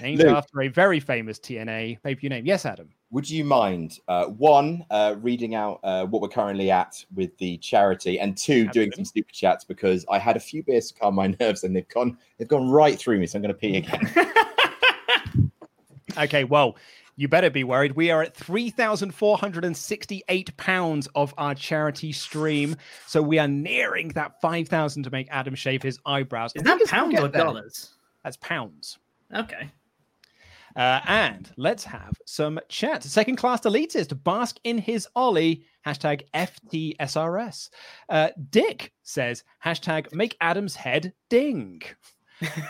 D: Named
B: Luke.
D: after a very famous TNA pay per view name. Yes, Adam.
B: Would you mind uh, one uh, reading out uh, what we're currently at with the charity, and two doing some super chats because I had a few beers to calm my nerves and they've gone they've gone right through me, so I'm going to pee again.
D: Okay, well, you better be worried. We are at £3,468 of our charity stream. So we are nearing that 5000 to make Adam shave his eyebrows.
G: Is
D: I
G: that
D: think it's gonna
G: pounds
D: get
G: or
D: there.
G: dollars?
D: That's pounds.
G: Okay.
D: Uh, and let's have some chat. Second class elitist, bask in his Ollie. Hashtag FTSRS. Uh, Dick says, hashtag make Adam's head ding.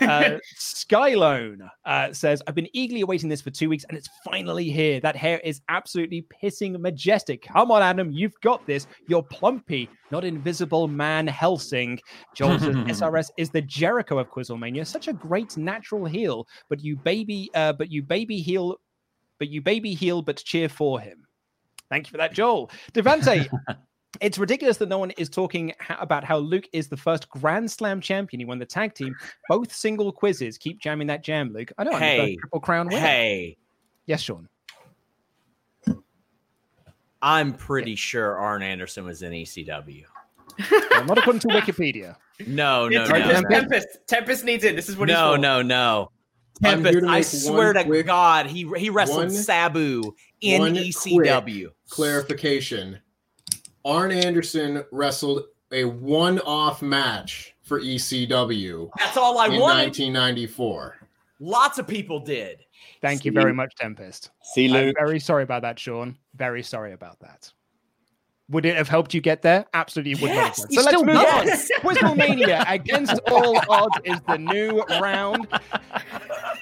D: Uh, Skylone uh, says, I've been eagerly awaiting this for two weeks and it's finally here. That hair is absolutely pissing majestic. Come on, Adam, you've got this. You're plumpy, not invisible man Helsing. Joel says, SRS is the Jericho of Quizzlemania. Such a great natural heel, but you baby, uh, but you baby heel, but you baby heel, but cheer for him. Thank you for that, Joel. Devante, it's ridiculous that no one is talking ha- about how Luke is the first Grand Slam champion. He won the tag team, both single quizzes. Keep jamming that jam, Luke. I know. I'm the
H: Hey.
D: first Triple Crown winner.
H: Hey.
D: Yes, Sean.
H: I'm pretty sure Arn Anderson was in E ECW.
D: Well, not according to Wikipedia.
H: No, no,
G: It's
H: no.
G: Tempest,
H: no.
G: Tempest. Tempest needs it. This is what he's
H: no,
G: for.
H: no, no.
G: I'm here
H: Tempest,
G: to
H: I
G: make
H: swear
G: one
H: to God, he he wrestled
J: one-
H: Sabu in E
J: one
H: ECW.
J: quick clarification. Arn Anderson wrestled a one-off match for ECW.
H: That's all I
J: in
H: wanted.
J: 1994.
H: Lots of people did.
D: Thank you very much, Tempest.
B: See,
D: Luke. I'm very sorry about that, Sean. Very sorry about that. Would it have helped you get there? Absolutely would
K: Yes,
D: not. Have.
K: you
D: So let's
K: still
D: move on.
K: won.
D: Quizlemania against all odds is the new round.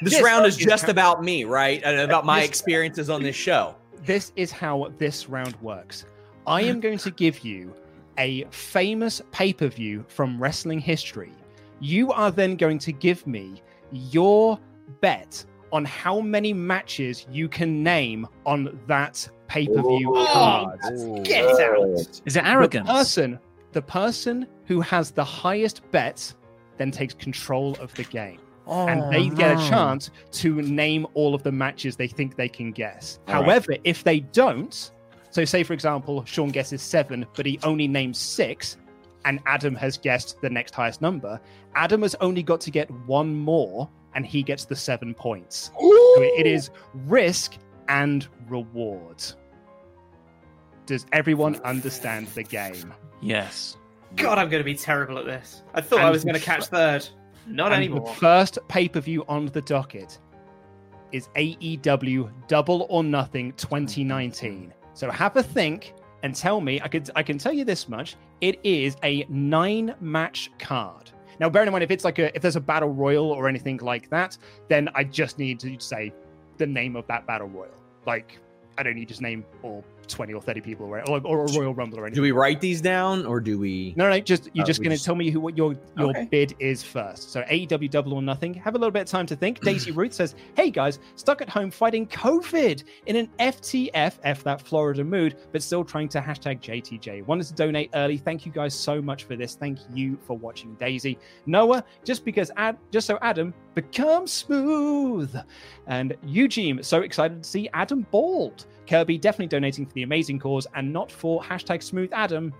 H: This
D: Yes,
H: round is
D: it's
H: just
D: happening.
H: about me, right? And about my
D: Yes.
H: experiences on this show.
D: this is how this round works. I am going to give you a famous pay per view from wrestling history. You are then going to give me your bet on how many matches you can name on that pay per view
K: Oh,
D: card.
K: get out.
C: Is it arrogance?
D: The person, the person who has the highest bet then takes control of the game. and they get a
K: no.
D: chance to name all of the matches they think they can guess.
K: All right.
D: However, if they don't, so say for example, Sean guesses seven, but he only names six, and Adam has guessed the next highest number, Adam has only got to get one more, and he gets the seven points. So it is risk and reward. Does everyone understand the game?
C: Yes.
G: God, I'm going to be terrible at this. I thought I
D: And
G: was going to
D: the
G: catch third. Not
D: And
G: anymore.
D: The first pay per view on the docket is AEW Double or Nothing 2019. So have a think and tell me. I could I can tell you this much. It is a nine match card. Now, bear in mind if it's like a if there's a battle royal or anything like that, then I just need to say the name of that battle royal. Like I don't need to just name all 20 or 30 people or, or, or a Royal Rumble or anything.
H: Do we write these down or do we?
D: No, no, just you're
H: Uh,
D: just
H: we
D: going to
H: just-
D: tell me who what your your
H: Okay.
D: bid is first. So AEW Double or Nothing. Have a little bit of time to think. Daisy Ruth says, "Hey guys, stuck at home fighting COVID in an FTF F that Florida mood, but still trying to hashtag JTJ. Wanted to donate early. Thank you guys so much for this. Thank you for watching, Daisy Noah. Just because Ad, just so Adam becomes smooth, and Eugene so excited to see Adam bald. Kirby definitely donating for the amazing cause and not for hashtag smooth Adam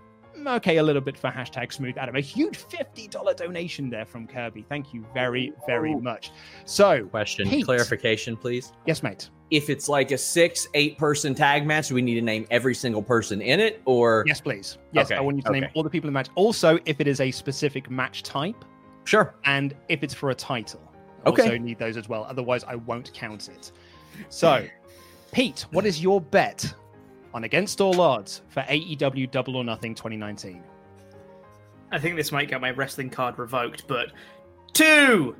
D: okay, a little bit for hashtag smooth Adam. A huge $50 donation there from Kirby. Thank you very, very much. So,
H: question
D: Pete.
H: clarification, please.
D: Yes, mate.
H: If it's like a six, eight person tag match, do we need to name every single person in it or?
D: Yes, please. Yes,
H: Okay,
D: I want you to name
H: okay.
D: all the people in the match. Also, if it is a specific match type.
H: Sure.
D: And if it's for a title. I
H: Okay.
D: also need those as well. Otherwise, I won't count it. So, Pete, what is your bet on Against All Odds for AEW Double or Nothing 2019.
G: I think this might get my wrestling card revoked, but two.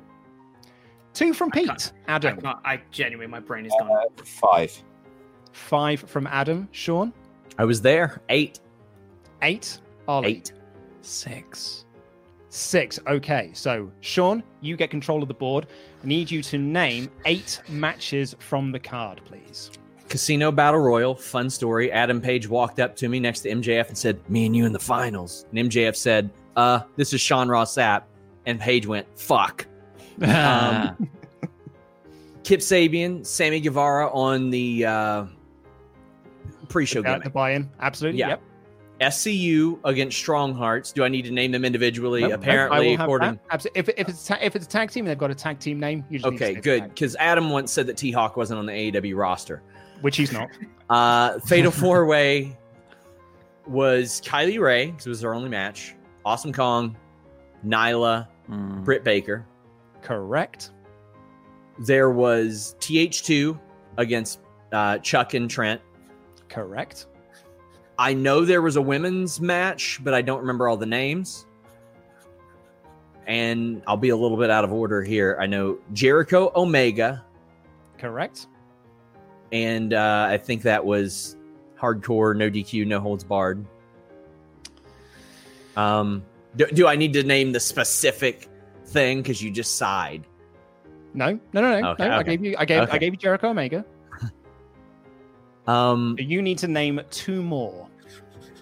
D: Two from Pete.
G: Adam. I, can't, I genuinely, my brain is gone.
B: Oh. Five.
D: Five from Adam. Sean.
H: I was there. Eight.
D: Eight. Ollie. Eight.
C: Six.
D: Six. Okay. So, Sean, you get control of the board. I need you to name eight matches from the card, please.
H: Casino Battle Royal, fun story. Adam Page walked up to me next to MJF and said, Me and you in the finals. And MJF said, Uh, this is Sean Ross Sapp. And Page went, Fuck. um, Kip Sabian, Sammy Guevara on the uh, pre show
D: Uh, the
H: gimmick.
D: buy in. Absolutely.
H: Yeah.
D: Yep.
H: SCU against Strong Hearts. Do I need to name them individually?
D: Nope, nope, I
H: Apparently,
D: will have
H: according.
D: that. Abso- If, if, it's a ta- if it's a tag team, they've got a tag team name. You just need to say
H: Okay,
D: the
H: good.
D: tag,
H: Because Adam once said that T Hawk wasn't on the AEW roster.
D: Which he's not.
H: Uh, Fatal Four Way was Kylie Ray, because it was her only match. Awesome Kong, Nyla, Britt Baker.
D: Mm. Correct.
H: There was TH2 against uh, Chuck and Trent.
D: Correct.
H: I know there was a women's match, but I don't remember all the names. And I'll be a little bit out of order here. I know Jericho Omega,
D: Correct.
H: and uh, I think that was hardcore, no DQ, no holds barred. Um, do, do I need to name the specific thing? Because you just sighed.
D: No, no, no, no.
H: Okay,
D: no I
H: okay.
D: gave you. I gave. I
H: Okay.
D: gave you Jericho Omega.
H: Um,
D: you need to name two more.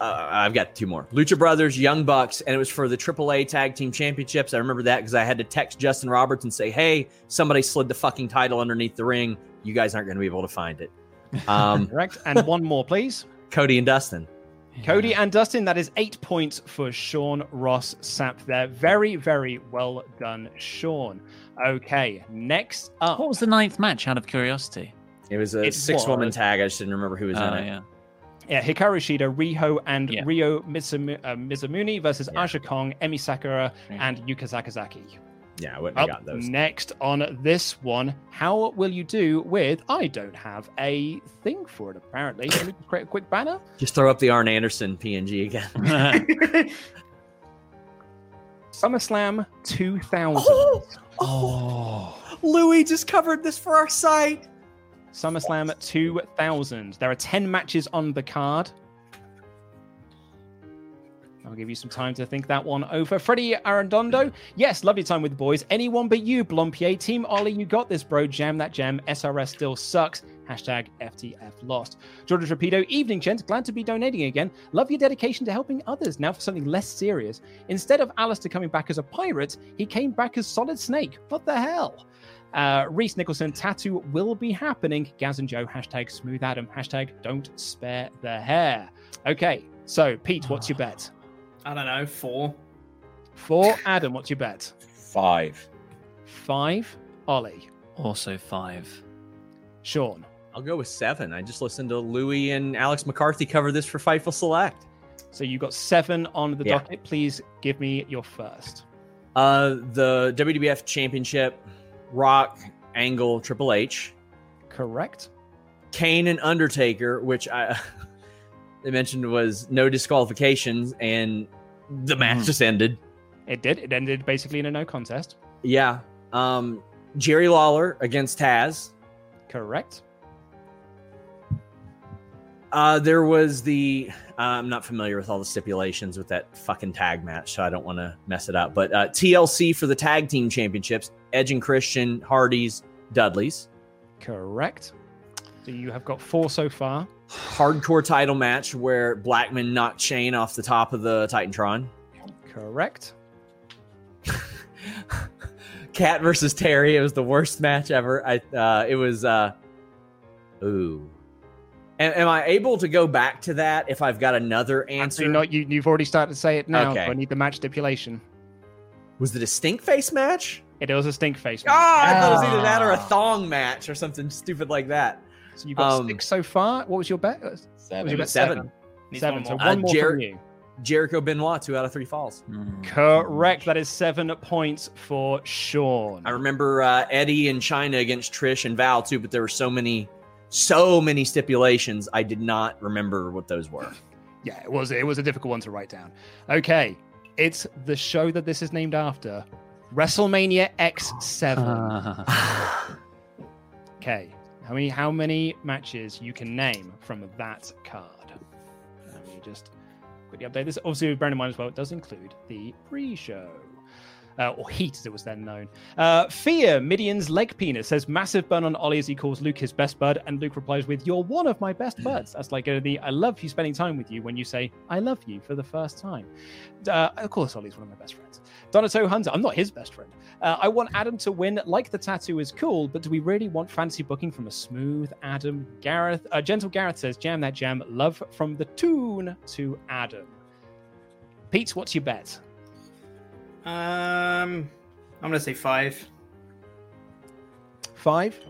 H: Uh, I've got two more. Lucha Brothers, Young Bucks, and it was for the AAA Tag Team Championships. I remember that because I had to text Justin Roberts and say, "Hey, somebody slid the fucking title underneath the ring. You guys aren't going to be able to find it." Um,
D: Correct. And one more, please.
H: Cody and Dustin.
D: Cody and Dustin, that is eight points for Sean Ross Sapp there. Very, very well done, Sean. Okay, next up.
C: What was the ninth match out of curiosity?
H: It was a
D: It
H: six-woman
D: was.
H: tag. I just didn't remember who was in
C: Oh,
H: it.
C: yeah.
D: Yeah, Hikaru Shida, Riho, and
C: Yeah.
D: Rio Mizumu- uh, Mizumuni versus Asha Kong, Emi Sakura, and Yuka Sakazaki.
H: Yeah, I wouldn't have
D: Up
H: got those.
D: next on this one, how will you do with I don't have a thing for it apparently? Let me create a quick banner.
H: Just throw up the Arn Anderson PNG again.
D: SummerSlam 2000. oh.
H: Louis just covered this for our site.
D: SummerSlam 2000. There are 10 matches on the card. I'll give you some time to think that one over. Freddie Arendondo. Yes, lovely time with the boys. Anyone but you, Blompier. Team Ollie, you got this, bro. Jam that jam. SRS still sucks. Hashtag FTF lost. Jordan Torpedo. Evening, gents. Glad to be donating again. Love your dedication to helping others. Now for something less serious. Instead of Alistair coming back as a pirate, he came back as Solid Snake. What the hell? Uh, Reese Nicholson, tattoo will be happening. Gaz and Joe, hashtag smooth Adam, hashtag don't spare the hair. Okay, so Pete, what's your bet?
G: I don't know. Four.
D: For Adam, what's your bet?
B: Five.
D: Five. Ollie.
C: Also five.
D: Sean.
H: I'll go with seven. I just listened to Louis and Alex McCarthy cover this for Fightful Select.
D: So you got seven on the
H: Yeah.
D: docket. Please give me your first.
H: Uh, the WWF Championship, Rock, Angle, Triple H,
D: Correct.
H: Kane and Undertaker, which I they mentioned was no disqualifications, and the
D: Hmm.
H: match just ended.
D: It did. It ended basically in a no contest.
H: Yeah. Um, Jerry Lawler against Taz.
D: Correct.
H: Uh, there was the uh, I'm not familiar with all the stipulations with that fucking tag match, so I don't want to mess it up. But uh, TLC for the tag team championships: Edge and Christian, Hardys, Dudleys.
D: Correct. So you have got four so far.
H: Hardcore title match where Blackman knocked Shane off the top of the Titantron.
D: Correct.
H: Cat versus Terry. It was the worst match ever. I uh, it was. Uh, ooh. Am, am I able to go back to that if I've got another answer?
D: So not you. You've already started to say it now.
H: Okay.
D: but I need the match stipulation.
H: Was it a stink face match?
D: It was a stink face. match.
H: Ah, I thought it was either that or a thong match or something stupid like that. Um,
D: So you got six so far. What was your bet?
B: Seven.
D: Was your bet
H: Seven.
D: seven.
G: Needs
D: Seven.
G: one
D: So
G: more.
D: one
H: Uh,
D: more
H: Jer-
D: from you.
H: Jericho Benoit, two out of three falls.
D: Correct. That is seven points for Sean.
H: I remember uh, Eddie and China against Trish and Val too, but there were so many so many stipulations. I did not remember what those were.
D: Yeah, it was it was a difficult one to write down. Okay, it's the show that this is named after, WrestleMania X Seven.
C: Uh-huh.
D: okay, how many how many matches you can name from that card? Let me just quickly update this. Obviously, bear in mind as well, it does include the pre-show. Uh, or heat, as it was then known. Uh, Fear, Midian's leg penis, says massive burn on Ollie as he calls Luke his best bud, and Luke replies with, "You're one of my best buds." That's like uh, the "I love you" spending time with you when you say "I love you" for the first time. Uh, of course, Ollie's one of my best friends. Donato Hunter, I'm not his best friend. Uh, I want Adam to win. Like the tattoo is cool, but do we really want fancy booking from a smooth Adam? Gareth, uh, gentle Gareth says, "Jam that jam, love from the tune to Adam." Pete, what's your bet?
G: Um, I'm gonna say five.
D: Five.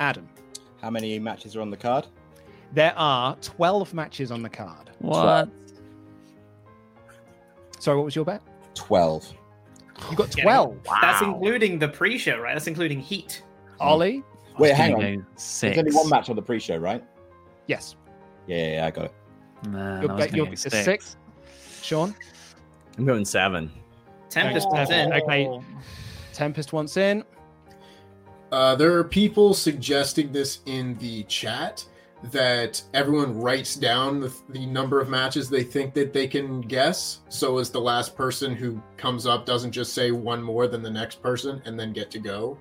D: Adam.
L: How many matches are on the card?
D: There are 12 matches on the card.
C: What?
D: Sorry, what was your bet?
B: 12.
D: You got
G: Getting-
D: 12.
G: That's including the pre-show, right? That's including Heat.
D: Ollie?
B: Wait,
G: was
B: hang on.
G: gonna go
B: There's only
G: six.
B: one match on the pre-show, right?
D: Yes.
B: Yeah, yeah, yeah, I got it.
C: Man,
D: Your bet- your is six. Sean?
H: I'm going seven.
G: Tempest
D: Okay,
G: wants in.
D: Okay. Tempest wants in.
J: Uh, there are people suggesting this in the chat that everyone writes down the, the number of matches they think that they can guess. So as the last person who comes up doesn't just say one more than the next person and then get to go.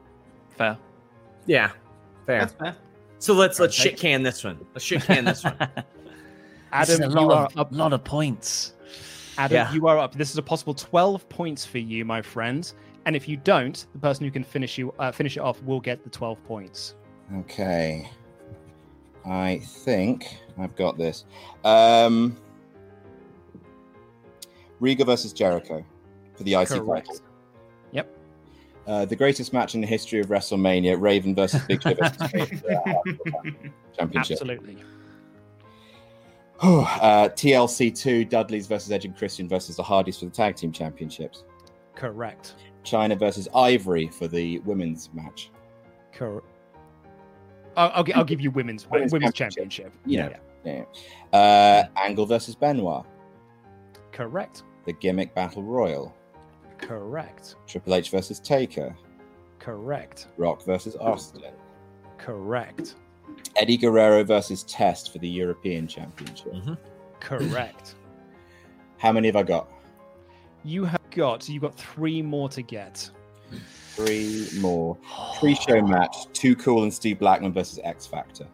C: Fair.
H: Yeah, fair.
G: That's fair.
H: So let's let's
C: Okay.
H: shit can this one. Let's shit can this one.
C: Adam,
D: Adam,
C: a lot
D: you are
C: of, lot of points.
D: Adam,
H: Yeah.
D: you are up. This is a possible 12 points for you, my friend. And if you don't, the person who can finish you uh, finish it off will get the 12 points.
B: Okay. I think I've got this. Um Riga versus Jericho for the IC title.
D: Yep.
B: Uh, the greatest match in the history of WrestleMania, Raven versus Big Show versus Raven for our championship.
D: Absolutely.
B: uh, TLC two, Dudley's versus Edge and Christian versus the Hardys for the tag team championships.
D: Correct.
B: China versus Ivory for the women's match.
D: Correct. I'll, I'll, gi- I'll give you women's women's,
B: Women's
D: championship.
B: You know. Yeah. Uh, Angle versus Benoit,
D: Correct.
B: the gimmick battle royal.
D: Correct.
B: Triple H versus Taker,
D: Correct.
B: Rock versus Austin,
D: Correct.
B: Eddie Guerrero versus Test for the European Championship.
D: Mm-hmm. Correct.
B: How many have I got?
D: you have got you have got three more to get.
B: Three more. Pre-show match: Too Cool and Steve Blackman versus X Factor.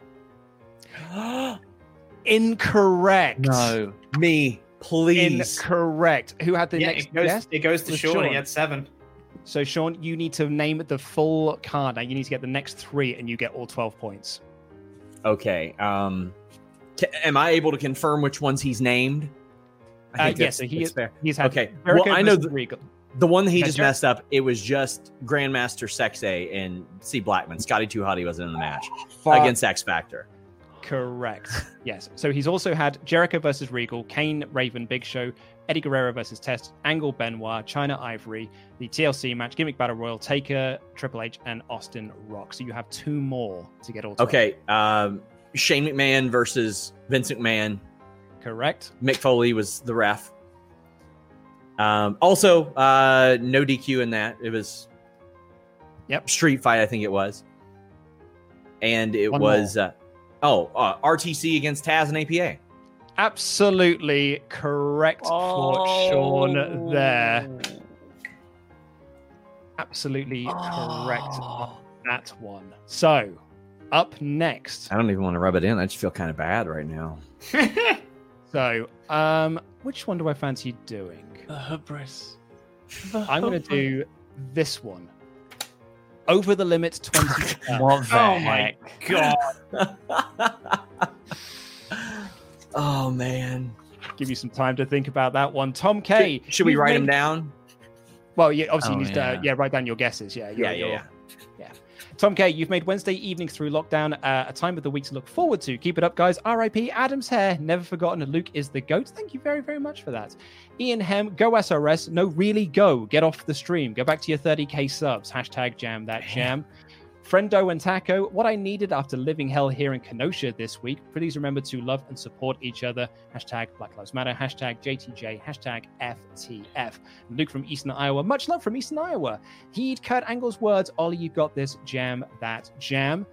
D: Incorrect.
H: no, me please.
D: Incorrect. Who had the
G: yeah,
D: next
G: it goes.
D: guess?
G: It goes to
D: was
G: Sean.
D: Sean.
G: He had seven.
D: So Sean, you need to name the full card. Now you need to get the next three, and you get all twelve points.
H: okay. Um, ca- am I able to confirm which ones he's named?
D: Uh,
H: think
D: yes,
H: that's-
D: so he-
H: that's fair.
D: He's had
H: okay.
D: Jericho
H: well, I know
D: versus
H: the,
D: Regal.
H: the one that he
D: Yeah,
H: just
D: Jer-
H: messed up. It was just Grandmaster Sexay and C Blackman. Scotty Too Hotty wasn't in the match
B: Fuck.
H: against X Factor.
D: Correct. Yes. So he's also had Jericho versus Regal, Kane, Raven, Big Show, Eddie Guerrero versus Test, Angle, Benoit, China Ivory, the TLC match, Gimmick Battle Royal, Taker, Triple H, and Austin Rock. So you have two more to get all. 12.
H: Okay. Um, Shane McMahon versus Vince McMahon.
D: Correct.
H: Mick Foley was the ref. Um, also, uh, no DQ in that. It was
D: Yep.
H: street fight, I think it was. And it
D: One
H: was uh, oh uh, RTC against Taz and APA.
D: Absolutely correct for Sean there. Absolutely correct on that one. So up next,
H: I don't even want to rub it in. I just feel kind of bad right now.
D: So, um, which one do I fancy doing?
C: The hubris.
D: I'm going to do this one. Over the limit 20.
C: What the
G: Oh my
C: heck?
G: god!
H: Oh man!
D: Give you some time to think about that one. Tom K.
H: Should we
D: you've
H: write them
D: named-
H: down?
D: Well, yeah, obviously
C: Oh,
D: you need to
C: yeah.
D: uh, yeah, write down your guesses. Yeah, your-
H: Yeah, yeah,
D: your-
H: yeah.
D: Tom K, you've made Wednesday evening through lockdown uh, a time of the week to look forward to. Keep it up, guys. RIP Adam's hair, never forgotten. Luke is the goat. Thank you very, very much for that. Ian Hem, go SRS. No, really, go. Get off the stream. Go back to your 30k subs. Hashtag jam that jam. Friendo and Taco, what I needed after living hell here in Kenosha this week. Please remember to love and support each other. Hashtag Black Lives Matter, hashtag JTJ, hashtag FTF. Luke from Eastern Iowa, much love from Eastern Iowa. Heed Kurt Angle's words, Ollie, you got this, jam that jam.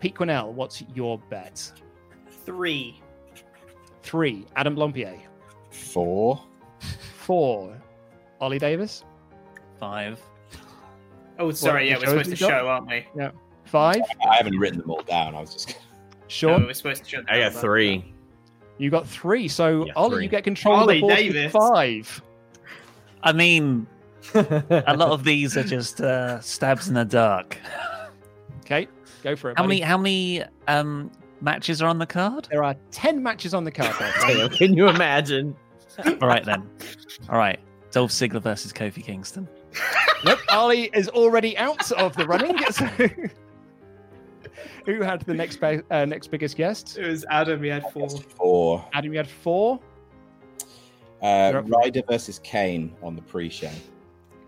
D: Pete Quinnell, what's your bet?
G: Three.
D: Three, Adam Blompier.
B: Four.
D: Four, Ollie Davis.
C: Five.
G: Oh, sorry. yeah,
D: which
G: we're supposed to
D: shows we got?
G: show, aren't we?
D: Yeah. Five,
B: I haven't written them all down. I was just.
D: Sean.
G: No, we're supposed to show.
H: I got three.
D: You got three, so Ollie, you get control
G: Ollie
D: of the board
G: Davis.
D: with five.
C: I mean, a lot of these are just uh, stabs in the dark.
D: Okay, go for it.
C: How
D: buddy.
C: many? How many um, matches are on the card?
D: There are ten matches on the card.
H: Damn, Can you imagine?
C: All right then. All right, Dolph Ziggler versus Kofi Kingston.
D: nope, Ollie is already out of the running. so- Who had the next be- uh, next biggest guest?
G: It was Adam. He had four.
B: Four.
D: Adam, you had four.
B: Uh, Ryder versus Kane on the pre-show.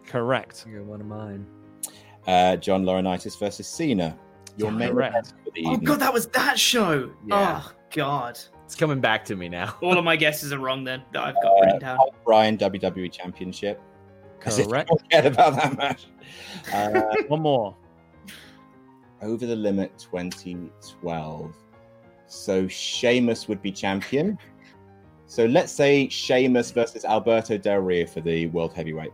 D: Correct.
H: I got one of mine.
B: Uh, John Laurinaitis versus Cena. Your main
D: Correct.
B: event for the
G: Oh
B: evening.
G: god, that was that show.
H: Yeah.
G: Oh god.
H: It's coming back to me now.
G: All of my guesses are wrong then that I've got written down.
B: Hulk Bryan WWE E Championship. As if you
D: Correct.
B: don't care about that match. Uh,
D: One more.
B: Over the Limit 2012. So Sheamus would be champion. So let's say Sheamus versus Alberto Del Rio for the World Heavyweight.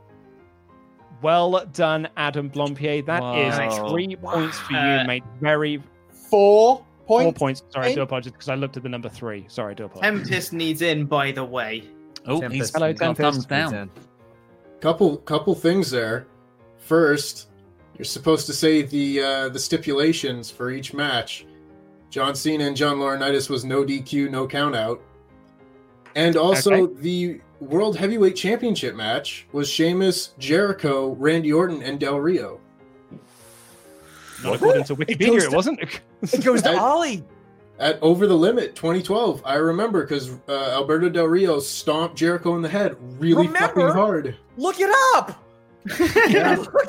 D: Well done, Adam Blompier. That is
C: Wow.
D: three points for you,
G: Uh,
D: mate. Very
B: Four points.
D: four points. Sorry, I do
B: Eight.
D: apologize because I looked at the number three. Sorry, I do apologize.
G: Tempest needs in, by the way.
C: Oh, he's
H: Tempest.
D: Hello,
C: gone thumbs down.
J: Couple couple things there. First, you're supposed to say the uh, the stipulations for each match. John Cena and John Laurinaitis was no DQ, no count out. And also the World Heavyweight Championship match was Sheamus, Jericho, Randy Orton, and Del Rio.
D: Not according to Wikipedia,
J: goes
D: it
J: to-
D: wasn't.
J: It goes
D: to
J: Ollie. At Over the Limit 2012, I remember because uh, Alberto Del Rio stomped Jericho in the head really fucking
K: Remember?
J: hard.
K: Look it up. Look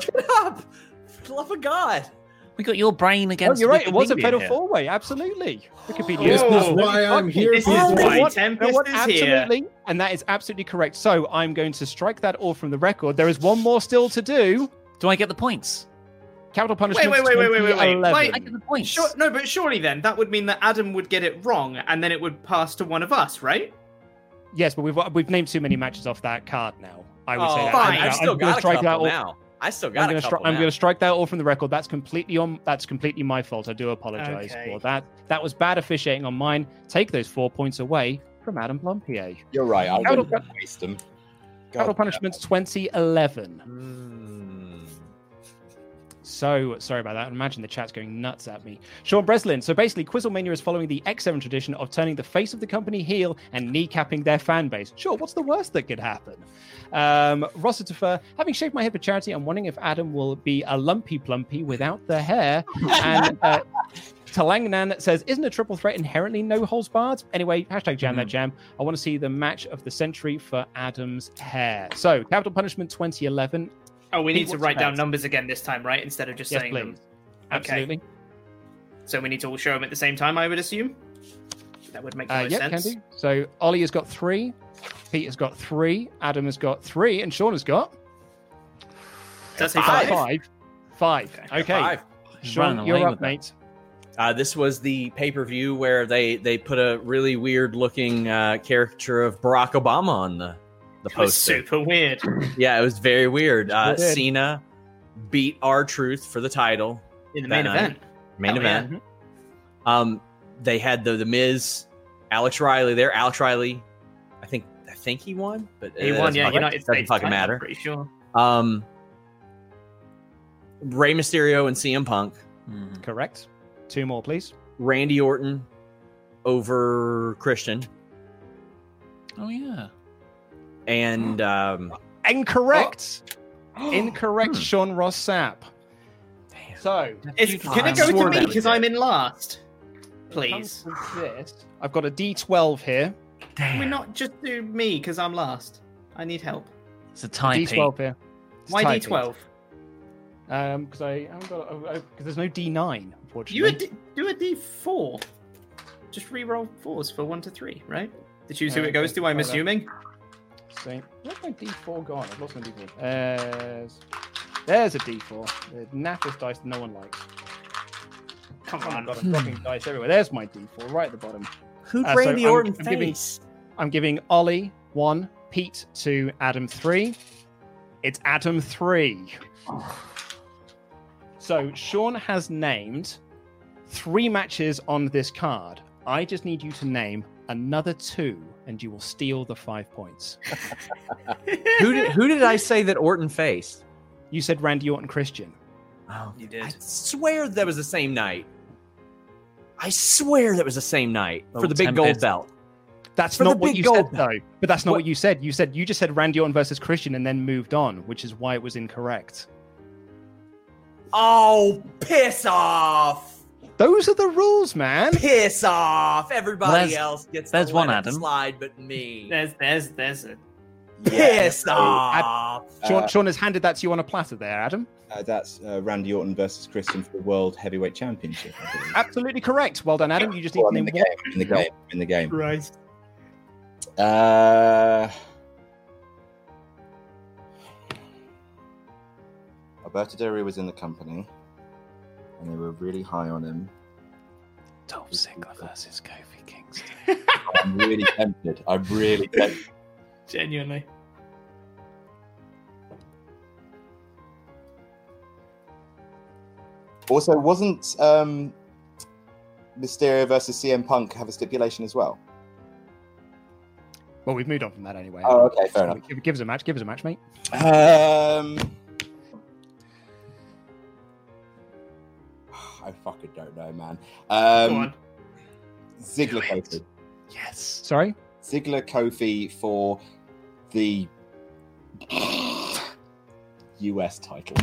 K: it up. For the Love of God.
C: We got your brain
D: Oh,
C: against.
D: you're right. It was a
C: Wikipedia
D: pedal
C: here.
D: four way. Absolutely. Wikipedia.
J: This
G: Oh.
J: is why I'm here.
G: This is
J: people.
D: You know
G: why
D: what? You know
G: Tempest
D: what?
G: is here.
D: absolutely, and that is absolutely correct. So I'm going to strike that all from the record. There is one more still to do.
C: Do I get the points?
D: Capital
G: Wait,
D: punishment.
G: wait, wait, wait, wait, wait, wait.
D: 2011.
G: Why-
C: I get the points.
G: Sure, no, but surely then that would mean that Adam would get it wrong, and then it would pass to one of us, right?
D: Yes, but we've we've named too many matches off that card now. I would say
G: Oh,
D: that.
G: fine.
D: I'm,
G: I've
D: I'm
H: I've still
D: gonna
H: got a
D: strike that
H: couple
D: all.
H: now. I still
D: I'm
H: got
D: gonna
H: a
D: stri-
H: couple
D: I'm
H: now.
D: going to strike that all from the record. That's completely on. That's completely my fault. I do apologize
G: Okay.
D: for that. That was bad officiating on mine. Take those four points away from Adam Blompier.
B: You're right. I
D: Out
B: wouldn't
D: of-
B: waste them.
D: Capital
B: God.
D: punishments 2011.
H: Mm.
D: So sorry about that. Imagine the chat's going nuts at me. Sean Breslin. So basically, Quizzlemania is following the X7 tradition of turning the face of the company heel and kneecapping their fan base. Sure, what's the worst that could happen? Um, Rossitifer, having shaved my head for charity, I'm wondering if Adam will be a lumpy plumpy without the hair. And uh, Talangnan says, Isn't a triple threat inherently no holds barred? Anyway, hashtag jam
G: Hmm.
D: that jam. I want to see the match of the century for Adam's hair. So, Capital Punishment 2011.
G: Oh, we
D: Pete,
G: need to
D: what's
G: write down
D: that?
G: numbers again this time, right? Instead of just
D: Yes,
G: saying them.
D: please. Absolutely.
G: So we need to all show them at the same time, I would assume. That would make the
D: Uh,
G: most
D: yeah,
G: sense.
D: can do. So Ollie has got three, Pete has got three, Adam has got three, and Sean has got Uh,
G: Does that say five?
D: five. Five. Okay.
H: Five.
D: Sean,
C: Run
D: you're
C: away
D: up,
C: with that.
D: mate.
H: Uh, this was the pay per view where they they put a really weird looking uh, caricature of Barack Obama on the the
G: It was
H: poster.
G: super weird.
H: Yeah, it was very weird. Uh,
D: did.
H: Cena beat R Truth for the title
G: In the main
H: That
G: event.
H: main
G: Hell yeah.
H: event. Um, they had the the Miz, Alex Riley there. Alex Riley, I think I think he won, but
G: He
H: it
G: won,
H: doesn't
G: yeah,
H: fucking-
G: United
H: doesn't
G: States.
H: fucking
G: title, I'm
H: matter.
G: pretty sure.
H: Um, Rey Mysterio and CM Punk, Hmm.
C: Mm.
D: Correct. Two more, please.
H: Randy Orton over Christian,
C: Oh yeah.
H: and um,
D: Incorrect.
G: Oh.
D: Incorrect,
C: Hmm.
D: Sean Ross Sapp. So
G: Is,
C: Huge
G: can
C: time.
G: it go
H: swore
G: to me
H: that
G: because I'm in last? Please.
D: comes from this. I've got a D12 here.
G: Can we not just do me because I'm last? I need help.
C: It's a tie. Pete.
D: D12 here. It's
G: Why
D: tight,
G: D12?
D: because I haven't got because there's no D9 unfortunately.
G: You would d- do a D4. Just re-roll fours for one to three, right? To choose who
D: Uh,
G: it goes to, I'm
D: hold on.
G: assuming.
D: Same. Where's my D4 gone? I've lost my D4. There's, there's a D4. The naffest dice that no one likes. Come on, God, I'm dropping dice everywhere. There's my D4 right at the bottom.
P: Who
D: Uh,
P: drained
D: so
P: the
D: I'm-
P: orange
D: I'm giving-
P: face?
D: I'm giving Ollie one, Pete two, Adam three. It's Adam three. So Sean has named three matches on this card. I just need you to name another two, and you will steal the five points.
H: who did who did I say that Orton faced?
D: You said Randy Orton Christian.
H: Oh,
G: you did.
H: I swear that was the same night. I swear that was the same night for
D: Oh,
H: the big gold
D: Tempest.
H: belt.
D: That's
H: For the
D: not what
H: big
D: you
H: gold
D: said, though. But that's not what? you said. You said you just said Randy Orton versus Christian, and then moved on, which is why it was incorrect.
P: Oh, piss off!
D: Those are the rules, man.
P: Piss off! Everybody
C: Well, there's-
P: else gets
C: there's
P: to
C: one,
P: let it
C: Adam.
P: slide, but me.
G: There's there's there's a
P: piss
D: Yeah. Oh,
P: off.
D: Sean,
L: Uh,
D: Sean has handed that to you on a platter, there, Adam.
L: Uh, that's uh, Randy Orton versus Christian for the World Heavyweight Championship. I believe.
D: Absolutely correct. Well done, Adam. You just need
L: Well,
D: to
L: I'm in
D: name
L: the
D: one.
L: game. I'm In the game. I'm In the game.
G: Right.
L: Uh, Alberto Del Rio was in the company, and they were really high on him.
C: Dolph Ziggler versus Kofi Kingston.
L: I'm really tempted. I'm really tempted.
G: Genuinely.
L: Also, wasn't um, Mysterio versus CM Punk have a stipulation as well?
D: Well, we've moved on from that anyway.
L: Oh, okay, fair enough.
D: Give, give us a match. Give us a match, mate.
L: Um, I fucking don't know, man. Um, Ziggler Kofi.
C: Yes.
D: Sorry.
L: Ziggler Kofi for the US title.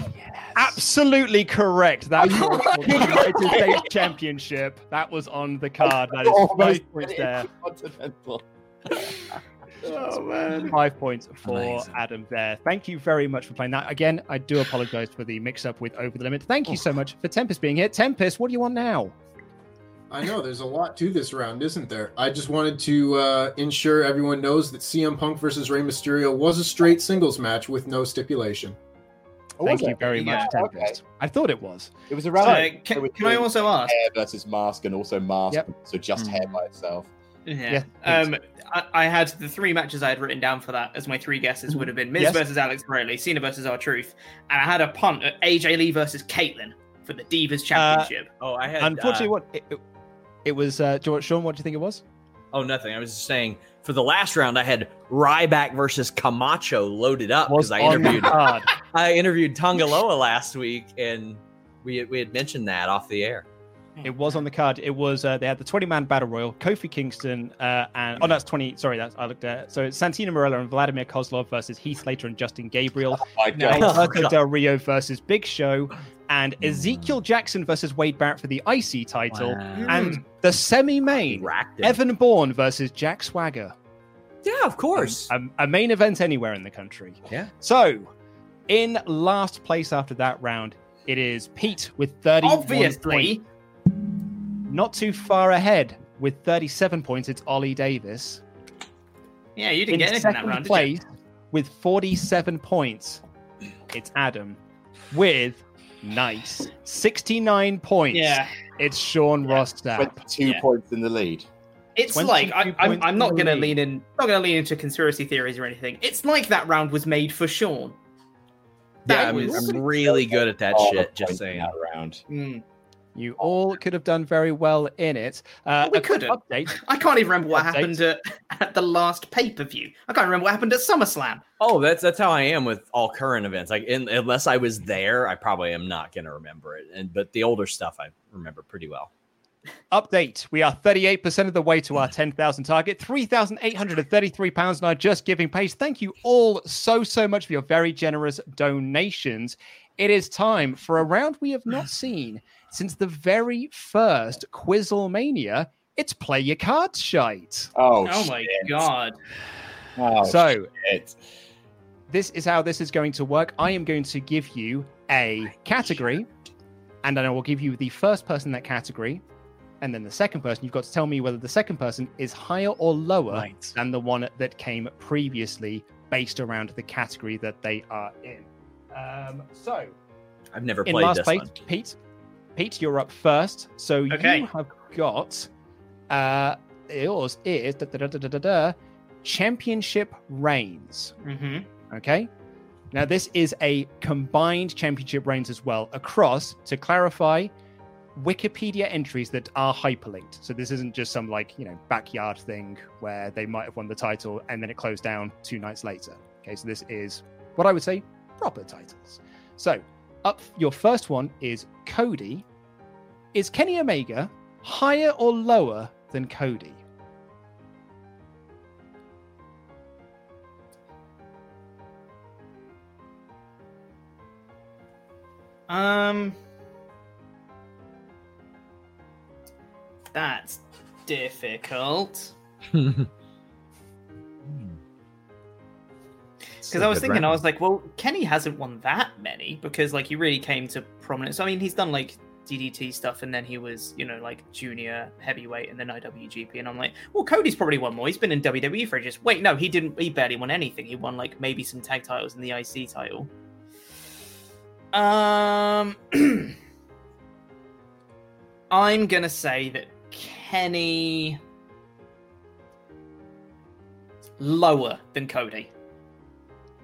D: Absolutely correct. That was on the United States Championship. That was five That is
L: Almost
D: five points
L: did it.
D: there.
L: Continental.
G: Oh man.
D: Five points for
G: Amazing.
D: Adam there. Thank you very much for playing that. Again, I do apologize for the mix up with Over the Limit. Thank you
H: Oh.
D: so much for Tempest being here. Tempest, what do you want now?
J: I know there's a lot to this round, isn't there? I just wanted to uh, ensure everyone knows that CM Punk versus Rey Mysterio was a straight singles match with no stipulation.
D: Thank you very much,
L: Yeah,
D: Tempest. I thought it was.
L: It was around.
G: Uh, can-
L: it was
G: can I also ask?
L: Hair versus mask, and also mask,
D: Yep.
L: so just hair
D: Mm.
L: by itself.
G: Yeah. um, I, I had the three matches I had written down for that as my three guesses would have been Miz
D: Yes.
G: versus Alex Riley, Cena versus R Truth, and I had a punt at AJ Lee versus Caitlyn for the Divas Championship.
H: oh, I had.
D: Uh, Unfortunately,
H: uh,
D: what it, it- it was, uh, do you- Sean, what do you think it was?
H: Oh, nothing. I was just saying for the last round, I had Ryback versus Camacho loaded up because I
D: on the
H: interviewed
D: card.
H: I interviewed Tongaloa last week, and we we had mentioned that off the air.
D: It was on the card. It was uh, they had the twenty man battle royal. Kofi Kingston uh, and oh, that's twenty. Sorry, that's I looked at. So it's Santina Morella and Vladimir Kozlov versus Heath Slater and Justin Gabriel.
L: Oh my God.
D: Alberto Del Rio versus Big Show, and Ezekiel Jackson versus Wade Barrett for the IC title,
H: Wow.
D: and the semi main Evan Bourne versus Jack Swagger.
H: Yeah, of course.
D: A, a main event anywhere in the country.
H: Yeah.
D: So, in last place after that round, it is Pete with thirty.
G: Obviously.
D: Not too far ahead with 37 points, it's Ollie Davis.
G: Yeah, you didn't
D: in
G: get anything
D: second
G: that round. Did you?
D: place with 47 points, it's Adam. With nice 69 points,
G: Yeah.
D: it's Sean Ross. Sapp.
L: Twenty-two
G: Yeah.
L: points in the lead.
G: It's
D: 22
G: like I, I'm,
D: points
G: I'm
D: in
G: not
D: the
G: gonna
D: lead.
G: lean in, not gonna lean into conspiracy theories or anything. It's like that round was made for Sean.
H: Yeah,
G: That
H: I'm,
G: was-
H: I'm really good at that
L: Oh,
H: shit. Just
L: points in
H: saying.
L: that round.
G: Mm.
D: You all could have done very well in it. Uh,
G: We
D: a quick
G: couldn't.
D: update.
G: I can't even remember what
D: Update.
G: happened at, at the last pay per view. I can't remember what happened at SummerSlam.
H: Oh, that's that's how I am with all current events. Like, in, unless I was there, I probably am not going to remember it. And but the older stuff I remember pretty well.
D: Update. We are 38% of the way to our 10,000 target, £3,833 on our Just Giving page. Thank you all so, so much for your very generous donations. It is time for a round we have not seen since the very first Quizlemania. It's Play Your Cards Shite.
L: Oh,
G: Oh my
L: shit.
G: god.
L: Oh,
D: So-
L: shit.
D: This is how this is going to work. I am going to give you a category, and then I will give you the first person in that category, and then the second person. You've got to tell me whether the second person is higher or lower than the one that came previously, based around the category that they are in. Um, so,
H: I've never
D: in
H: played
D: last
H: this
D: place,
H: one.
D: Pete. Pete, you're up first. So
H: Okay.
D: you have got uh yours is da, da, da, da, da, da, da, championship reigns.
G: Mm-hmm.
D: Okay. Now this is a combined championship reigns as well across to clarify Wikipedia entries that are hyperlinked. So this isn't just some like, you know, backyard thing where they might have won the title and then it closed down two nights later. Okay, so this is what I would say proper titles. So, up your first one is Cody. Is Kenny Omega higher or lower than Cody?
G: Um, that's difficult. Because I was thinking, I was like, well, Kenny hasn't won that many because, like, he really came to prominence. I mean, he's done like DDT stuff, and then he was, you know, like junior heavyweight, and then IWGP. And I'm like, well, Cody's probably won more. He's been in WWE for ages. Wait, no, he didn't. He barely won anything. He won like maybe some tag titles and the IC title. Um, I'm gonna say that Kenny lower than Cody.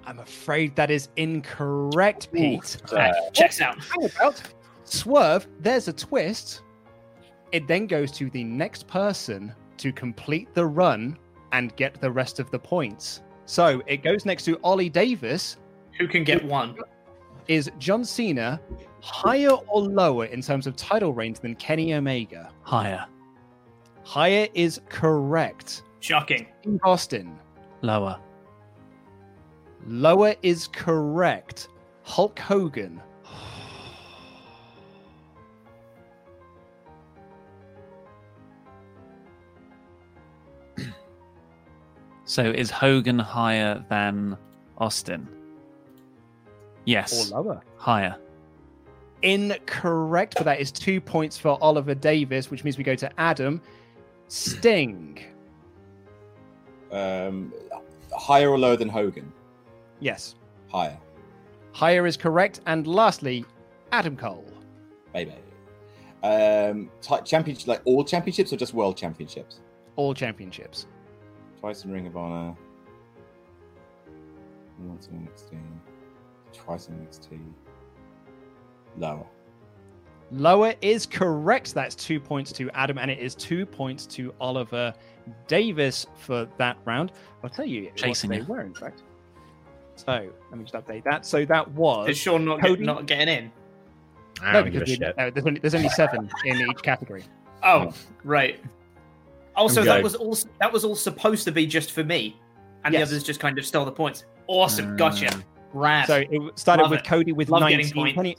D: I'm afraid that is incorrect, Pete.
G: uh, checks out.
D: Hang about. Swerve, there's a twist. It then goes to the next person to complete the run and get the rest of the points. So it goes next to Ollie Davis.
G: Who can get one?
D: Is John Cena higher or lower in terms of title range than Kenny Omega?
C: Higher.
D: Higher is correct.
G: Shocking.
D: Steve Austin.
C: Lower.
D: Lower is correct. Hulk Hogan.
C: So is Hogan higher than Austin? Yes.
D: Or lower.
C: Higher.
D: Incorrect, but that is two points for Oliver Davis, which means we go to Adam. Sting.
B: Um, higher or lower than Hogan?
D: Yes.
B: Higher.
D: Higher is correct. And lastly, Adam Cole.
B: Baby. Um, t- championship, like all championships or just world championships?
D: All championships.
B: Twice in Ring of Honor. Once in NXT. Twice in NXT. Lower.
D: Lower is correct. That's two points to Adam, and it is two points to Oliver Davis for that round. I'll tell you
C: Chasing
D: what they
C: you.
D: were, in fact. So let me just update that. So that was.
G: Is Sean not, get,
D: Cody-
G: not getting in?
D: No, because we- no, there's, only, there's only seven in each category.
G: Oh, right. Also,
D: Okay.
G: that was all that was all supposed to be just for me, and
D: Yes.
G: the others just kind of stole the points. Awesome, gotcha. Rad.
D: So it started
G: Love
D: with
G: it.
D: Cody with
G: Love getting
D: 19,
G: points.
D: Kenny,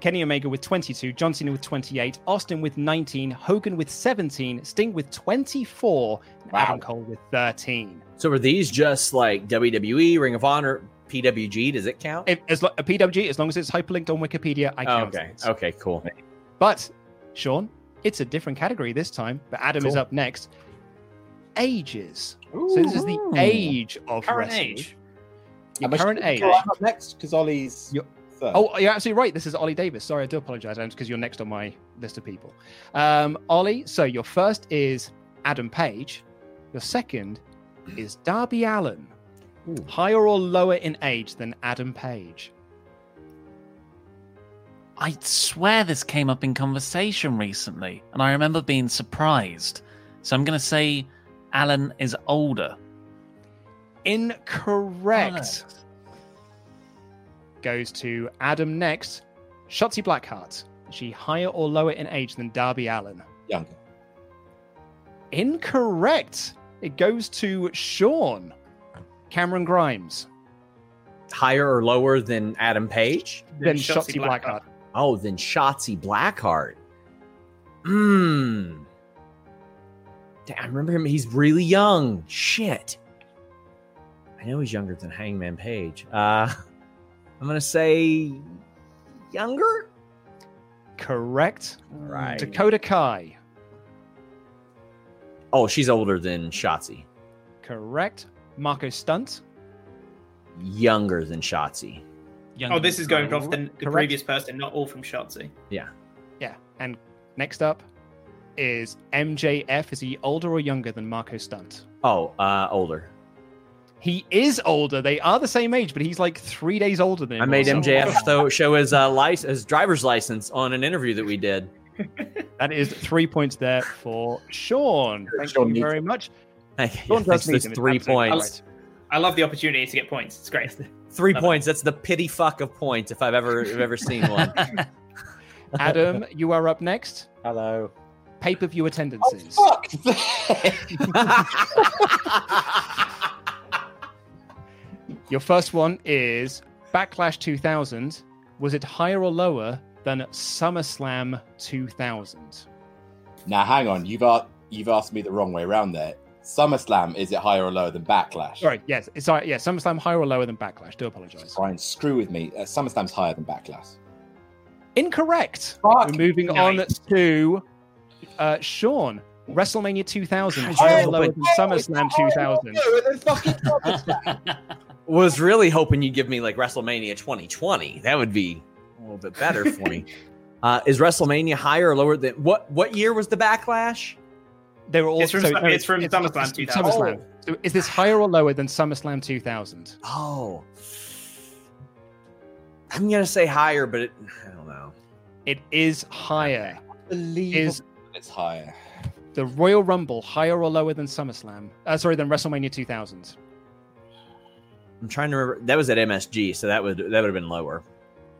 D: Kenny Omega with 22, John Cena with 28, Austin with 19, Hogan with 17, Sting with 24, and Adam Cole with 13.
H: So are these just like WWE, Ring of Honor, PWG? Does it count?
D: If, as lo- a PWG, as long as it's hyperlinked on Wikipedia, I
H: Oh,
D: count.
H: okay.
D: it.
H: Okay. Cool.
D: But Sean, it's a different category this time. But Adam is
H: Cool.
D: up next. Ages. So this is the
H: Ooh.
D: age of
G: Current
D: wrestling.
G: age.
D: Your
B: Am I
D: current
B: sure-
D: age.
B: Oh, I'm up next because Ollie's. third.
D: Oh, you're absolutely right. This is Ollie Davis. Sorry, I do apologize, Adams, because you're next on my list of people. Um, Ollie, so your first is Adam Page. Your second is Darby Allen. Higher or lower in age than Adam Page?
C: I swear this came up in conversation recently, and I remember being surprised. So I'm going to say Alan is older.
D: Incorrect. Goes to Adam next. Shotzi Blackheart. Is she higher or lower in age than Darby Allen?
B: Younger.
D: Incorrect. It goes to Sean. Cameron Grimes.
H: Higher or lower than Adam Page?
D: Then Then Shotzi Shotzi Blackheart. Blackheart.
H: Oh, then Shotzi Blackheart. Hmm. Damn, I remember him. He's really young. Shit. I know he's younger than Hangman Page. Uh, I'm gonna say
K: Younger?
D: Correct.
H: Right.
D: Dakota Kai.
H: Oh, she's older than Shotzi.
D: Correct. Marco Stunt.
H: Younger than Shotzi.
G: oh, this is going off the, the
D: Correct.
G: previous person, not all from Shotzi.
H: Yeah.
D: Yeah. And next up is MJF. Is he older or younger than Marco Stunt?
H: Oh, uh, older.
D: He is older. They are the same age, but he's like three days older than him.
H: I
D: or
H: made
D: something.
H: MJF though show his uh, license, his driver's license on an interview that we did.
D: That is three points there for Sean. Thank you very much. Sean does
H: Thanks for
D: need
H: those
D: him, it's
H: three
D: absolutely
H: points.
G: I love the opportunity to get points. It's great.
H: Three
D: Uh-huh.
G: Love it.
H: points. That's the pity fuck of points if I've ever if I've ever seen one.
D: Adam, you are up next.
L: Hello.
D: Pay per view attendances. Your first one is Backlash 2000. Was it higher or lower than SummerSlam 2000?
B: Now, hang on. You've asked you've asked me the wrong way around there. SummerSlam is it higher or lower than Backlash?
D: Sorry, yes, it's- sorry, yeah, SummerSlam higher or lower than Backlash? Do apologize.
B: Brian, screw with me. Uh, SummerSlam's higher than Backlash.
D: Incorrect. We're moving on to uh, Sean. WrestleMania 2000 higher or lower than SummerSlam 2000.
H: Was really hoping you'd give me like WrestleMania 2020. That would be a little bit better for me. Uh, is WrestleMania higher or lower than what? What year was the backlash?
D: They were all.
H: It's from-
D: so,
H: it's from SummerSlam
D: it's
H: 2000.
D: SummerSlam. So is this higher or lower than SummerSlam 2000?
H: Oh, I'm gonna say higher, but it, I don't know.
D: It is higher. Is
B: It's higher.
D: the Royal Rumble higher or lower than SummerSlam? Uh, sorry, than WrestleMania 2000.
H: I'm trying to remember. That was at MSG, so that would that would have been lower.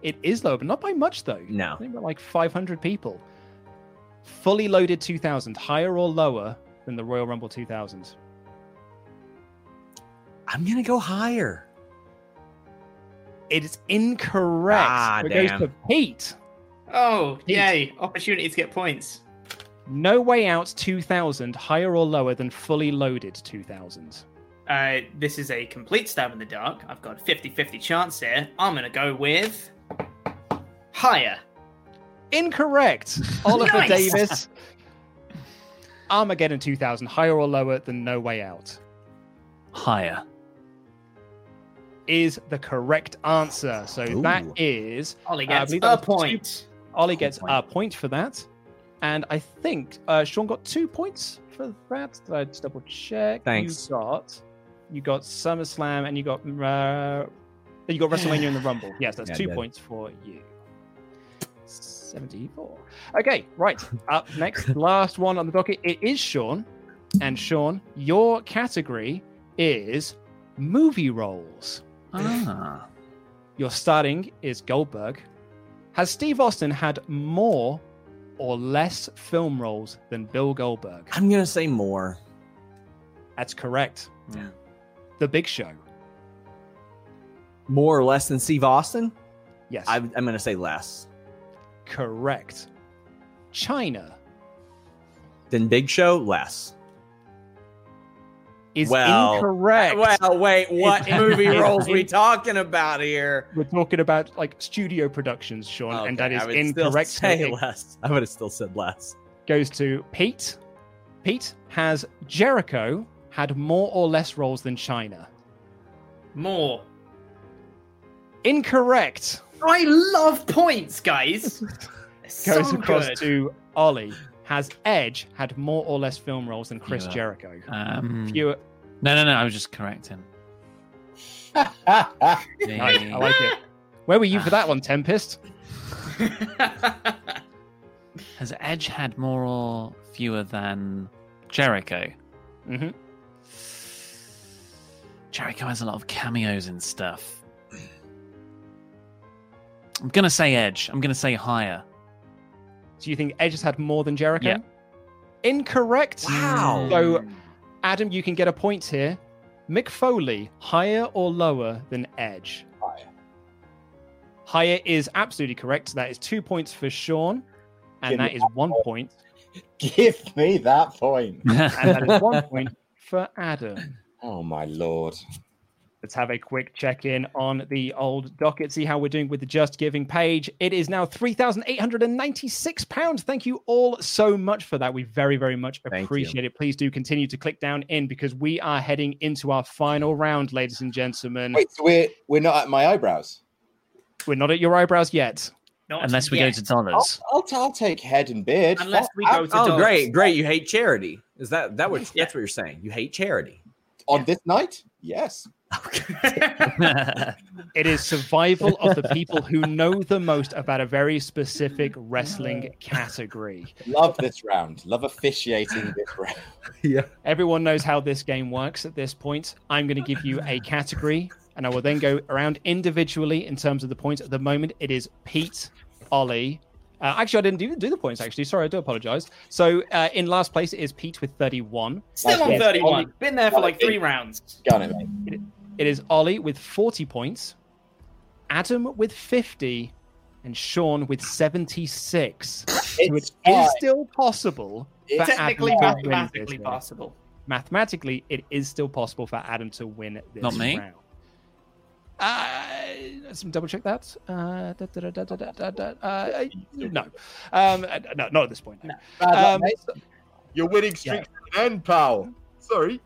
D: It is lower, but not by much though.
H: No.
D: I think about like 500 people. Fully loaded 2000, higher or lower than the Royal Rumble 2000?
H: I'm gonna go higher.
D: It is incorrect.
H: Ah,
D: So it
H: damn.
D: goes to Pete.
G: Oh, yay. Opportunity to get points.
D: No Way Out 2000, higher or lower than Fully Loaded 2000.
G: Uh, this is a complete stab in the dark. I've got a 50 50 chance here. I'm going to go with higher.
D: Incorrect. Oliver
G: Nice.
D: Davis. Armageddon 2000, higher or lower than No Way Out?
C: Higher.
D: Is the correct answer. So that
C: Ooh.
D: is.
G: Ollie
D: I
G: gets
D: believe
G: a
D: that was two-
G: point.
D: Ollie gets a point for that. And I think uh, Sean got two points for that. Did I just double check?
H: Thanks.
D: You got, you got SummerSlam and you got uh, you got WrestleMania and the Rumble. Yes, that's
H: Yeah, I
D: two
H: did.
D: points for you. 74. Okay, right. Up next, last one on the docket. It is Sean. And Sean, your category is movie roles.
C: Ah.
D: Your starting is Goldberg. Has Steve Austin had more or less film roles than Bill Goldberg?
H: I'm gonna say more.
D: That's correct.
H: Yeah.
D: The Big Show.
H: More or less than Steve Austin?
D: Yes.
H: I, I'm gonna say less
D: Correct. China
H: than Big Show. Less.
D: is
H: Well,
D: incorrect.
H: Well, wait, what
D: It's-
H: movie
D: it's-
H: roles we
D: it's-
H: talking about here?
D: We're talking about like studio productions, Sean, and that
H: Okay,
D: is
H: I would still
D: incorrect. so
H: Say
D: it
H: less. I would have still said less.
D: Goes to Pete. Pete has Jericho had more or less roles than China.
G: More.
D: Incorrect.
G: I love points, guys.
D: goes
G: so
D: across
G: good.
D: to Ollie. Has Edge had more or less film roles than Chris
C: Yeah.
D: Jericho?
C: Um,
D: Fewer.
C: No, no, no. I was just correcting.
D: Nice, I like it. Where were you for that one, Tempest?
C: Has Edge had more or fewer than Jericho?
D: Mm-hmm.
C: Jericho has a lot of cameos and stuff. I'm gonna say Edge. I'm gonna say higher.
D: Do you think Edge has had more than Jericho?
C: Yeah.
D: Incorrect.
C: Wow.
D: So, Adam, you can get a point here. Mick Foley, higher or lower than Edge? Higher. Higher is absolutely correct. That is two points for Sean, and
B: Give me
D: that is one point.
B: Give me that point.
D: and that is one point for Adam.
B: Oh my lord.
D: Let's have a quick check in on the old docket, see how we're doing with the Just Giving page. It is now £3,896. Thank you all so much for that. We very, very much appreciate it. Please do continue to click down in because we are heading into our final round, ladies and gentlemen.
B: Wait, so we're, we're not at my eyebrows.
D: We're not at your eyebrows yet.
C: Unless we go to dollars.
B: I'll, t- I'll take head and beard.
C: Unless we
B: Fuck,
C: go to
B: I'll-
H: Oh, great, great. You hate charity. Is that that what that's what you're saying? You hate charity.
B: On this night? Yes.
D: it is survival of the people who know the most about a very specific wrestling category.
B: Love this round. Love officiating this round.
D: Yeah. Everyone knows how this game works at this point. I'm going to give you a category and I will then go around individually in terms of the points. At the moment, it is Pete, Ollie. Uh, actually, I didn't even do the points, actually. Sorry, I do apologize. So uh, in last place is Pete with 31.
G: Still on 31. Been there for like three
D: rounds.
G: rounds.
B: Got it, mate.
D: It is Ollie with 40 points, Adam with 50, and Sean with 76. so it is still possible. for Adam
G: Technically,
D: to win this
G: mathematically
D: round.
G: possible.
D: Mathematically, it is still possible for Adam to win this
C: Not me.
D: round. Uh, let's double check that. Uh, da, da, da, da, da, da, da, uh, no. Um, uh, no, not at this point. No.
L: luck,
D: Um,
L: mate. Your winning streak and pal. Sorry.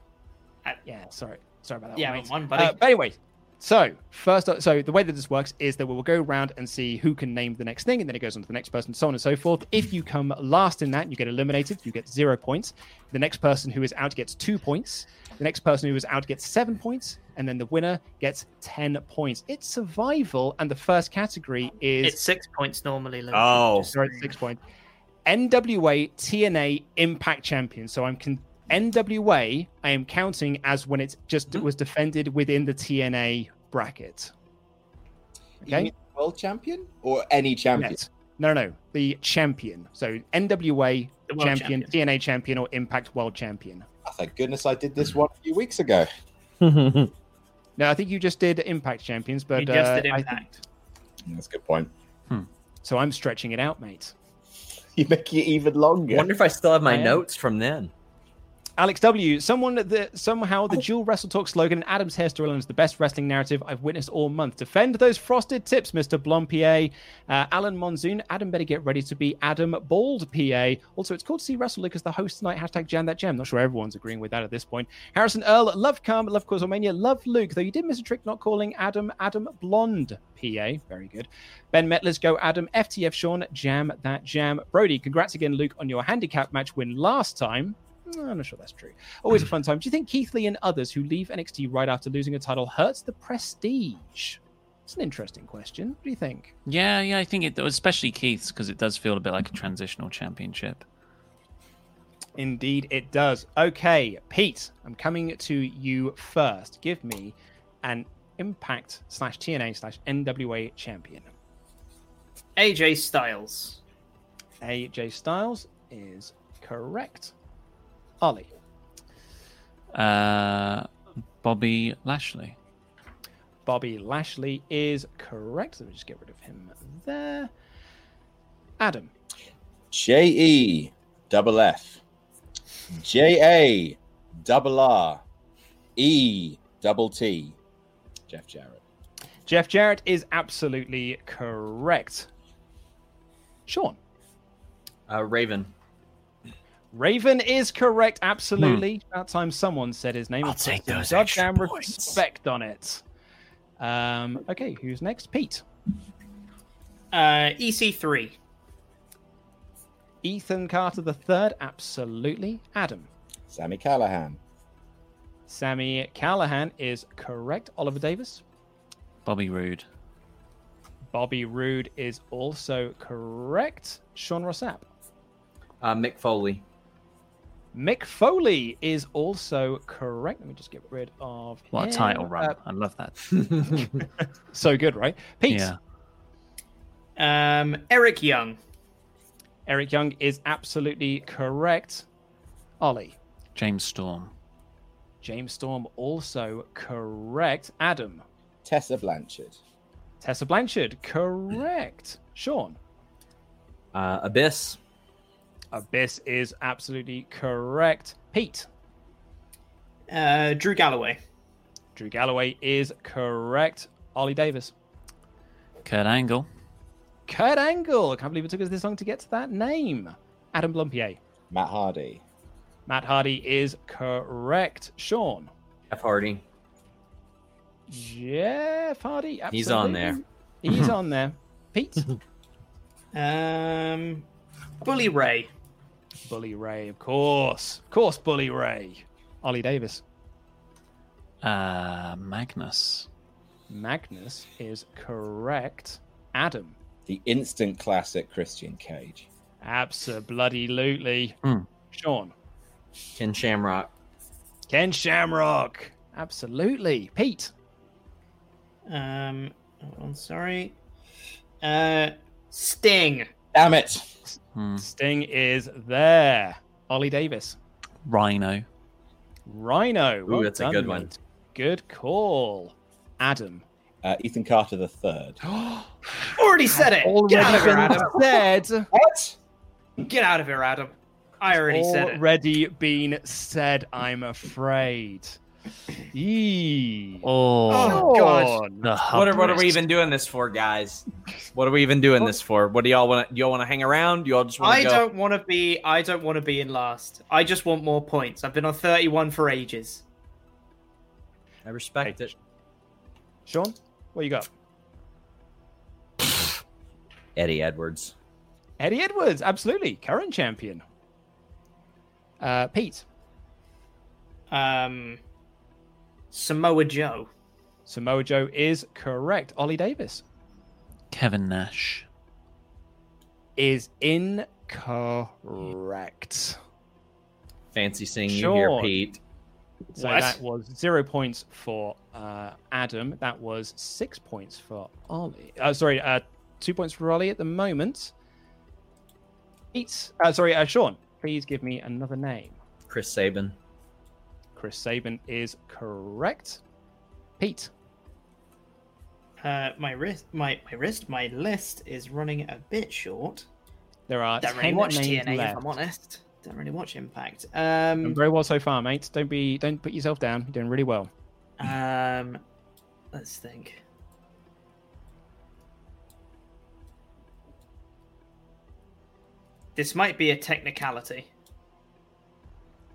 D: Uh, yeah, sorry. Sorry about that.
G: Yeah,
D: one,
G: but
D: mate.
G: one, buddy.
D: Uh, but anyway, so first, up- so the way that this works is that we will go around and see who can name the next thing, and then it goes on to the next person, so on and so forth. If you come last in that, you get eliminated. You get zero points. The next person who is out gets two points. The next person who is out gets seven points, and then the winner gets ten points. It's survival, and the first category is
G: It's six points normally. Luke.
H: Oh.
D: Sorry, six point. NWA TNA Impact Champion. So I'm con- NWA. I am counting as when it just
H: Hmm.
D: was defended within the TNA bracket.
B: You mean world champion or any champion?
D: Yes. No, no, no, the champion. So NWA
B: The world
D: champion, TNA champion, or Impact World Champion.
B: Oh, thank goodness I did this one a few weeks ago.
D: no, I think you just did Impact Champions, but
B: You just
D: uh,
B: did
D: I think-
B: Mm, That's a good point.
D: so I'm stretching it out, mate.
B: You make it e- even longer.
H: Wonder if I still have my
D: I am.
H: notes from then.
D: Alex W. Someone that somehow the dual wrestle talk slogan and Adam's hair storyline is the best wrestling narrative I've witnessed all month. Defend those frosted tips, Mr. Blom PA. Uh, Alan Monsoon, Adam better get ready to be Adam Bald PA. Also, it's cool to see Wrestle Luke as the host tonight. Hashtag jam that gem. Not sure everyone's agreeing with that at this point. Harrison Earl, love Calm, love Causalmania, love Luke, though you did miss a trick not calling Adam Adam Blonde PA. Very good. Ben Metlers, go Adam. FTF Sean, jam that jam. Brody, congrats again, Luke, on your handicap match win last time. Mm, I'm not sure that's true. Always a fun time. Do you think Keith Lee and others who leave NXT right after losing a title hurts the prestige? It's an interesting question. What do you think?
C: Yeah, yeah, I think it, especially Keith's, because it does feel a bit like a transitional championship.
D: Indeed, it does. Okay, Pete, I'm coming to you first. Give me an Impact slash TNA slash NWA champion.
G: AJ Styles.
D: AJ Styles is correct. Ollie,
C: Uh, Bobby Lashley.
D: Bobby Lashley is correct. Let me just get rid of him there. Adam,
B: J E double F J A double R E double T. Jeff Jarrett.
D: Jeff Jarrett is absolutely correct. Sean.
H: Uh, Raven.
D: Raven is correct, absolutely. That time someone said his name. Hmm. I'll take those goddamn respect on it. Um, okay, who's next? Pete.
G: Uh, EC3.
D: Ethan Carter the third, absolutely. Adam.
B: Sammy Callahan.
D: Sammy Callahan is correct. Oliver Davis.
C: Bobby Roode.
D: Bobby Roode is also correct. Sean Rossap.
H: Uh, Mick Foley.
D: Mick Foley is also correct. Let me just get rid of
C: What a
D: him.
C: title run.
D: Uh,
C: I love that.
D: so good, right? Pete.
C: Yeah.
G: Um, Eric Young.
D: Eric Young is absolutely correct. Ollie.
C: James Storm.
D: James Storm also correct. Adam.
B: Tessa Blanchard.
D: Tessa Blanchard, correct. Sean.
H: Uh, Abyss.
D: Abyss Uh, is absolutely correct. Pete.
G: Uh, Drew Galloway.
D: Drew Galloway is correct. Ollie Davis.
C: Kurt Angle.
D: Kurt Angle. I can't believe it took us this long to get to that name. Adam Blumpier.
B: Matt Hardy.
D: Matt Hardy is correct. Sean.
H: Jeff Hardy.
D: Jeff Hardy. Absolutely.
H: He's on there.
D: He's on there. Pete.
G: Um, Bully Ray.
D: Bully Ray, of course. Of course, Bully Ray. Ollie Davis.
C: Uh, Magnus.
D: Magnus is correct. Adam.
B: The instant classic Christian Cage.
D: Absolutely.
H: Hmm.
D: Sean.
H: Ken Shamrock.
D: Ken Shamrock. Absolutely. Pete.
G: Um, hold on, sorry. Uh, Sting.
B: Damn it.
D: Hmm. Sting is there. Ollie Davis.
C: Rhino.
D: Rhino.
B: Ooh, that's a good one.
D: mate. Good call. Adam.
B: Uh, Ethan Carter the third.
G: Already said it. Get out of here, Adam.
D: Said.
B: What?
G: Get out of here, Adam. I already said it.
D: Already been said, I'm afraid. Yee.
H: Oh,
D: Sean.
H: What are, what are we even doing this for, guys? What are we even doing this for? What do y'all want? You all want to hang around? You all just want
G: I
H: to go?
G: don't want to be. I don't want to be in last. I just want more points. I've been on thirty-one for ages.
H: I respect it.
D: Sean, what you got?
H: Eddie Edwards.
D: Eddie Edwards, absolutely. Current champion. Uh, Pete.
G: Um, Samoa Joe.
D: Samoa Joe is correct. Ollie Davis
C: Kevin Nash.
D: is incorrect.
H: Fancy seeing you
D: Sean.
H: here, Pete.
D: So
H: What?
D: that was zero points for uh, Adam. That was six points for Ollie. Uh, sorry, uh, two points for Ollie at the moment. Pete, uh, sorry, uh, Sean, please give me another name.
H: Chris Sabin.
D: Chris Sabin is correct. Pete,
G: Uh, my wrist, my my wrist, my list is running a bit short.
D: there are
G: Don't
D: 10
G: really watch
D: names
G: TNA
D: left.
G: if I'm honest. Don't really watch Impact.
D: Doing
G: Um,
D: very well so far, mate. Don't be, don't put yourself down. You're doing really well.
G: um, let's think. This might be a technicality.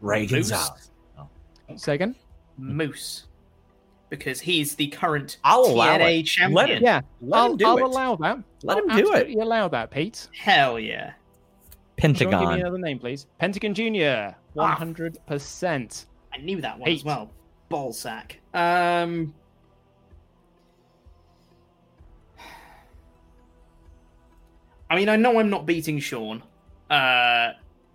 H: Ray
G: Moose?
H: Gonzalez.
D: Say again.
G: Moose, because he's the current
H: I'll allow
G: TNA
H: it.
G: champion.
H: Let him-
D: Yeah,
H: let
D: I'll,
H: him do
D: I'll
H: it.
D: allow that.
H: Let
D: I'll
H: him do it.
D: absolutely Allow that, Pete.
G: Hell yeah.
D: Sean, give me
H: Pentagon.
D: another name, please. Pentagon Junior, one hundred percent.
G: Ah. I knew that one
D: Eight.
G: as well. Ballsack. Um. I mean, I know I'm not beating Sean, uh,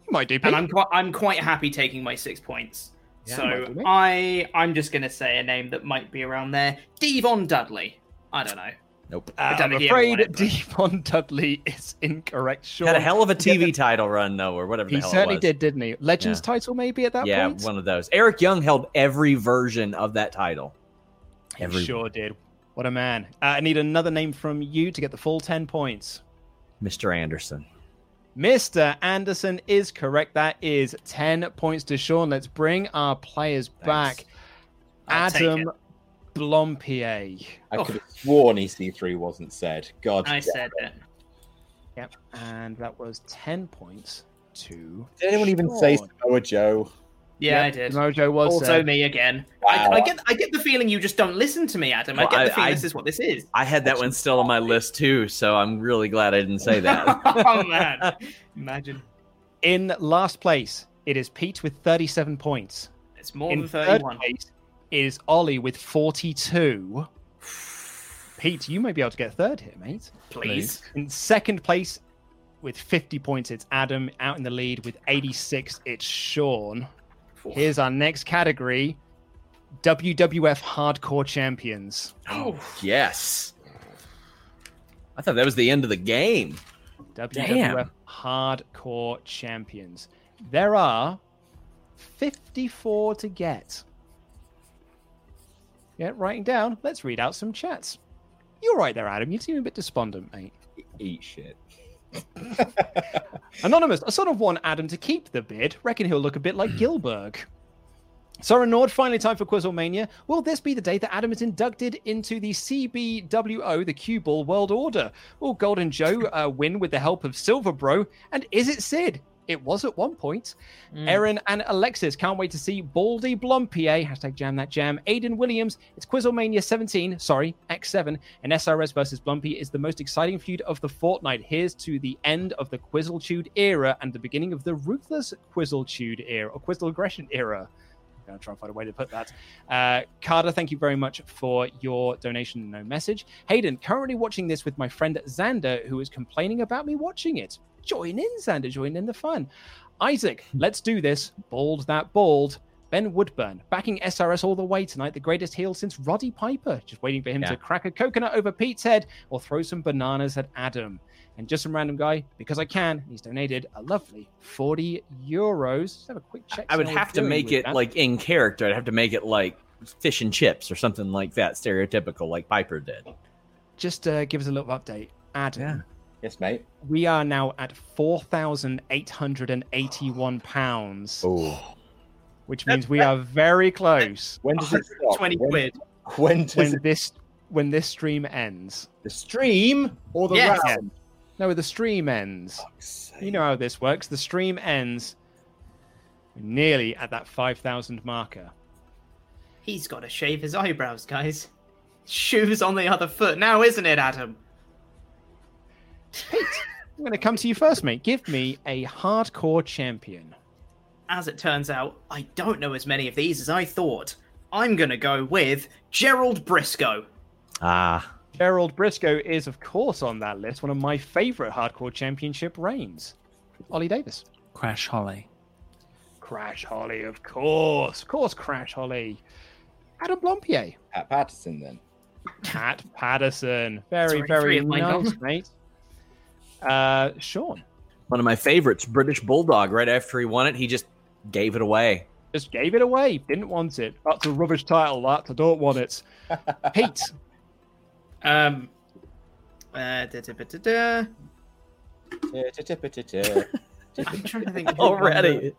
D: You might do, Pete.
G: and I'm quite I'm quite happy taking my six points.
D: Yeah, might do,
G: so
D: mate.
G: I I'm just gonna say a name that might be around there. Devon Dudley. I don't know.
H: Nope.
D: Uh,
G: don't
D: I'm
G: know if he ever
D: afraid
G: won it, but-
D: Devon Dudley is incorrect. Sean,
H: Had a hell of a TV title run though, or whatever.
D: he
H: the hell
D: certainly
H: it was.
D: did, didn't he? Legends
H: Yeah.
D: title, maybe at that
H: yeah,
D: point.
H: one of those. Eric Young held every version of that title. Every
D: He sure did. What a man! Uh, I need another name from you to get the full ten points.
H: Mr. Anderson.
D: Mr. Anderson is correct. That is 10 points to Sean. Let's bring our players back.
G: I'll take
D: Adam Blompier.
B: I
G: Oh.
B: could have sworn EC3 wasn't said. God,
G: I
B: damn
G: said
B: it.
G: that.
D: Yep. And that was 10 points to.
B: Did anyone even say
D: Sean.
B: Samoa Joe?
G: Yeah, I
D: Yep,
G: did.
D: Mojo was
G: also
D: said.
G: me again.
B: Wow.
G: I, I get I get the feeling you just don't listen to me, Adam.
H: Well,
G: I get the
H: I-
G: feeling
H: I-
G: this is what this is.
H: I had that one still on my list too, so I'm really glad I didn't say that.
G: oh man, imagine
D: In last place, it is Pete with 37 points.
G: it's more
D: In
G: than
D: third
G: thirty-one.
D: place is Ollie with 42. Pete, you may be able to get third here, mate.
G: Please.
D: In second place with 50 points, it's Adam. Out in the lead with 86, it's Sean. Here's our next category WWF Hardcore Champions.
G: Oh,
H: yes. I thought that was the end of the game.
D: WWF
H: Damn.
D: Hardcore Champions. There are 54 to get. Yeah, writing down. Let's read out some chats. You're right there, Adam. You seem a bit despondent, mate.
B: E, Eat shit.
D: Anonymous, I sort of want Adam to keep the bid. Reckon he'll look a bit like Gilberg. Soren Nord, finally time for Quizlemania. Will this be the day that Adam is inducted into the CBWO, the Cue Ball World Order? Will Golden Joe uh, win with the help of Silver Bro? And is it Sid? It was at one point.
I: Mm.
D: Aaron and Alexis, can't wait to see Baldy Blumpier, hashtag jam that jam. Aiden Williams, it's Quizlemania 17, sorry, X7, and SRS versus Blumpy is the most exciting feud of the fortnight. Here's to the end of the Quizzletude era and the beginning of the ruthless Quizzletude era, or Quizzle Aggression era going to try and find a way to put that. Uh, Carter, thank you very much for your donation and no message. Hayden, currently watching this with my friend Xander, who is complaining about me watching it. Join in, Xander, join in the fun. Isaac, let's do this. Bald that bald. Ben Woodburn, backing SRS all the way tonight, the greatest heel since Roddy Piper. Just waiting for him
H: Yeah.
D: to crack a coconut over Pete's head or throw some bananas at Adam. And just some random guy, because I can, he's donated a lovely 40 euros. Just have a quick check.
H: I would
D: see how
H: have
D: we're
H: to
D: doing
H: make
D: with
H: it
D: that.
H: like in character. I'd have to make it like fish and chips or something like that, stereotypical, like Piper did.
D: just uh, give us a little update. Adam.
B: Yes, mate.
D: We are now at four thousand eight hundred and eighty-one pounds. Which means we are very close.
B: When
D: does it stop? Twenty
G: quid.
B: When does
D: when
B: it-
D: this when this stream ends?
B: The stream or
G: the Yes. round?
D: No, the stream ends. You know how this works. The stream ends nearly at that five thousand marker.
G: He's got to shave his eyebrows, guys. Shoes on the other foot now, isn't it, Adam?
D: I'm going to come to you first, mate. Give me a hardcore champion.
G: As it turns out, I don't know as many of these as I thought. I'm going to go with Gerald Briscoe.
H: Ah.
D: Gerald Briscoe is, of course, on that list. One of my favourite hardcore championship reigns. Ollie Davis.
C: Crash Holly.
D: Crash Holly, of course. Of course, Crash Holly. Adam Blompier.
B: Pat Patterson, then.
D: Pat Patterson.
B: Sorry,
D: Very,
B: three
D: very
B: of mine gone.
D: nice, mate. Uh, Sean.
H: One of my favorites, British Bulldog. Right after he won it, he just gave it away.
D: Just gave it away. Didn't want it. That's a rubbish title, that. I don't want it. Pete.
G: Um, uh, da, da, da, da, da. I'm trying to think. who won
H: Already.
G: the-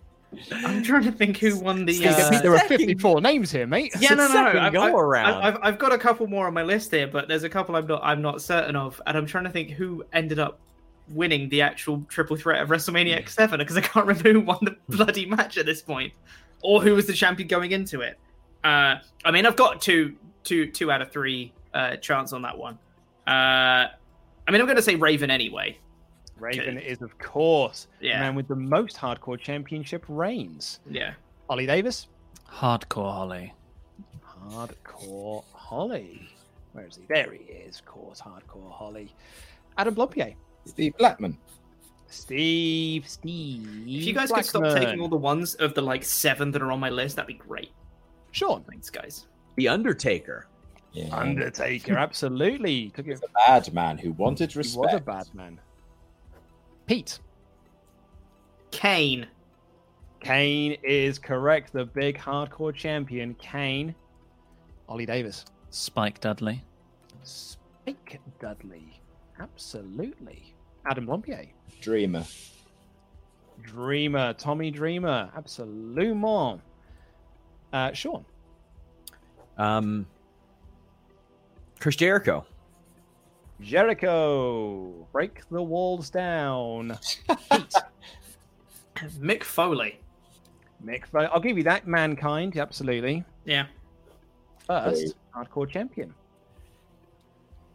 G: I'm trying to think who won the.
D: Pete,
G: Uh,
D: there are 54 names here, mate.
G: Yeah, no, no, no. I've,
D: go
G: I've-
D: around.
G: I've, I've got a couple more on my list here, but there's a couple I'm not I'm not certain of, and I'm trying to think who ended up winning the actual triple threat of
D: Hmm.
G: WrestleMania X7 because I can't remember who won the bloody match at this point, or who was the champion going into it. Uh, I mean, I've got two two two out of three uh, chance on that one. Uh, I mean, I'm going to say Raven anyway.
D: Raven is, of course,
G: Yeah.
D: the man with the most hardcore championship reigns.
G: Yeah.
D: Ollie Davis.
C: Hardcore Holly.
D: Hardcore Holly. Where is he? There he is, of course, Hardcore Holly. Adam Blompier.
B: Steve Blackman.
D: Steve, Steve.
G: If you guys could stop taking all the ones of the like seven that are on my list, that'd be great.
D: Sure.
G: Thanks, guys.
H: The Undertaker.
D: Undertaker, absolutely. Took it.
B: Bad man who wanted respect.
D: a bad man. Pete.
G: Kane.
D: Kane is correct. The big hardcore champion, Kane. Ollie Davis.
C: Spike Dudley.
D: Mike Dudley. Absolutely. Adam Blompier.
B: Dreamer.
D: Dreamer, Tommy Dreamer, absolument. Uh, Sean,
H: Um, Chris Jericho.
D: Jericho, break the walls down.
G: Mick Foley.
D: Mick, Fo- I'll give you that. Mankind, absolutely.
G: Yeah.
D: First, hardcore champion.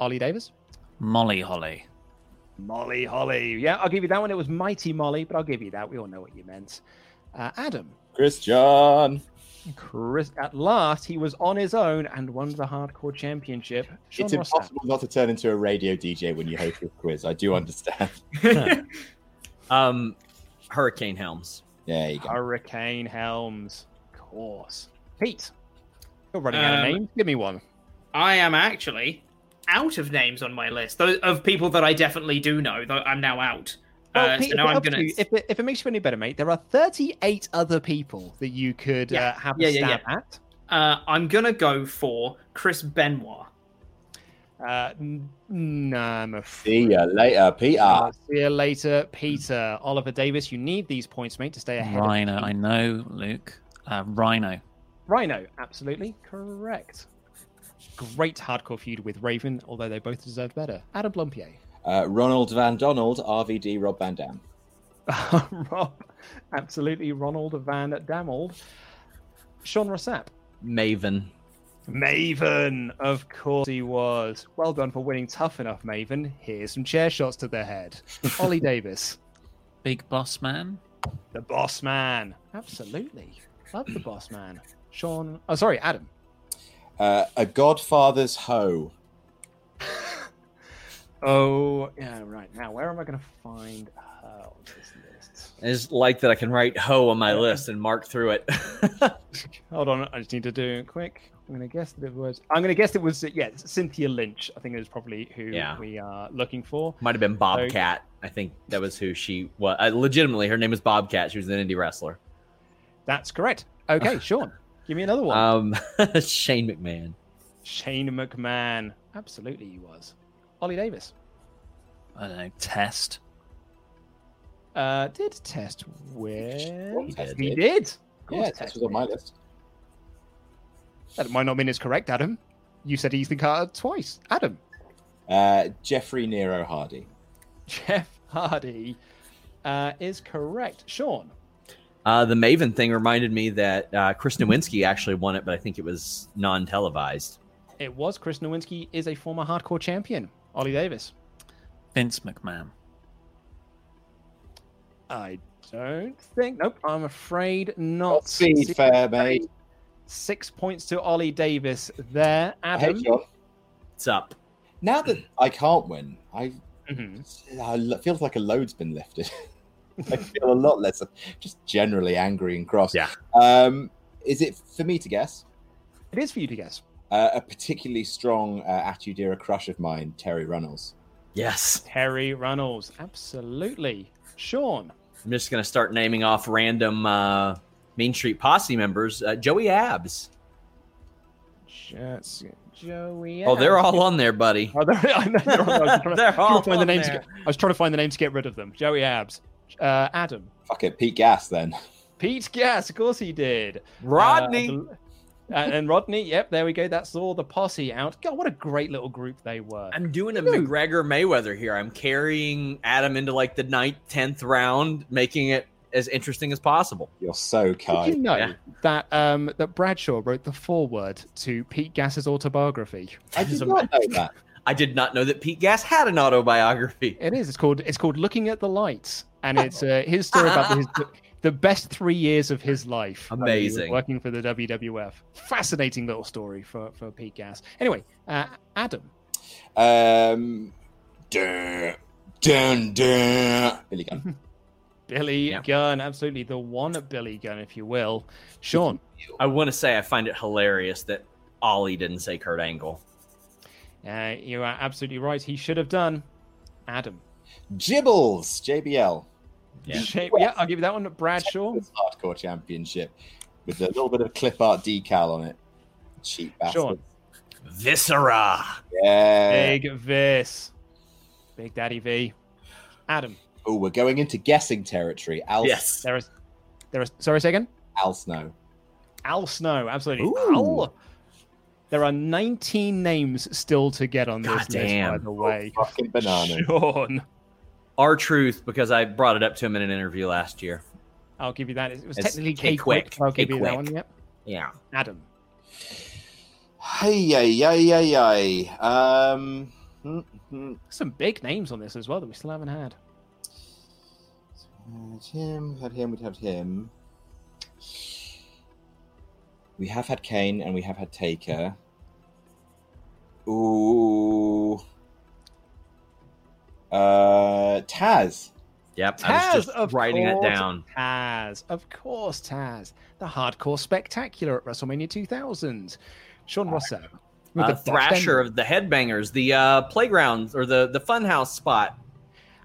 D: Ollie Davis,
C: Molly Holly.
D: Molly Holly. Yeah, I'll give you that one. It was Mighty Molly, but I'll give you that. We all know what you meant. Uh, Adam,
B: Christian.
D: Chris. At last, he was on his own and won the hardcore championship. Sean
B: it's
D: Rossap.
B: impossible not to turn into a radio DJ when you host a quiz. I do understand.
H: um, Hurricane Helms.
B: There you go.
D: Hurricane Helms, of course. Pete, you're running out
G: Um,
D: of names. Give me one.
G: I am actually out of names on my list those of people that I definitely do know. Though I'm now out.
D: Well,
G: uh,
D: Pete,
G: so
D: if,
G: now
D: it
G: I'm
D: helps
G: gonna.
D: you, if, it, if it makes you any better, mate, there are 38 other people that you could uh, have
G: Yeah,
D: a
G: yeah,
D: stab
G: yeah.
D: at.
G: Uh, I'm gonna go for Chris Benoit.
D: Uh, n- no, I'm afraid.
B: See you later, Peter.
D: See you later, Peter. Oliver Davis, you need these points, mate, to stay ahead.
C: Rhino.
D: Of
C: I know, Luke. Uh, Rhino.
D: Rhino, absolutely correct. Great hardcore feud with Raven, although they both deserved better. Adam Blumpier.
B: Uh, Ronald Van Donald, RVD, Rob Van Dam.
D: Rob, absolutely Ronald Van Damold. Sean Rossap.
H: Maven.
D: Maven, of course he was. Well done for winning tough enough, Maven. Here's some chair shots to the head. Ollie Davis.
C: Big boss man.
D: The boss man. Absolutely. Love the boss man. Sean. Oh, sorry, Adam.
B: Uh, a Godfather's hoe.
D: Oh, yeah, right. Now, where am I going to find her on this list?
H: I just like that I can write ho on my list and mark through it.
D: Hold on, I just need to do it quick. I'm gonna guess that it was. I'm gonna guess it was. Yeah, Cynthia Lynch. I think it was probably who
H: Yeah.
D: we are looking for.
H: Might have been
D: So-
H: Bobcat. I think that was who she was. Uh, legitimately, her name was Bobcat. She was an indie wrestler.
D: That's correct. Okay, Sean, give me another one.
H: Um, Shane McMahon.
D: Shane McMahon. Absolutely, he was. Ollie Davis.
C: I don't know. Test.
D: Uh, did test win?
C: Test
D: He
C: did.
D: did. Of
B: Yeah,
D: course
B: that was on my list.
D: That might not mean it's correct, Adam. You said Ethan Carter twice. Adam.
B: Uh, Jeffrey Nero Hardy.
D: Jeff Hardy uh, is correct. Sean.
H: Uh, the Maven thing reminded me that uh, Chris Nowinski actually won it, but I think it was non televised.
D: It was Chris Nowinski is a former hardcore champion. Ollie Davis.
C: Vince McMahon.
D: I don't think. Nope, I'm afraid not.
B: Be
D: Six-
B: fair, mate.
D: Six points to Ollie Davis there. Adam.
B: Hey, John.
H: What's up?
B: Now that I can't win, I,
D: Mhm.
B: I lo- feels like a load's been lifted. I feel a lot less, just generally angry and cross. Yeah. Um, is it for me to guess?
D: It is for you to guess.
B: Uh, a particularly strong uh, Attitude Era crush of mine, Terry Runnels.
H: Yes.
D: Terry Runnels. Absolutely. Sean.
H: I'm just going to start naming off random uh, Main Street Posse members. Uh, Joey Abs.
D: Jets- Joey.
H: Oh, they're
D: Abs.
H: all on there, buddy.
D: Oh, they're, I know, they're all, I was trying to-
H: They're
D: trying to
H: all
D: find the
H: on
D: names. to
H: there.
D: get- I was trying to find the names to get rid of them. Joey Abs. Uh, Adam.
B: Fuck it, Pete Gas then.
D: Pete Gas, of course he did.
H: Rodney.
D: Uh, the- and, and Rodney, yep, there we go. That's all the posse out. God, what a great little group they were.
H: I'm doing a McGregor Mayweather here. I'm carrying Adam into like the ninth, tenth round, making it as interesting as possible.
B: You're so
D: Did you
B: kind.
D: know
H: Yeah.
D: that um, that Bradshaw wrote the foreword to Pete Gass's autobiography?
B: I did not know that.
H: I did not know that Pete Gas had an autobiography.
D: It is. It's called. It's called Looking at the Lights, and it's uh, his story about his, the best three years of his life. when he was
H: Amazing.
D: Working for the WWF. Fascinating little story for for Pete Gass. Anyway, uh, Adam.
B: Um, dun, dun, dun. Billy Gunn.
D: Billy
H: Yeah.
D: Gunn, absolutely the one Billy Gunn, if you will. Sean,
H: I want to say I find it hilarious that Ollie didn't say Kurt Angle.
D: uh, you are absolutely right. He should have done. Adam.
B: Jibbles, JBL.
H: Yeah.
D: Shape- yeah, I'll give you that one. Bradshaw.
B: This hardcore championship with a little bit of clip art decal on it. Cheap bastard.
D: Sean.
H: Viscera.
B: Yeah.
D: Big Vis. Big Daddy V. Adam.
B: Oh, we're going into guessing territory. Al,
H: Yes.
D: There is. There is. Sorry, say again.
B: Al Snow.
D: Al Snow, absolutely. Al. There are 19 names still to get on
H: Ah,
D: this list, by
H: Goddamn.
D: the way.
B: Fucking banana.
D: Sean,
H: Our truth, because I brought it up to him in an interview last year.
D: I'll give you that. It was
H: It's
D: technically K
H: K
D: quick.
H: Quick,
D: I'll
H: K
D: give you that
H: Quick.
D: one. Yep.
H: Yeah.
D: Adam.
B: Hey, yay, yay, yay, yay. Um,
D: hmm,
B: mm, mm.
D: Some big names on this as well that we still haven't had.
B: Uh, Tim, we've had him, we've had him. We have had Kane and we have had Taker. Ooh. Uh, Taz.
H: Yep. I was
D: Taz, of
H: just writing it
D: course.
H: down.
D: Taz, of course, Taz, the hardcore spectacular at WrestleMania 2000. Sean Rosso. with
H: Uh,
D: the
H: Thrasher
D: Deathbender.
H: of the Headbangers, the uh, playground or the the funhouse spot.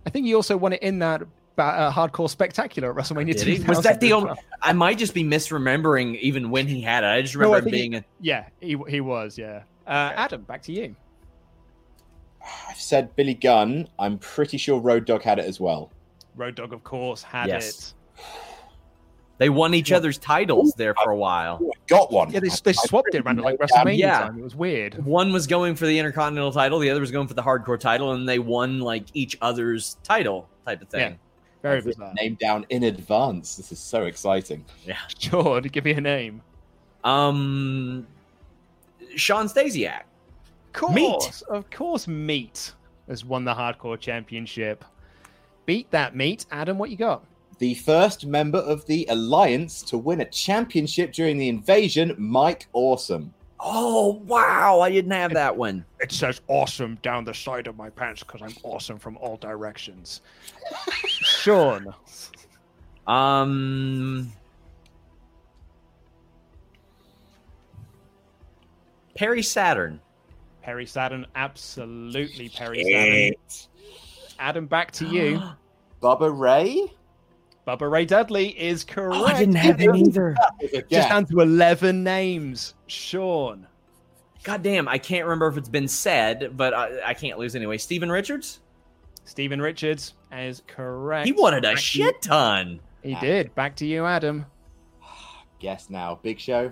D: I think he also won it in that ba- uh, hardcore spectacular at WrestleMania
H: Did
D: 2000.
H: he? Was that the
D: as
H: only?
D: well.
H: I might just be misremembering even when he had it. I just
D: No, I
H: remember him
D: think he-
H: being. a,
D: Yeah, he, he was, yeah. Uh, Adam, back to you.
B: I've said Billy Gunn. I'm pretty sure Road Dog had it as well.
D: Road Dog, of course, had
H: Yes.
D: it.
H: they won each other's titles there for a while.
B: Ooh, I got one.
D: Yeah, they, they swapped it around like WrestleMania time. It was weird.
H: One was going for the Intercontinental title, the other was going for the Hardcore title, and they won like each other's title type of thing.
D: Very
B: bizarre. Name down in advance. This is so exciting.
H: Yeah.
D: Sure, give me a name.
H: Um, Sean Stasiak.
D: course,
H: Meat.
D: Of course, Meat has won the Hardcore Championship. Beat that, Meat. Adam, what you got?
B: The first member of the Alliance to win a championship during the invasion, Mike Awesome.
H: Oh, wow. I didn't have that one.
D: It says awesome down the side of my pants because I'm awesome from all directions. Sean.
H: Um, Perry Saturn.
D: Perry Saturn, absolutely Perry Saturn. Adam, back to you.
B: Bubba Ray?
D: Bubba Ray Dudley is correct.
H: Oh, didn't have him either.
D: Just down to 11 names. Sean.
H: God damn, I can't remember if it's been said, but I, I can't lose anyway. Steven Richards?
D: Steven Richards is correct.
H: He wanted a
D: Back to
H: shit ton.
D: you- He did. Back to you, Adam.
B: Guess now. Big Show.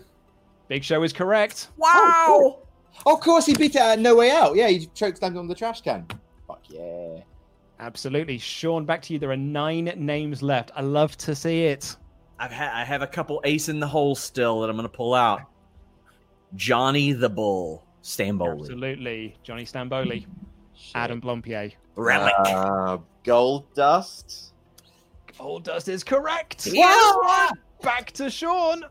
D: Big Show is correct.
B: Wow. Oh, cool. of course, he beat it at No Way Out. Yeah, he chokeslammed on the trash can. Fuck yeah.
D: Absolutely. Sean, back to you. There are nine names left. I love to see it.
H: I've ha- I have a couple ace in the hole still that I'm going to pull out. Johnny the Bull Stamboli.
D: Absolutely. Johnny Stamboli. Adam Blompier.
H: Relic.
B: Uh, gold Dust.
D: Gold Dust is correct.
B: Yeah.
D: Well done. Back to Sean.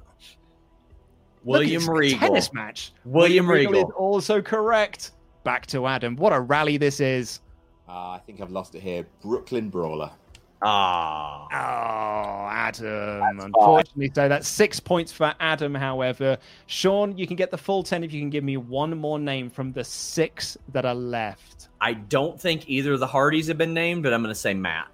D: Look,
H: William
D: it's a
H: Regal.
D: Tennis match.
H: William Regal.
D: is also correct. Back to Adam. What a rally this is.
B: Ah, I think I've lost it here. Brooklyn Brawler.
H: Ah.
D: Oh, Adam.
B: Oh.
D: Unfortunately, so that's six points for Adam, however. Sean, you can get the full 10 if you can give me one more name from the six that are left.
H: I don't think either of the Hardys have been named, but I'm going to say Matt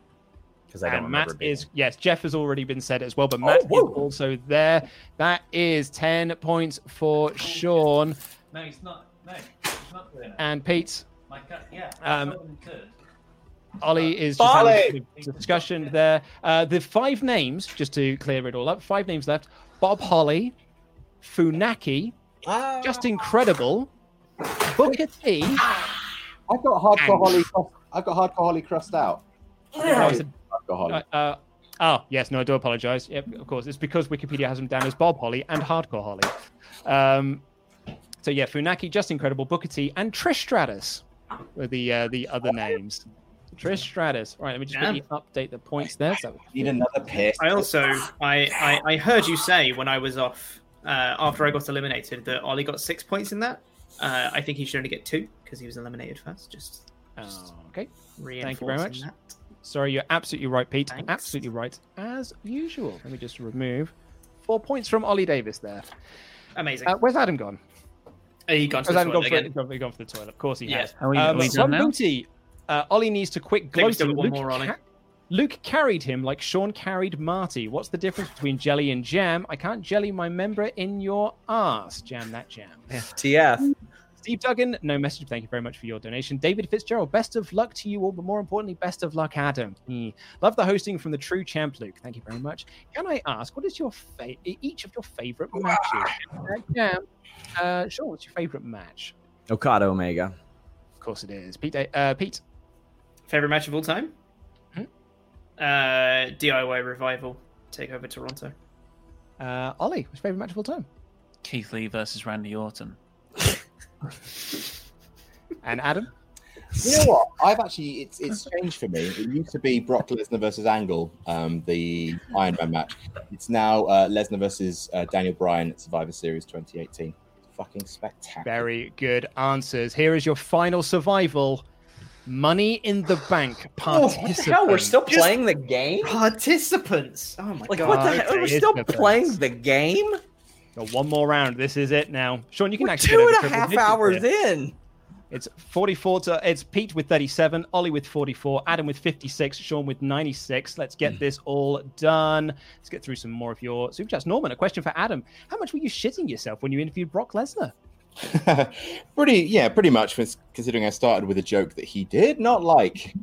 H: because I don't
D: and Matt
H: remember. Oh,
D: is yes, Jeff has already been said as well, but Matt is also there. That is ten points for Sean
C: No, he's not. No, he's not doing it.
D: and Pete.
C: My cut, yeah.
D: Um,
C: I told him he could.
D: Ollie is just
C: Ollie!
D: having a discussion there. Uh, the five names, just to clear it all up, five names left: Bob Holly, Funaki, just incredible, Booker T.
B: I've got hardcore Holly. I've got hardcore Holly crossed out.
D: Yeah.
B: I've got Holly.
D: Uh, uh, oh yes, no, I do apologise. Yep, of course, it's because Wikipedia has him down as Bob Holly and Hardcore Holly. Um, so yeah, Funaki, just incredible, Booker T, and Trish Stratus were the uh, the other names. Trish Stratus. All right, let me just
G: Damn.
D: quickly update the points there. So
B: Need another piss.
G: I also I, I I heard you say when I was off uh, after I got eliminated that Ollie got six points in that. Uh, I think he should only get two because he was eliminated first. Just,
D: just okay.
G: Reinforcing
D: Thank you very much.
G: That.
D: Sorry, you're absolutely right, Pete. Absolutely right, as usual. Let me just remove four points from Ollie Davis there.
G: Amazing.
D: Uh, where's Adam gone?
G: he gone to
D: Has
G: the toilet
D: Adam gone for,
G: again?
D: gone for- gone for the toilet. Of course he
G: Yeah.
D: has. Um,
G: How are you- are we done
D: one
G: now?
D: booty. Uh, Ollie needs to quit
G: think we've still
D: gloating.
G: got one
D: Luke,
G: more, Ollie.
D: ca- Luke carried him like Sean carried Marty. What's the difference between jelly and jam? I can't jelly my member in your ass. Jam that jam.
H: FTF.
D: Steve Duggan, no message. Thank you very much for your donation. David Fitzgerald, best of luck to you all, but more importantly, best of luck, Adam. Mm. Love the hosting from the true champ, Luke. Thank you very much. Can I ask, what is your fa- each of your favorite matches? Uh, jam. Uh, Sean, what's your favorite match?
H: Okada Omega.
D: Of course it is. Pete, uh, Pete.
G: Favorite match of all time? Uh, DIY revival take over Toronto.
D: Uh, Ollie, what's your favorite match of all time?
C: Keith Lee versus Randy Orton.
D: And Adam?
B: You know what? I've actually it's it's changed for me. It used to be Brock Lesnar versus Angle, um, the Iron Man match. It's now uh, Lesnar versus uh, Daniel Bryan at Survivor Series 2018. Fucking spectacular.
D: Very good answers. Here is your final survival. Money in the bank.
G: Oh,
D: Participant.
H: Oh, hell? We're still playing the game?
G: Participants. Oh my
H: Like,
G: god.
H: what the hell? We're still playing the game?
D: Got one more round. This is it now. Sean, you can
H: We're
D: actually
H: two
D: get over
H: and a
D: triple
H: half
D: digits
H: hours
D: here.
H: in.
D: It's 44 to it's Pete with 37, Ollie with 44, Adam with 56, Sean with 96. Let's
H: Hmm.
D: get this all done. Let's get through some more of your super chats. Norman, a question for Adam. How much were you shitting yourself when you interviewed Brock Lesnar?
B: pretty yeah, pretty much. was- Considering I started with a joke that he did not like,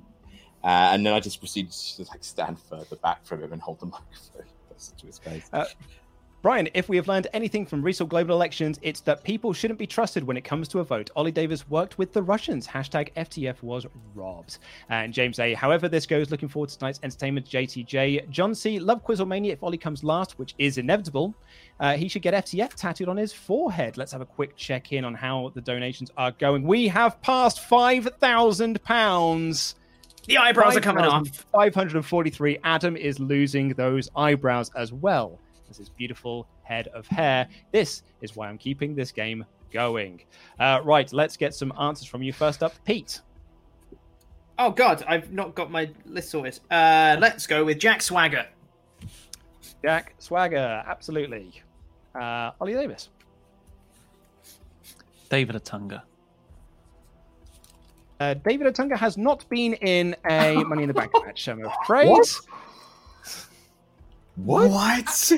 B: uh, and then I just proceeded to like stand further back from him and hold the microphone closer to his face.
D: Uh, Brian, if we have learned anything from recent global elections, it's that people shouldn't be trusted when it comes to a vote. Ollie Davis worked with the Russians. Hashtag FTF was robbed. And James A. However, this goes, looking forward to tonight's entertainment JTJ. John C. Love Quizzlemania. If Ollie comes last, which is inevitable, uh, he should get FTF tattooed on his forehead. Let's have a quick check in on how the donations are going. We have passed £5,000.
G: The eyebrows are coming off.
D: 543. Adam is losing those eyebrows as well as his beautiful head of hair. This is why I'm keeping this game going. Uh, right, let's get some answers from you. First up, Pete.
G: Oh God, I've not got my list sorted. Uh, let's go with Jack Swagger.
D: Jack Swagger, absolutely. Uh, Ollie Davis.
C: David Atunga.
D: Uh, David Otunga has not been in a Money in the Bank match, I'm afraid.
P: What?
D: What?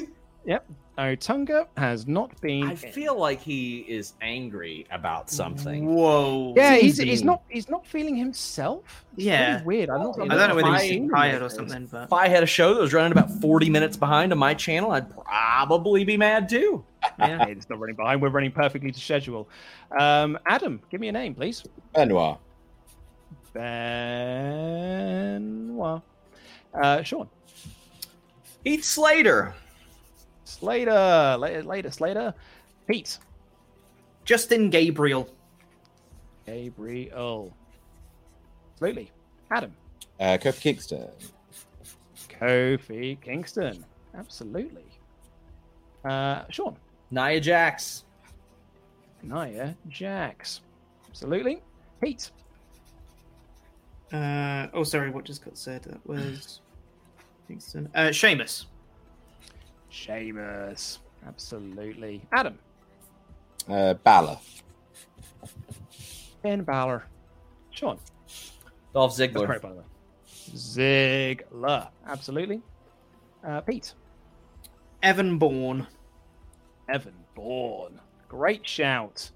D: Yep. Otunga has not been.
H: I feel like he is angry about something.
G: Whoa.
D: Yeah, he's, he's not he's not feeling himself. It's
H: Yeah.
D: really weird. I'm not.
H: I don't know whether he's tired
G: or something, but
H: If I had a show that was running about 40 minutes behind on my channel, I'd probably be mad too.
D: Yeah, it's not running behind. We're running perfectly to schedule. Um, Adam, give me a name, please.
B: Benoit.
D: Benoit. Uh, Sean.
H: Heath Slater.
D: Slater. Later, later, Slater. Pete.
G: Justin Gabriel.
D: Gabriel. Absolutely. Adam.
B: Uh, Kofi Kingston.
D: Kofi Kingston. Absolutely. Uh, Sean.
H: Nia Jax.
D: Nia Jax. Absolutely. Pete.
G: Uh, oh, sorry, what just got said? That was Kingston. Uh, Sheamus.
D: Sheamus. Absolutely. Adam.
B: Uh, Balor.
D: Ben Balor. Sean.
H: Dolph
D: That's
H: Ziggler.
D: correct, by the way. Ziggler. Absolutely. Uh, Pete.
G: Evan Bourne.
D: Evan Bourne. Great shout.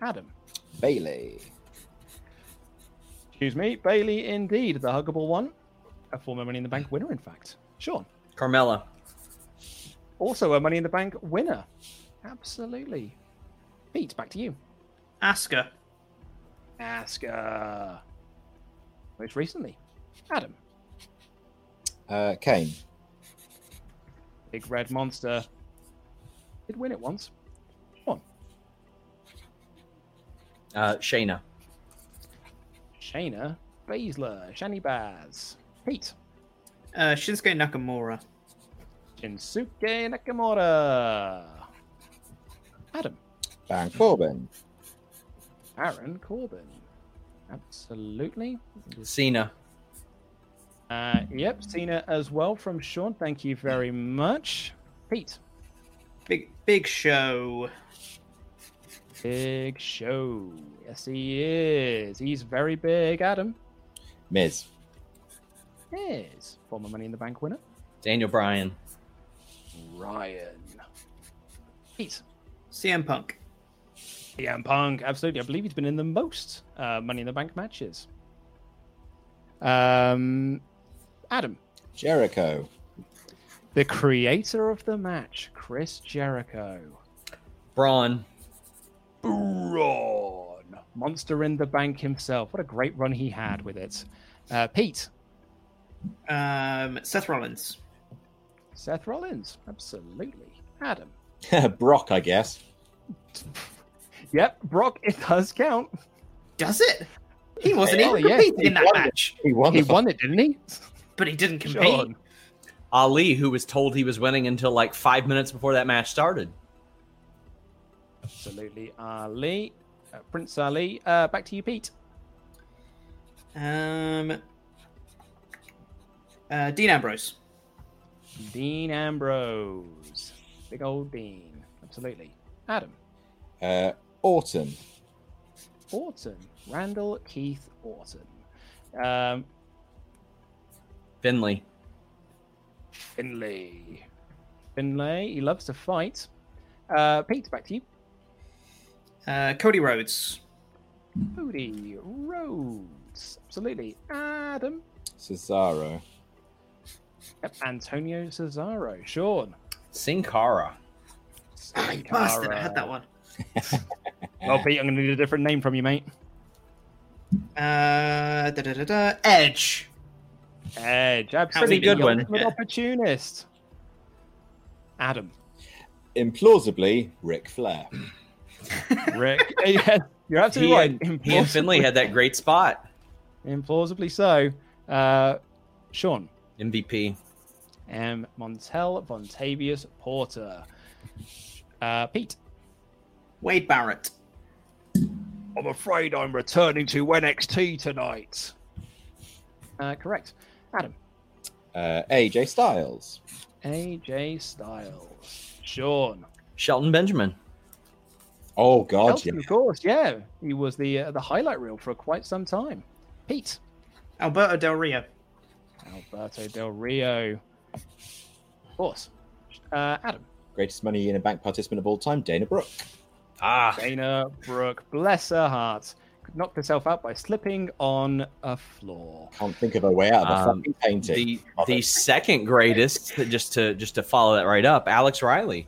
D: Adam.
B: Bailey.
D: Excuse me. Bailey, indeed. The huggable one. A former Money in the Bank winner, in fact. Sean.
H: Carmella.
D: Also a Money in the Bank winner. Absolutely. Pete, back to you.
G: Asuka.
D: Asuka. Most recently. Adam.
B: Uh, Kane.
D: Big Red Monster. Did win it once.
H: Uh, Shayna.
D: Shayna Baszler. Shani Baz. Pete.
G: Uh, Shinsuke Nakamura.
D: Shinsuke Nakamura. Adam.
B: Baron Corbin.
D: Aaron Corbin. Absolutely.
H: Cena.
D: Uh, yep, Cena as well from Sean. Thank you very much. Pete.
G: Big Big Show.
D: Big show. Yes, he is. He's very big, Adam.
B: Miz.
D: Is former Money in the Bank winner.
H: Daniel Bryan.
D: Ryan. Pete.
G: CM Punk.
D: CM Punk, absolutely. I believe he's been in the most uh, Money in the Bank matches. Um, Adam.
B: Jericho.
D: The creator of the match, Chris Jericho.
H: Braun.
D: Braun. Monster in the Bank himself. What a great run he had with it. Uh, Pete.
G: Um, Seth Rollins.
D: Seth Rollins. Absolutely. Adam.
B: Brock, I guess.
D: Yep, Brock, it does count.
G: Does it? He wasn't
D: Yeah,
G: even
D: yeah.
G: competing in that
D: He won it.
G: match,
B: He won,
D: He won it, didn't he?
G: but he didn't compete.
D: Sean.
H: Ali, who was told he was winning until like five minutes before that match started.
D: Absolutely. Ali. Uh, Prince Ali. Uh, back to you, Pete.
G: Um, uh, Dean Ambrose.
D: Dean Ambrose. Big old Dean. Absolutely. Adam.
B: Uh, Orton.
D: Orton. Randall Keith Orton. Um,
H: Finley.
D: Finlay. Finlay. He loves to fight. Uh, Pete, back to you.
G: Uh, Cody Rhodes.
D: Cody Rhodes. Absolutely. Adam.
B: Cesaro.
D: Yep. Antonio Cesaro. Sean.
H: Sin Cara.
G: I bastard, I had that one.
D: Well, Pete, I'm going to need a different name from you, mate.
G: Uh, da, da, da, da, Edge.
D: Edge,
G: Pretty
D: absolutely.
G: good one.
D: Ultimate opportunist. Adam.
B: Implausibly, Ric Flair.
D: Rick. yeah, you're absolutely
H: He
D: right.
H: and- he and Finley had that great spot.
D: Implausibly so. Uh, Sean.
H: MVP.
D: Um, Montel Vontavious Porter. Uh, Pete.
G: Wade Barrett.
D: I'm afraid I'm returning to NXT tonight. Uh, correct. Adam.
B: Uh, AJ Styles.
D: AJ Styles. Sean.
H: Shelton Benjamin.
B: Oh God,
D: Elton, Of course, yeah. He was the uh, the highlight reel for quite some time. Pete.
G: Alberto Del Rio.
D: Alberto Del Rio. Of course. Uh, Adam.
B: Greatest money in a bank participant of all time, Dana Brooke.
H: Ah.
D: Dana Brooke, bless her heart, knocked herself out by slipping on a floor.
B: Can't think of a way out of a
H: Um,
B: fucking painting.
H: The the second greatest, just to just to follow that right up, Alex Riley.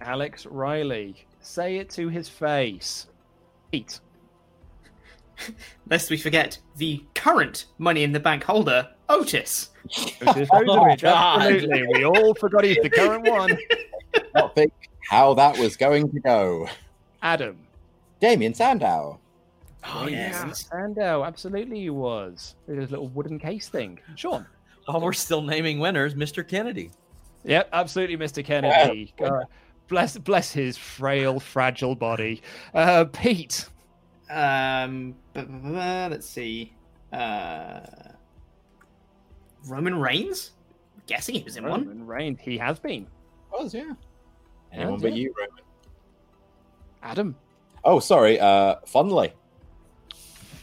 D: Alex Riley, say it to his face. Pete.
G: Lest we forget the current Money in the Bank holder, Otis.
D: Otis
G: Oh,
D: Ozovic, absolutely. We all forgot he's the current one.
B: Not think how that was going to go.
D: Adam.
B: Damien Sandow.
D: Oh, Sandow, absolutely he was. With his little wooden case thing. Sean.
H: Oh, we're still naming winners, Mr. Kennedy.
D: Yep, absolutely, Mr. Kennedy. God, bless, bless his frail, fragile body. Uh, Pete.
G: Um, bu- bu- bu- bu- let's see. Uh, Roman Reigns? I'm guessing he was in one.
D: Roman Reigns, Um, he has been.
B: Was, yeah. Anyone but you, Roman.
D: Adam.
B: Oh, sorry. Uh, Fondly.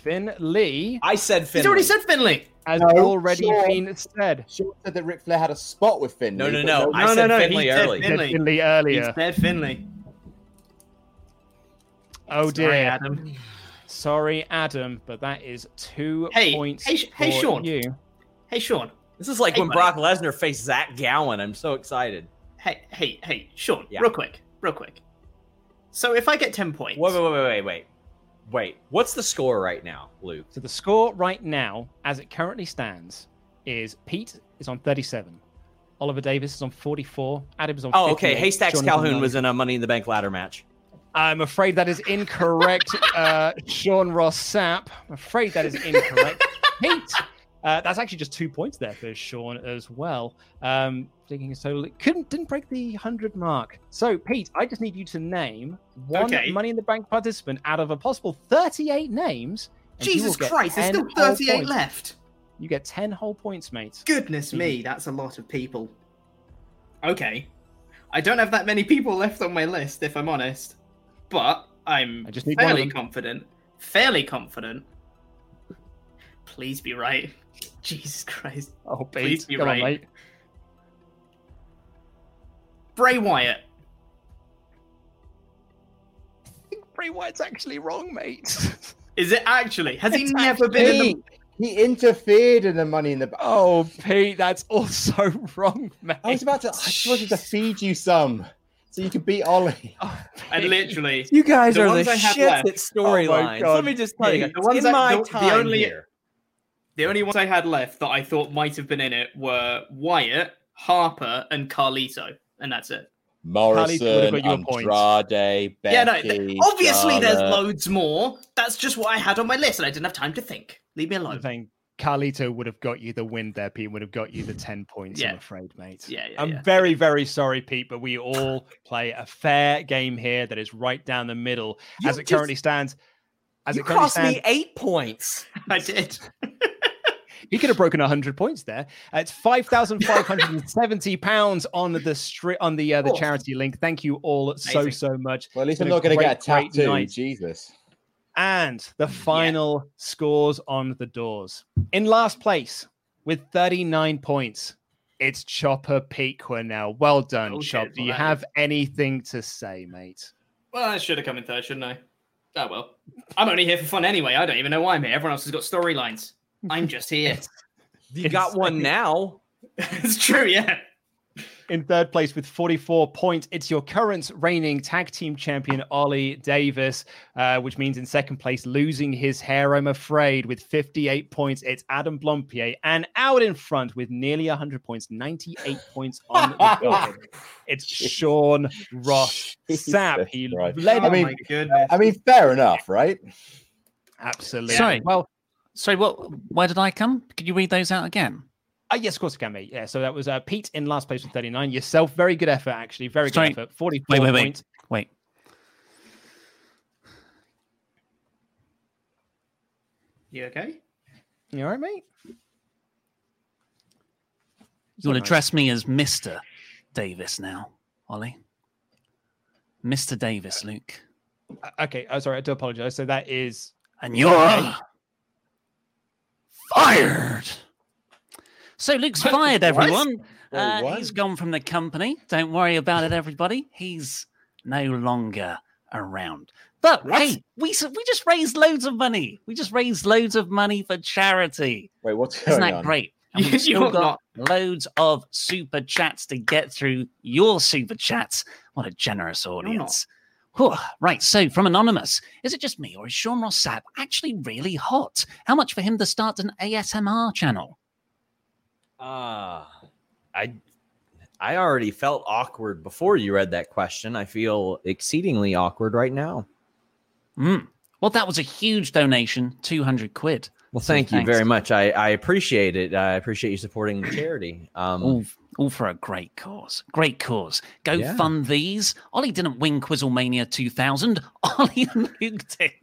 D: Finn Lee.
H: I said
G: He's already said Finley.
D: Has
B: No,
D: already
B: Sean.
D: been said.
B: Sean said that Ric Flair had a spot with Finn.
H: No,
B: Lee,
H: no,
B: but
H: no. I said Finley
G: he said
H: early.
D: Said
G: Finley.
D: Finley
G: He
D: earlier.
G: said Finley.
D: Oh dear.
G: Sorry, Adam.
D: Sorry, Adam, but that is two
G: Hey,
D: points
G: hey, Sh- hey,
D: for
G: Sean.
D: you.
G: Hey, Sean.
H: This is like
G: Hey,
H: when
G: buddy.
H: Brock Lesnar faced Zach Gowen. I'm so excited.
G: Hey, hey, hey, Sean.
H: Yeah.
G: Real quick. Real quick. So if I get 10 points.
H: Wait, wait, wait, wait, wait, wait. Wait. What's the score right now, Luke?
D: So the score right now, as it currently stands, is Pete is on 37. Oliver Davis is on 44. Adam's on
H: Oh, okay.
D: 58,
H: Haystacks
D: Sean is on
H: Calhoun
D: 90.
H: was in a Money in the Bank ladder match.
D: I'm afraid that is incorrect, uh, Sean Ross Sapp. I'm afraid that is incorrect. Pete, uh, that's actually just two points there for Sean as well. Um, thinking totally couldn't didn't break the hundred mark. So Pete, I just need you to name one
G: Okay.
D: Money in the Bank participant out of a possible 38 names. and you
G: Jesus
D: will get
G: Christ, there's
D: 10
G: still
D: whole
G: 38
D: points.
G: left.
D: You get 10 whole points, mate. Mm-hmm.
G: Goodness me, that's a lot of people. Okay. I don't have that many people left on my list, if I'm honest. But I'm
D: I just need one of
G: fairly
D: them.
G: confident. Fairly confident. Please be right. Jesus Christ.
D: Oh, Pete,
G: Please be
D: come
G: right.
D: on, mate.
G: Bray Wyatt.
D: Bray Wyatt's actually wrong, mate.
G: Is it actually? Has he
D: It's
G: never been in the.
B: He interfered in the money in the.
D: oh, Pete, that's also wrong, mate.
B: I was about to. I just wanted to feed you some, so you could beat Ollie.
D: Oh,
G: And literally.
H: You guys
G: The
H: are
G: ones
H: the
G: I have
H: shit
G: left- Oh
H: at storylines.
D: God.
H: Let me just tell you,
G: The ones
H: in
G: I-
H: my
G: the- the
H: time
G: only-
H: here,
G: The only ones I had left that I thought might have been in it were Wyatt, Harper, and Carlito. And that's it.
B: Morrison,
D: got you a point.
B: Andrade, Becky.
G: yeah, no. th- obviously, there's
B: Charlotte.
G: loads more. That's just what I had on my list, and I didn't have time to think. Leave me
D: I
G: alone.
D: think Carlito would have got you the win there, Pete. Would have got you the ten points.
G: Yeah.
D: I'm afraid, mate.
G: Yeah, yeah,
D: I'm
G: yeah.
D: very, very sorry, Pete, but we all play a fair game here that is right down the middle as it
H: just-
D: currently stands. As
H: you
D: it currently
H: cost
D: stands,
H: me eight points.
G: I did.
D: he could have broken hundred points there. Uh, It's five thousand five hundred and seventy pounds on the stri- on the uh, the
G: Oh.
D: charity link. Thank you all so
G: Amazing.
D: so much.
B: Well, at least
D: It's
B: I'm
D: been a
B: not going to get a
D: great, great
B: tattoo.
D: night.
B: Jesus.
D: And the final scores on the doors. In last place with 39 points, it's Chopper Pete Now, Well done,
G: Bullshit
D: Chop.
G: is
D: Do
G: what
D: you
G: that
D: have anything to say, mate?
G: Well, I should have come in third, shouldn't I? Oh well. I'm only here for fun anyway. I don't even know why I'm here. Everyone else has got storylines. I'm just here.
H: You got one now.
G: it's true, yeah.
D: in third place with 44 points. It's your current reigning tag team champion, Ollie Davis, uh, which means in second place, losing his hair, I'm afraid, with 58 points. It's Adam Blompier, and out in front with nearly 100 points, 98 points on the board. It's Sean Ross Sapp. He led.
B: I mean, I mean, fair enough, right?
D: Absolutely.
C: Sorry.
D: Well,
C: sorry. What? Where did I come? Could you read those out again?
D: Uh, yes, of course it can be. Yeah, so that was uh, Pete in last place with 39. Yourself, very good effort, actually. Very
C: Sorry.
D: good effort. 44
C: Wait, wait,
D: points.
C: wait, wait.
G: You okay?
D: You all right, mate?
C: You'll address me as Mister Davis now, Ollie. Mister Davis, Luke,
D: Uh, Okay, oh, sorry, I do apologize. So that is.
C: and you're fired. So Luke's fired, everyone.
D: Wait,
C: Uh,
D: what?
C: he's gone from the company. Don't worry about it, everybody. He's no longer around. But hey, we s- we just raised loads of money. We just raised loads of money for charity.
B: Wait, what's
C: Isn't
B: going
C: that
B: on?
C: great? And
B: You-
C: we've still
B: you're
C: got loads of super chats to get through your super chats. What a generous audience. Whew. Right, so from Anonymous, is it just me or is Sean Ross Sapp actually really hot? How much for him to start an ASMR channel?
H: Uh, I I already felt awkward before you read that question. I feel exceedingly awkward right now.
C: Mm. Well, that was a huge donation, 200 quid.
H: Well,
C: So
H: thank you
C: thanks.
H: very much. I, I appreciate it. I appreciate you supporting the charity. Um,
C: all, all for a great cause. Great cause. Go
H: Yeah.
C: fund these. Ollie didn't win Quizzlemania 2000. Ollie and Luke did.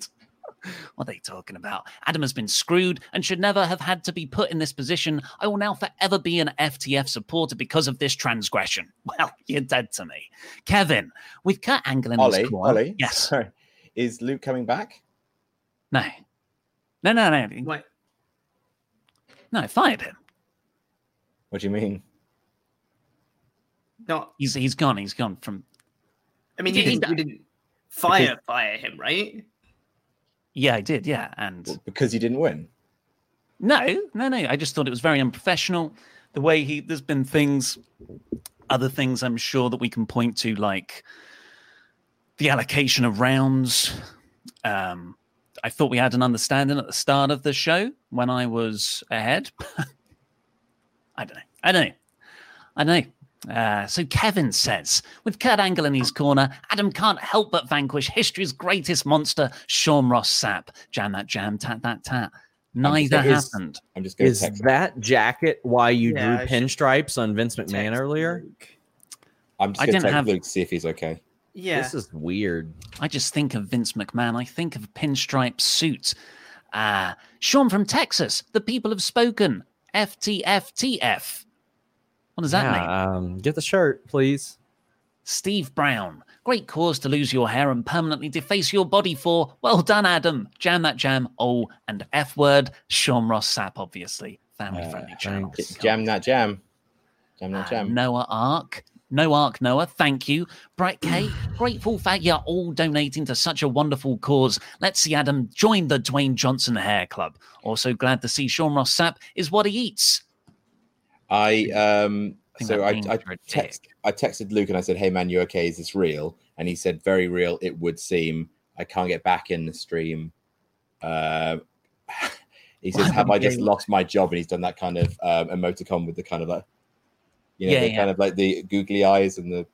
C: What are they talking about? Adam has been screwed and should never have had to be put in this position. I will now forever be an FTF supporter because of this transgression. Well, you're dead to me. Kevin, with Kurt Angle in
B: Ollie,
C: the squad.
B: Ollie,
C: Yes.
B: Sorry. Is Luke coming back?
C: No. No, no, no. No, I fired him.
B: What do you mean?
G: No,
C: He's he's gone. He's gone from
G: I mean,
C: He
G: you
C: didn't
G: didn't, you didn't fire fire him, right?
C: Yeah, I did. Yeah, and
B: because you didn't win.
C: No, no, no. I just thought it was very unprofessional. The way he there's been things, other things I'm sure that we can point to, like the allocation of rounds. Um, I thought we had an understanding at the start of the show when I was ahead. I don't know. I don't know. I know. Uh, so Kevin says, with Kurt Angle in his corner, Adam can't help but vanquish history's greatest monster, Sean Ross Sapp. Jam that jam, tat that tat. Neither
H: Is-
C: happened.
B: I'm just
H: Is that jacket why you
C: Yeah, I
H: drew pinstripes on Vince McMahon earlier?
B: I'm just
C: I
B: going
C: didn't
B: to text
C: have-
B: Luke to see if he's okay.
G: Yeah.
H: This is weird.
C: I just think of Vince McMahon. I think of pinstripe suits. Uh, Sean from Texas. The people have spoken. FTFTF. What does that mean?
H: Yeah, Um, get the shirt, please.
C: Steve Brown. Great cause to lose your hair and permanently deface your body for. Well done, Adam. Jam that jam. Oh, and F word. Sean Ross Sapp, obviously. Family
H: Uh,
C: friendly channel.
B: It's jam that jam. Jam that
C: Uh,
B: jam.
C: Noah Ark. No Ark Noah, thank you. Bright K, grateful that you're all donating to such a wonderful cause. Let's see Adam join the Dwayne Johnson Hair Club. Also glad to see Sean Ross Sapp is what he eats.
B: I um
C: think
B: so
C: that
B: I,
C: means
B: I text I texted Luke and I said, "Hey man, you okay? Is this real?" And he said, "Very real. It would seem. I can't get back in the stream." Uh, he says, "Have I just lost my job?" And he's done that kind of um, emoticon with the kind of like, you know,
C: Yeah,
B: the
C: yeah.
B: kind of like the googly eyes and the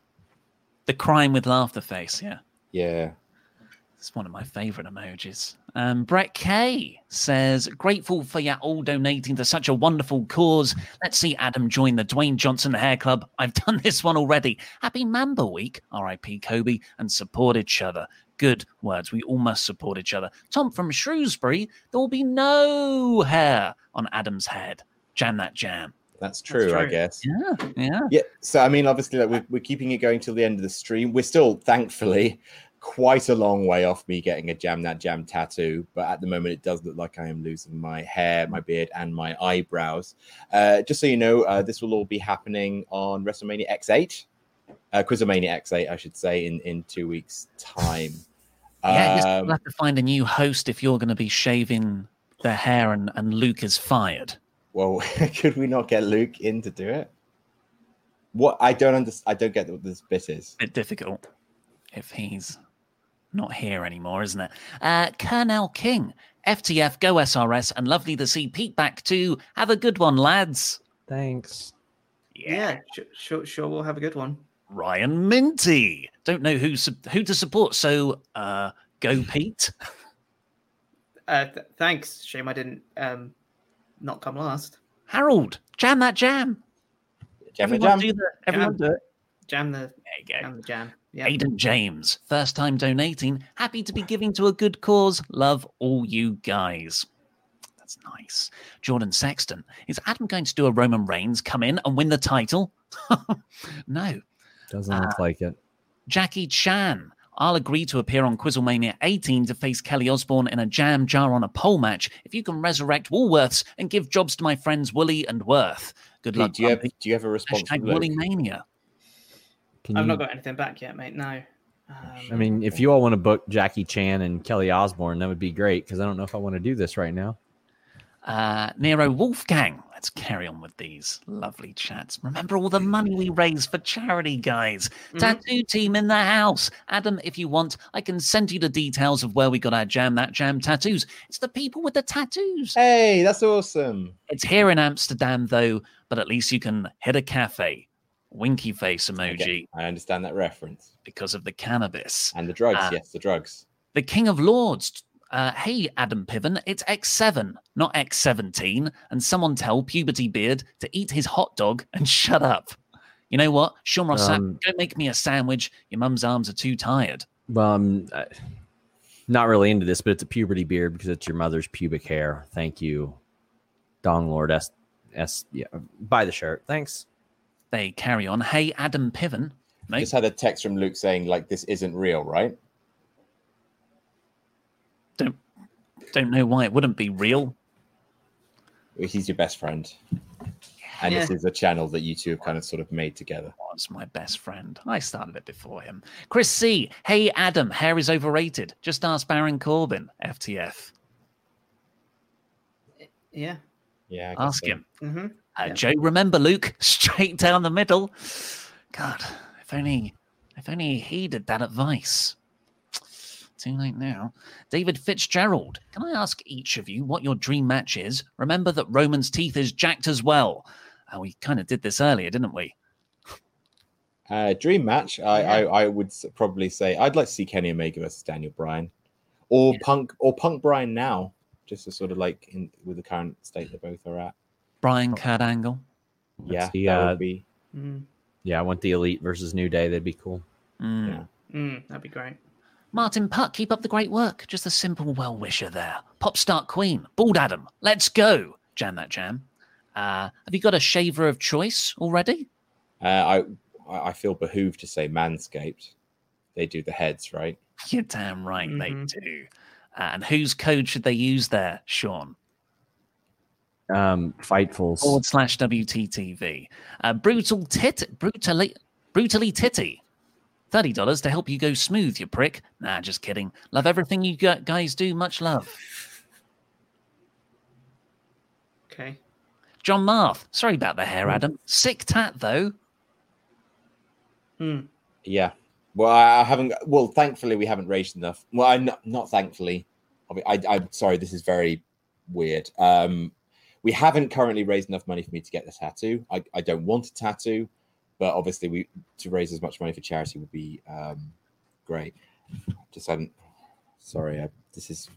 C: The crime with laughter face, yeah.
B: yeah.
C: It's one of my favorite emojis. Um, Brett K says, Grateful for you all donating to such a wonderful cause. Let's see Adam join the Dwayne Johnson Hair Club. I've done this one already. Happy Mamba Week, RIP Kobe, and support each other. Good words. We all must support each other. Tom from Shrewsbury, there will be no hair on Adam's head. Jam that jam.
B: That's true, I
C: true.
B: guess.
C: Yeah, yeah.
B: Yeah. So I mean, obviously, like we're, we're keeping it going till the end of the stream. We're still, thankfully, quite a long way off me getting a jam that jam tattoo. But at the moment, it does look like I am losing my hair, my beard, and my eyebrows. Uh, just so you know, uh, this will all be happening on WrestleMania X8, uh, Quizomania X8, I should say, in in two weeks' time.
C: yeah, yes,
B: Um,
C: we'll have to find a new host if you're going to be shaving their hair and, and Luke is fired.
B: well, could we not get Luke in to do it? What I don't understand. I don't get what this bit is.
C: bit difficult if he's not here anymore, isn't it? Uh, Colonel King, FTF, go SRS, and lovely to see Pete back too. Have a good one, lads.
H: Thanks.
G: Yeah, sure, sure, sure we'll have a good one.
C: Ryan Minty, don't know who su- who to support, so uh, go Pete.
G: Uh, th- thanks. Shame I didn't um, not come last.
C: Harold, jam that jam. Everyone do the- everyone do it.
G: Jam the jam the jam. Yeah.
C: Aidan James, first time donating. Happy to be giving to a good cause. Love all you guys. That's nice. Jordan Sexton, is Adam going to do a Roman Reigns come in and win the title? no. Uh,
H: Doesn't look like it.
C: Jackie Chan. I'll agree to appear on Quizlemania 18 to face Kelly Osborne in a jam jar on a pole match if you can resurrect Woolworths and give jobs to my friends Wooly and Worth. Good
B: Pete,
C: luck.
B: do you have- do you have a response
C: Hashtag
B: from Luke?
C: Wooly Mania.
G: I've not got anything back yet, mate. No. Um,
H: I mean, if you all want to book Jackie Chan and Kelly Osborne, that would be great because I don't know if I want to do this right now.
C: Uh, Nero Wolfgang. Let's carry on with these lovely chats. Remember all the money we raise for charity, guys.
G: Mm-hmm.
C: Tattoo team in the house. Adam, if you want, I can send you the details of where we got our jam that jam tattoos. It's the people with the tattoos.
B: Hey, that's awesome.
C: It's here in Amsterdam, though, but at least you can hit a cafe. Winky face emoji.
B: I understand that reference.
C: Because of the cannabis.
B: And the drugs.
C: Ah.
B: yes, the drugs.
C: The King of Lords. Uh, hey, Adam Piven, it's X7, not X17. And someone tell Puberty Beard to eat his hot dog and shut up. You know what? Sean Ross, Sapp,
H: Um,
C: go make me a sandwich. Your mum's arms are too tired.
H: Well, I'm I- not really into this, but it's a puberty beard because it's your mother's pubic hair. Thank you, Dong Lord S. S. Yeah, buy the shirt. Thanks.
C: They carry on. Hey, Adam Piven.
B: Just had a text from Luke saying like this isn't real, right?
C: Don't know why it wouldn't be real.
B: He's your best friend, and this
C: Yeah.
B: is a channel that you two have kind of sort of made together.
C: Was my best friend. I started it before him. Chris C. Hey, Adam, hair is overrated. Just ask Baron Corbin. FTF.
G: yeah.
B: Yeah.
C: Ask him.
G: hmm
C: Uh, Joe, remember Luke, straight down the middle. God, if only, if only he heeded that advice. Too late now. David Fitzgerald, can I ask each of you what your dream match is? Remember that Roman's teeth is jacked as well. Uh, we kind of did this earlier, didn't we?
B: Uh, dream match. I, I I would s- probably say I'd like to see Kenny Omega versus Daniel Bryan, or Punk or Punk Bryan now, just to sort of like in with the current state that both are at.
C: Brian Kurt Angle.
B: Yeah,
H: the,
B: that
H: uh,
B: would be.
G: Mm,
H: Yeah, I want the Elite versus New Day. That'd be cool.
C: Mm.
G: mm, that'd be great.
C: Martin Puck, keep up the great work. Just a simple well wisher there. Pop star queen, Bald Adam, let's go. Jam that jam. Uh, have you got a shaver of choice already?
B: Uh, I I I feel behooved to say Manscaped. They do the heads, right?
C: You're damn right they do. Uh, and whose code should they use there, Sean?
H: Um, Fightfuls.
C: Forward slash WTTV. Uh, brutal tit, brutally, brutally titty. Thirty dollars to help you go smooth, you prick. Nah, just kidding. Love everything you gu- guys do. Much love,
G: Okay.
C: John Marth. Sorry about the hair, Adam. Sick tat though.
G: Mm.
B: Yeah. Well, I I haven't. Well, thankfully, we haven't raged enough. Well, I'm not, not thankfully. I mean, I, I'm sorry. This is very weird. Um, we haven't currently raised enough money for me to get the tattoo. I, I don't want a tattoo, but obviously, we to raise as much money for charity would be um, great. Just hadn't. Sorry, I, this is.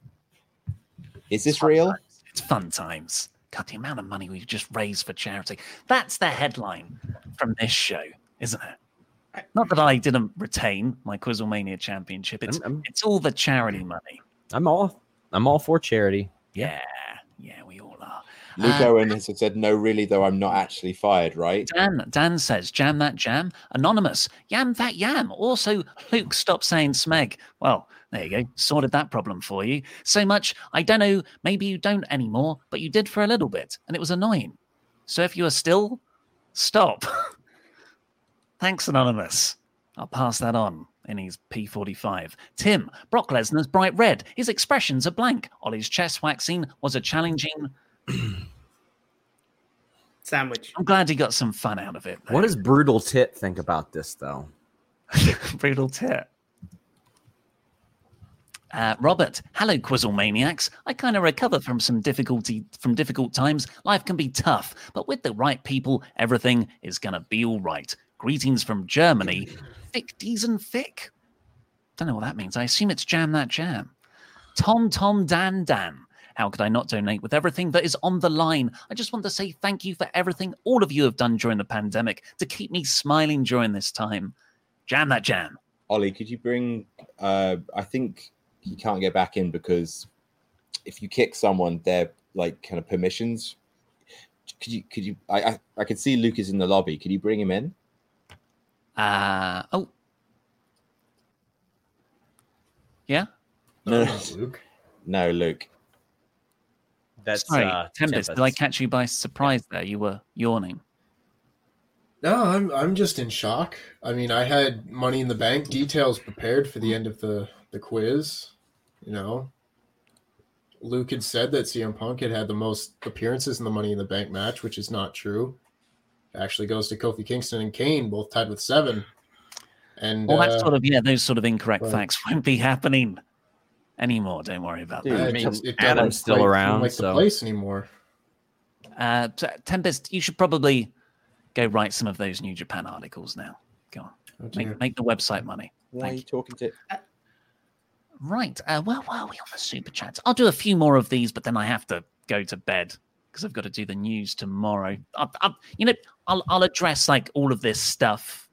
B: Is this real?
C: It's fun times. God, the amount of money we've just raised for charity. That's the headline from this show, isn't it? Not that I didn't retain my Quizlemania championship. It's it's all the charity money.
H: I'm all. I'm all for charity.
C: Yeah, yeah, we all are.
B: Luke
C: Um,
B: Owen has said, "No, really, though, I'm not actually fired." Right?
C: Dan Dan says, "Jam that jam." Anonymous, yam that yam. Also, Luke, stop saying smeg. Well, there you go. Sorted that problem for you. So much. I don't know. Maybe you don't anymore, but you did for a little bit, and it was annoying. So if you are still, stop. Thanks, Anonymous. I'll pass that on in his P45. Tim, Brock Lesnar's bright red. His expressions are blank. Ollie's chest waxing was a challenging
G: Sandwich.
C: I'm glad he got some fun out of it.
H: What does Brutal Tit think about this, though?
C: Brutal Tit. Uh, Robert, hello, Quizzle Maniacs. I kind of recover from some difficulty from difficult times. Life can be tough, but with the right people, everything is gonna be all right. Greetings from Germany, thick D's and thick. Don't know what that means. I assume it's jam that jam. Tom Tom Dan Dan. How could I not donate with everything that is on the line? I just want to say thank you for everything all of you have done during the pandemic to keep me smiling during this time. Jam that jam.
B: Ollie, could you bring? Uh, I think he can't get back in because if you kick someone, they're like kind of permissions. Could you? Could you? I I, I could see Luke is in the lobby. Could you bring him in?
C: Uh oh. Yeah.
B: No, no, Luke. No, Luke.
H: That's
C: Sorry, Tempest. Did I catch you by surprise? There, you were yawning.
J: No, I'm I'm just in shock. I mean, I had money in the bank details prepared for the end of the the quiz. You know, Luke had said that CM Punk had had the most appearances in the Money in the Bank match, which is not true. It actually goes to Kofi Kingston and Kane, both tied with seven. And
C: Well,
J: uh,
C: that sort of yeah, those sort of incorrect
J: well-
C: facts won't be happening anymore. Don't worry about
J: Dude,
C: that.
J: it just- it doesn't quite seem like the place anymore.
C: Uh, T- Tempest, you should probably go write some of those New Japan articles now. Go on,
J: Oh, dear.
C: make, make the website money.
B: Why are you talking to?
C: Right. Uh, where were we on the super chats? I'll do a few more of these, but then I have to go to bed because I've got to do the news tomorrow. I, I, you know, I'll, I'll address like all of this stuff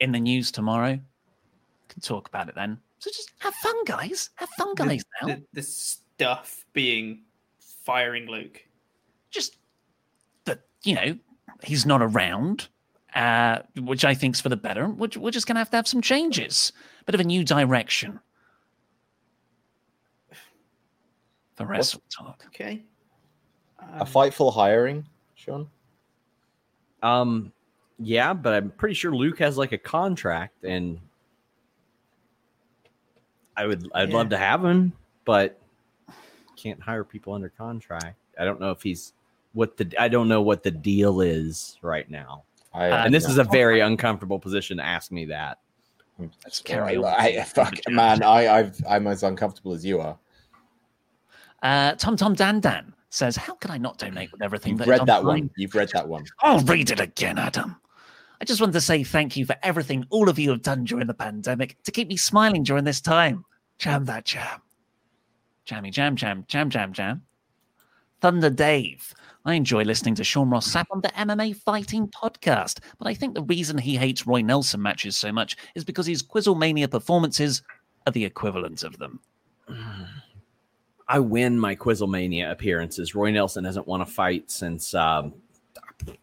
C: in the news tomorrow. Can talk about it then. So just have fun, guys. Have fun,
G: The-
C: guys. now.
G: The, the stuff being firing Luke.
C: Just But you know, he's not around, uh, which I think's for the better. We're, we're just gonna have to have some changes, bit of a new direction for wrestle talk.
G: Okay.
B: a fightful hiring, Sean.
H: Um, yeah, but I'm pretty sure Luke has like a contract, and I would I'd
G: Yeah.
H: love to have him, but can't hire people under contract. I don't know if he's what the I don't know what the deal is right now.
B: I,
H: and this
B: yeah.
H: is a very uncomfortable position to ask me that.
B: Let's
C: carry on.
B: I, I- fuck, man, I, I've, I'm as uncomfortable as you are.
C: Uh, Tom Tom Dan Dan says, "How can I not donate with everything?"
B: You've
C: that is
B: read that
C: online?"
B: one. You've read that one.
C: I'll read it again, Adam. I just wanted to say thank you for everything all of you have done during the pandemic to keep me smiling during this time. Jam that jam. Jammy jam jam jam jam jam. Thunder Dave. I enjoy listening to Sean Ross Sapp on the MMA Fighting Podcast, but I think the reason he hates Roy Nelson matches so much is because his Quizzlemania performances are the equivalent of them.
H: I win my Quizzlemania appearances. Roy Nelson hasn't won a fight since um,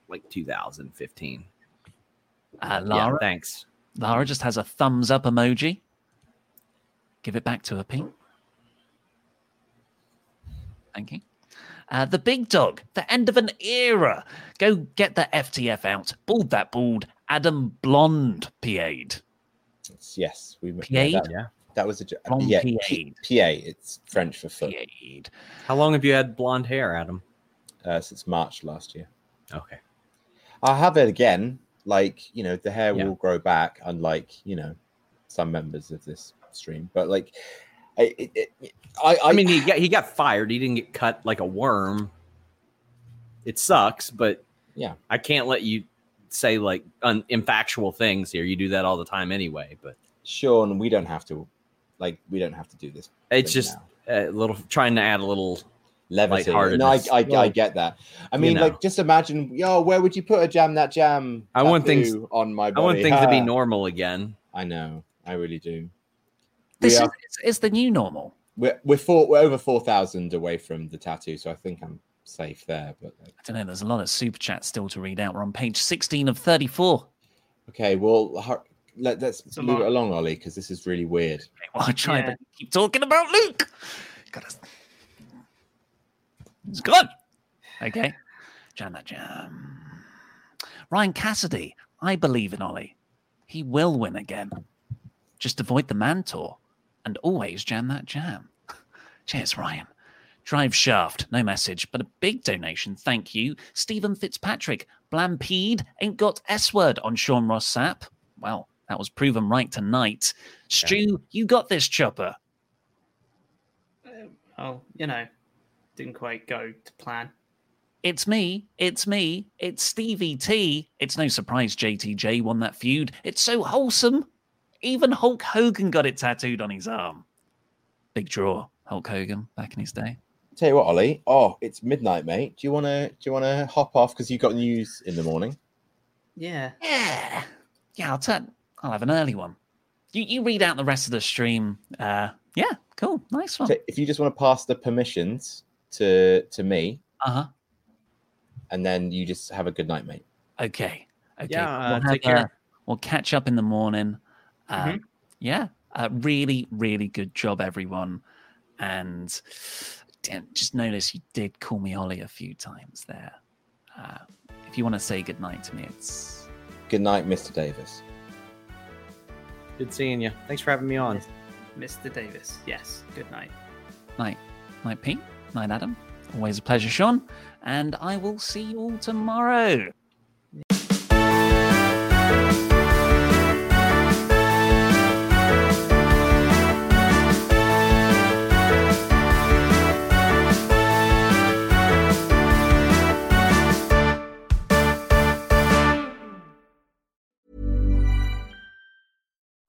H: like 2015.
C: Uh,
H: Yeah,
C: Lara?
H: thanks.
C: Lara just has a thumbs up emoji. Give it back to her, Pete. Thank you. Uh, the big dog, the end of an era. Go get the FTF out. Bald that bald. Adam Blonde PA'd.
B: It's- yes, we made
C: Pied?
B: that. Yeah. That was a j-
C: Wrong
B: yeah,
C: pied.
B: P- PA. It's French for foot.
H: How long have you had blonde hair, Adam?
B: Uh, since March last year.
H: Okay.
B: I'll have it again. Like you know, the hair will grow back, unlike you know some members of this stream. But like, I, it, it, I, I,
H: mean, he got, he got fired. He didn't get cut like a worm. It sucks, but
B: Yeah.
H: I can't let you say like un- infactual things here. You do that all the time anyway. But
B: Sean, we don't have to. Like, we don't have to do this.
H: it's just a little trying to add a little
B: levity.
H: lightheartedness.
B: No, I, I, I get that. I
H: You
B: mean,
H: know.
B: like, just imagine. Yo, where would you put a jam that jam?
H: I want things
B: tattoo on my. Body?
H: I want things to be
B: Ah.
H: normal again.
B: I know. I really do.
C: This
B: we
C: is
B: are,
C: it's, it's the new normal.
B: we're we're, four, we're over four thousand away from the tattoo, so I think I'm safe there. But like,
C: I don't know. There's a lot of super chats still to read out. We're on page 16 of 34.
B: okay, well, hur- let, us
C: a
B: move
C: lot.
B: it along, Ollie, because this is really weird.
C: Well, I try, but you keep talking about Luke. Got It's good. Okay. Jam that jam. Ryan Cassidy, I believe in Ollie. He will win again. Just avoid the Mantor and always jam that jam. Cheers, Ryan. Drive Shaft, no message, but a big donation, thank you. Stephen Fitzpatrick, Blampede, ain't got S word on Sean Ross Sapp. Well, that was proven right tonight. Stu, you got this chopper.
G: Oh, you know, didn't quite go to plan.
C: It's me, it's me, it's Stevie T. It's no surprise JTJ won that feud. It's so wholesome. Even Hulk Hogan got it tattooed on his arm. Big draw, Hulk Hogan back in his day.
B: Tell you what, Ollie. Oh, it's midnight, mate. Do you wanna do you wanna hop off because you got news in the morning?
G: Yeah.
C: Yeah. Yeah, I'll turn. I'll have an early one. You you read out the rest of the stream. Uh yeah, cool. Nice one.
B: So if you just want to pass the permissions to to me,
C: Uh-huh.
B: and then you just have a good night, mate.
C: Okay. Okay.
B: Yeah, uh,
C: we'll, have
B: take care.
C: a- we'll catch up in the morning. Um,
B: Mhm.
C: Yeah. Uh, really, really good job, everyone. And damn, just notice you did call me Ollie a few times there. Uh, if you want to say goodnight to me, it's
B: Good night, Mr. Davis.
H: Good seeing you. Thanks for having me on.
G: Mr. Davis. Yes. Good night.
C: night, night, Pete, night, Adam. Always a pleasure, Sean. And I will see you all tomorrow.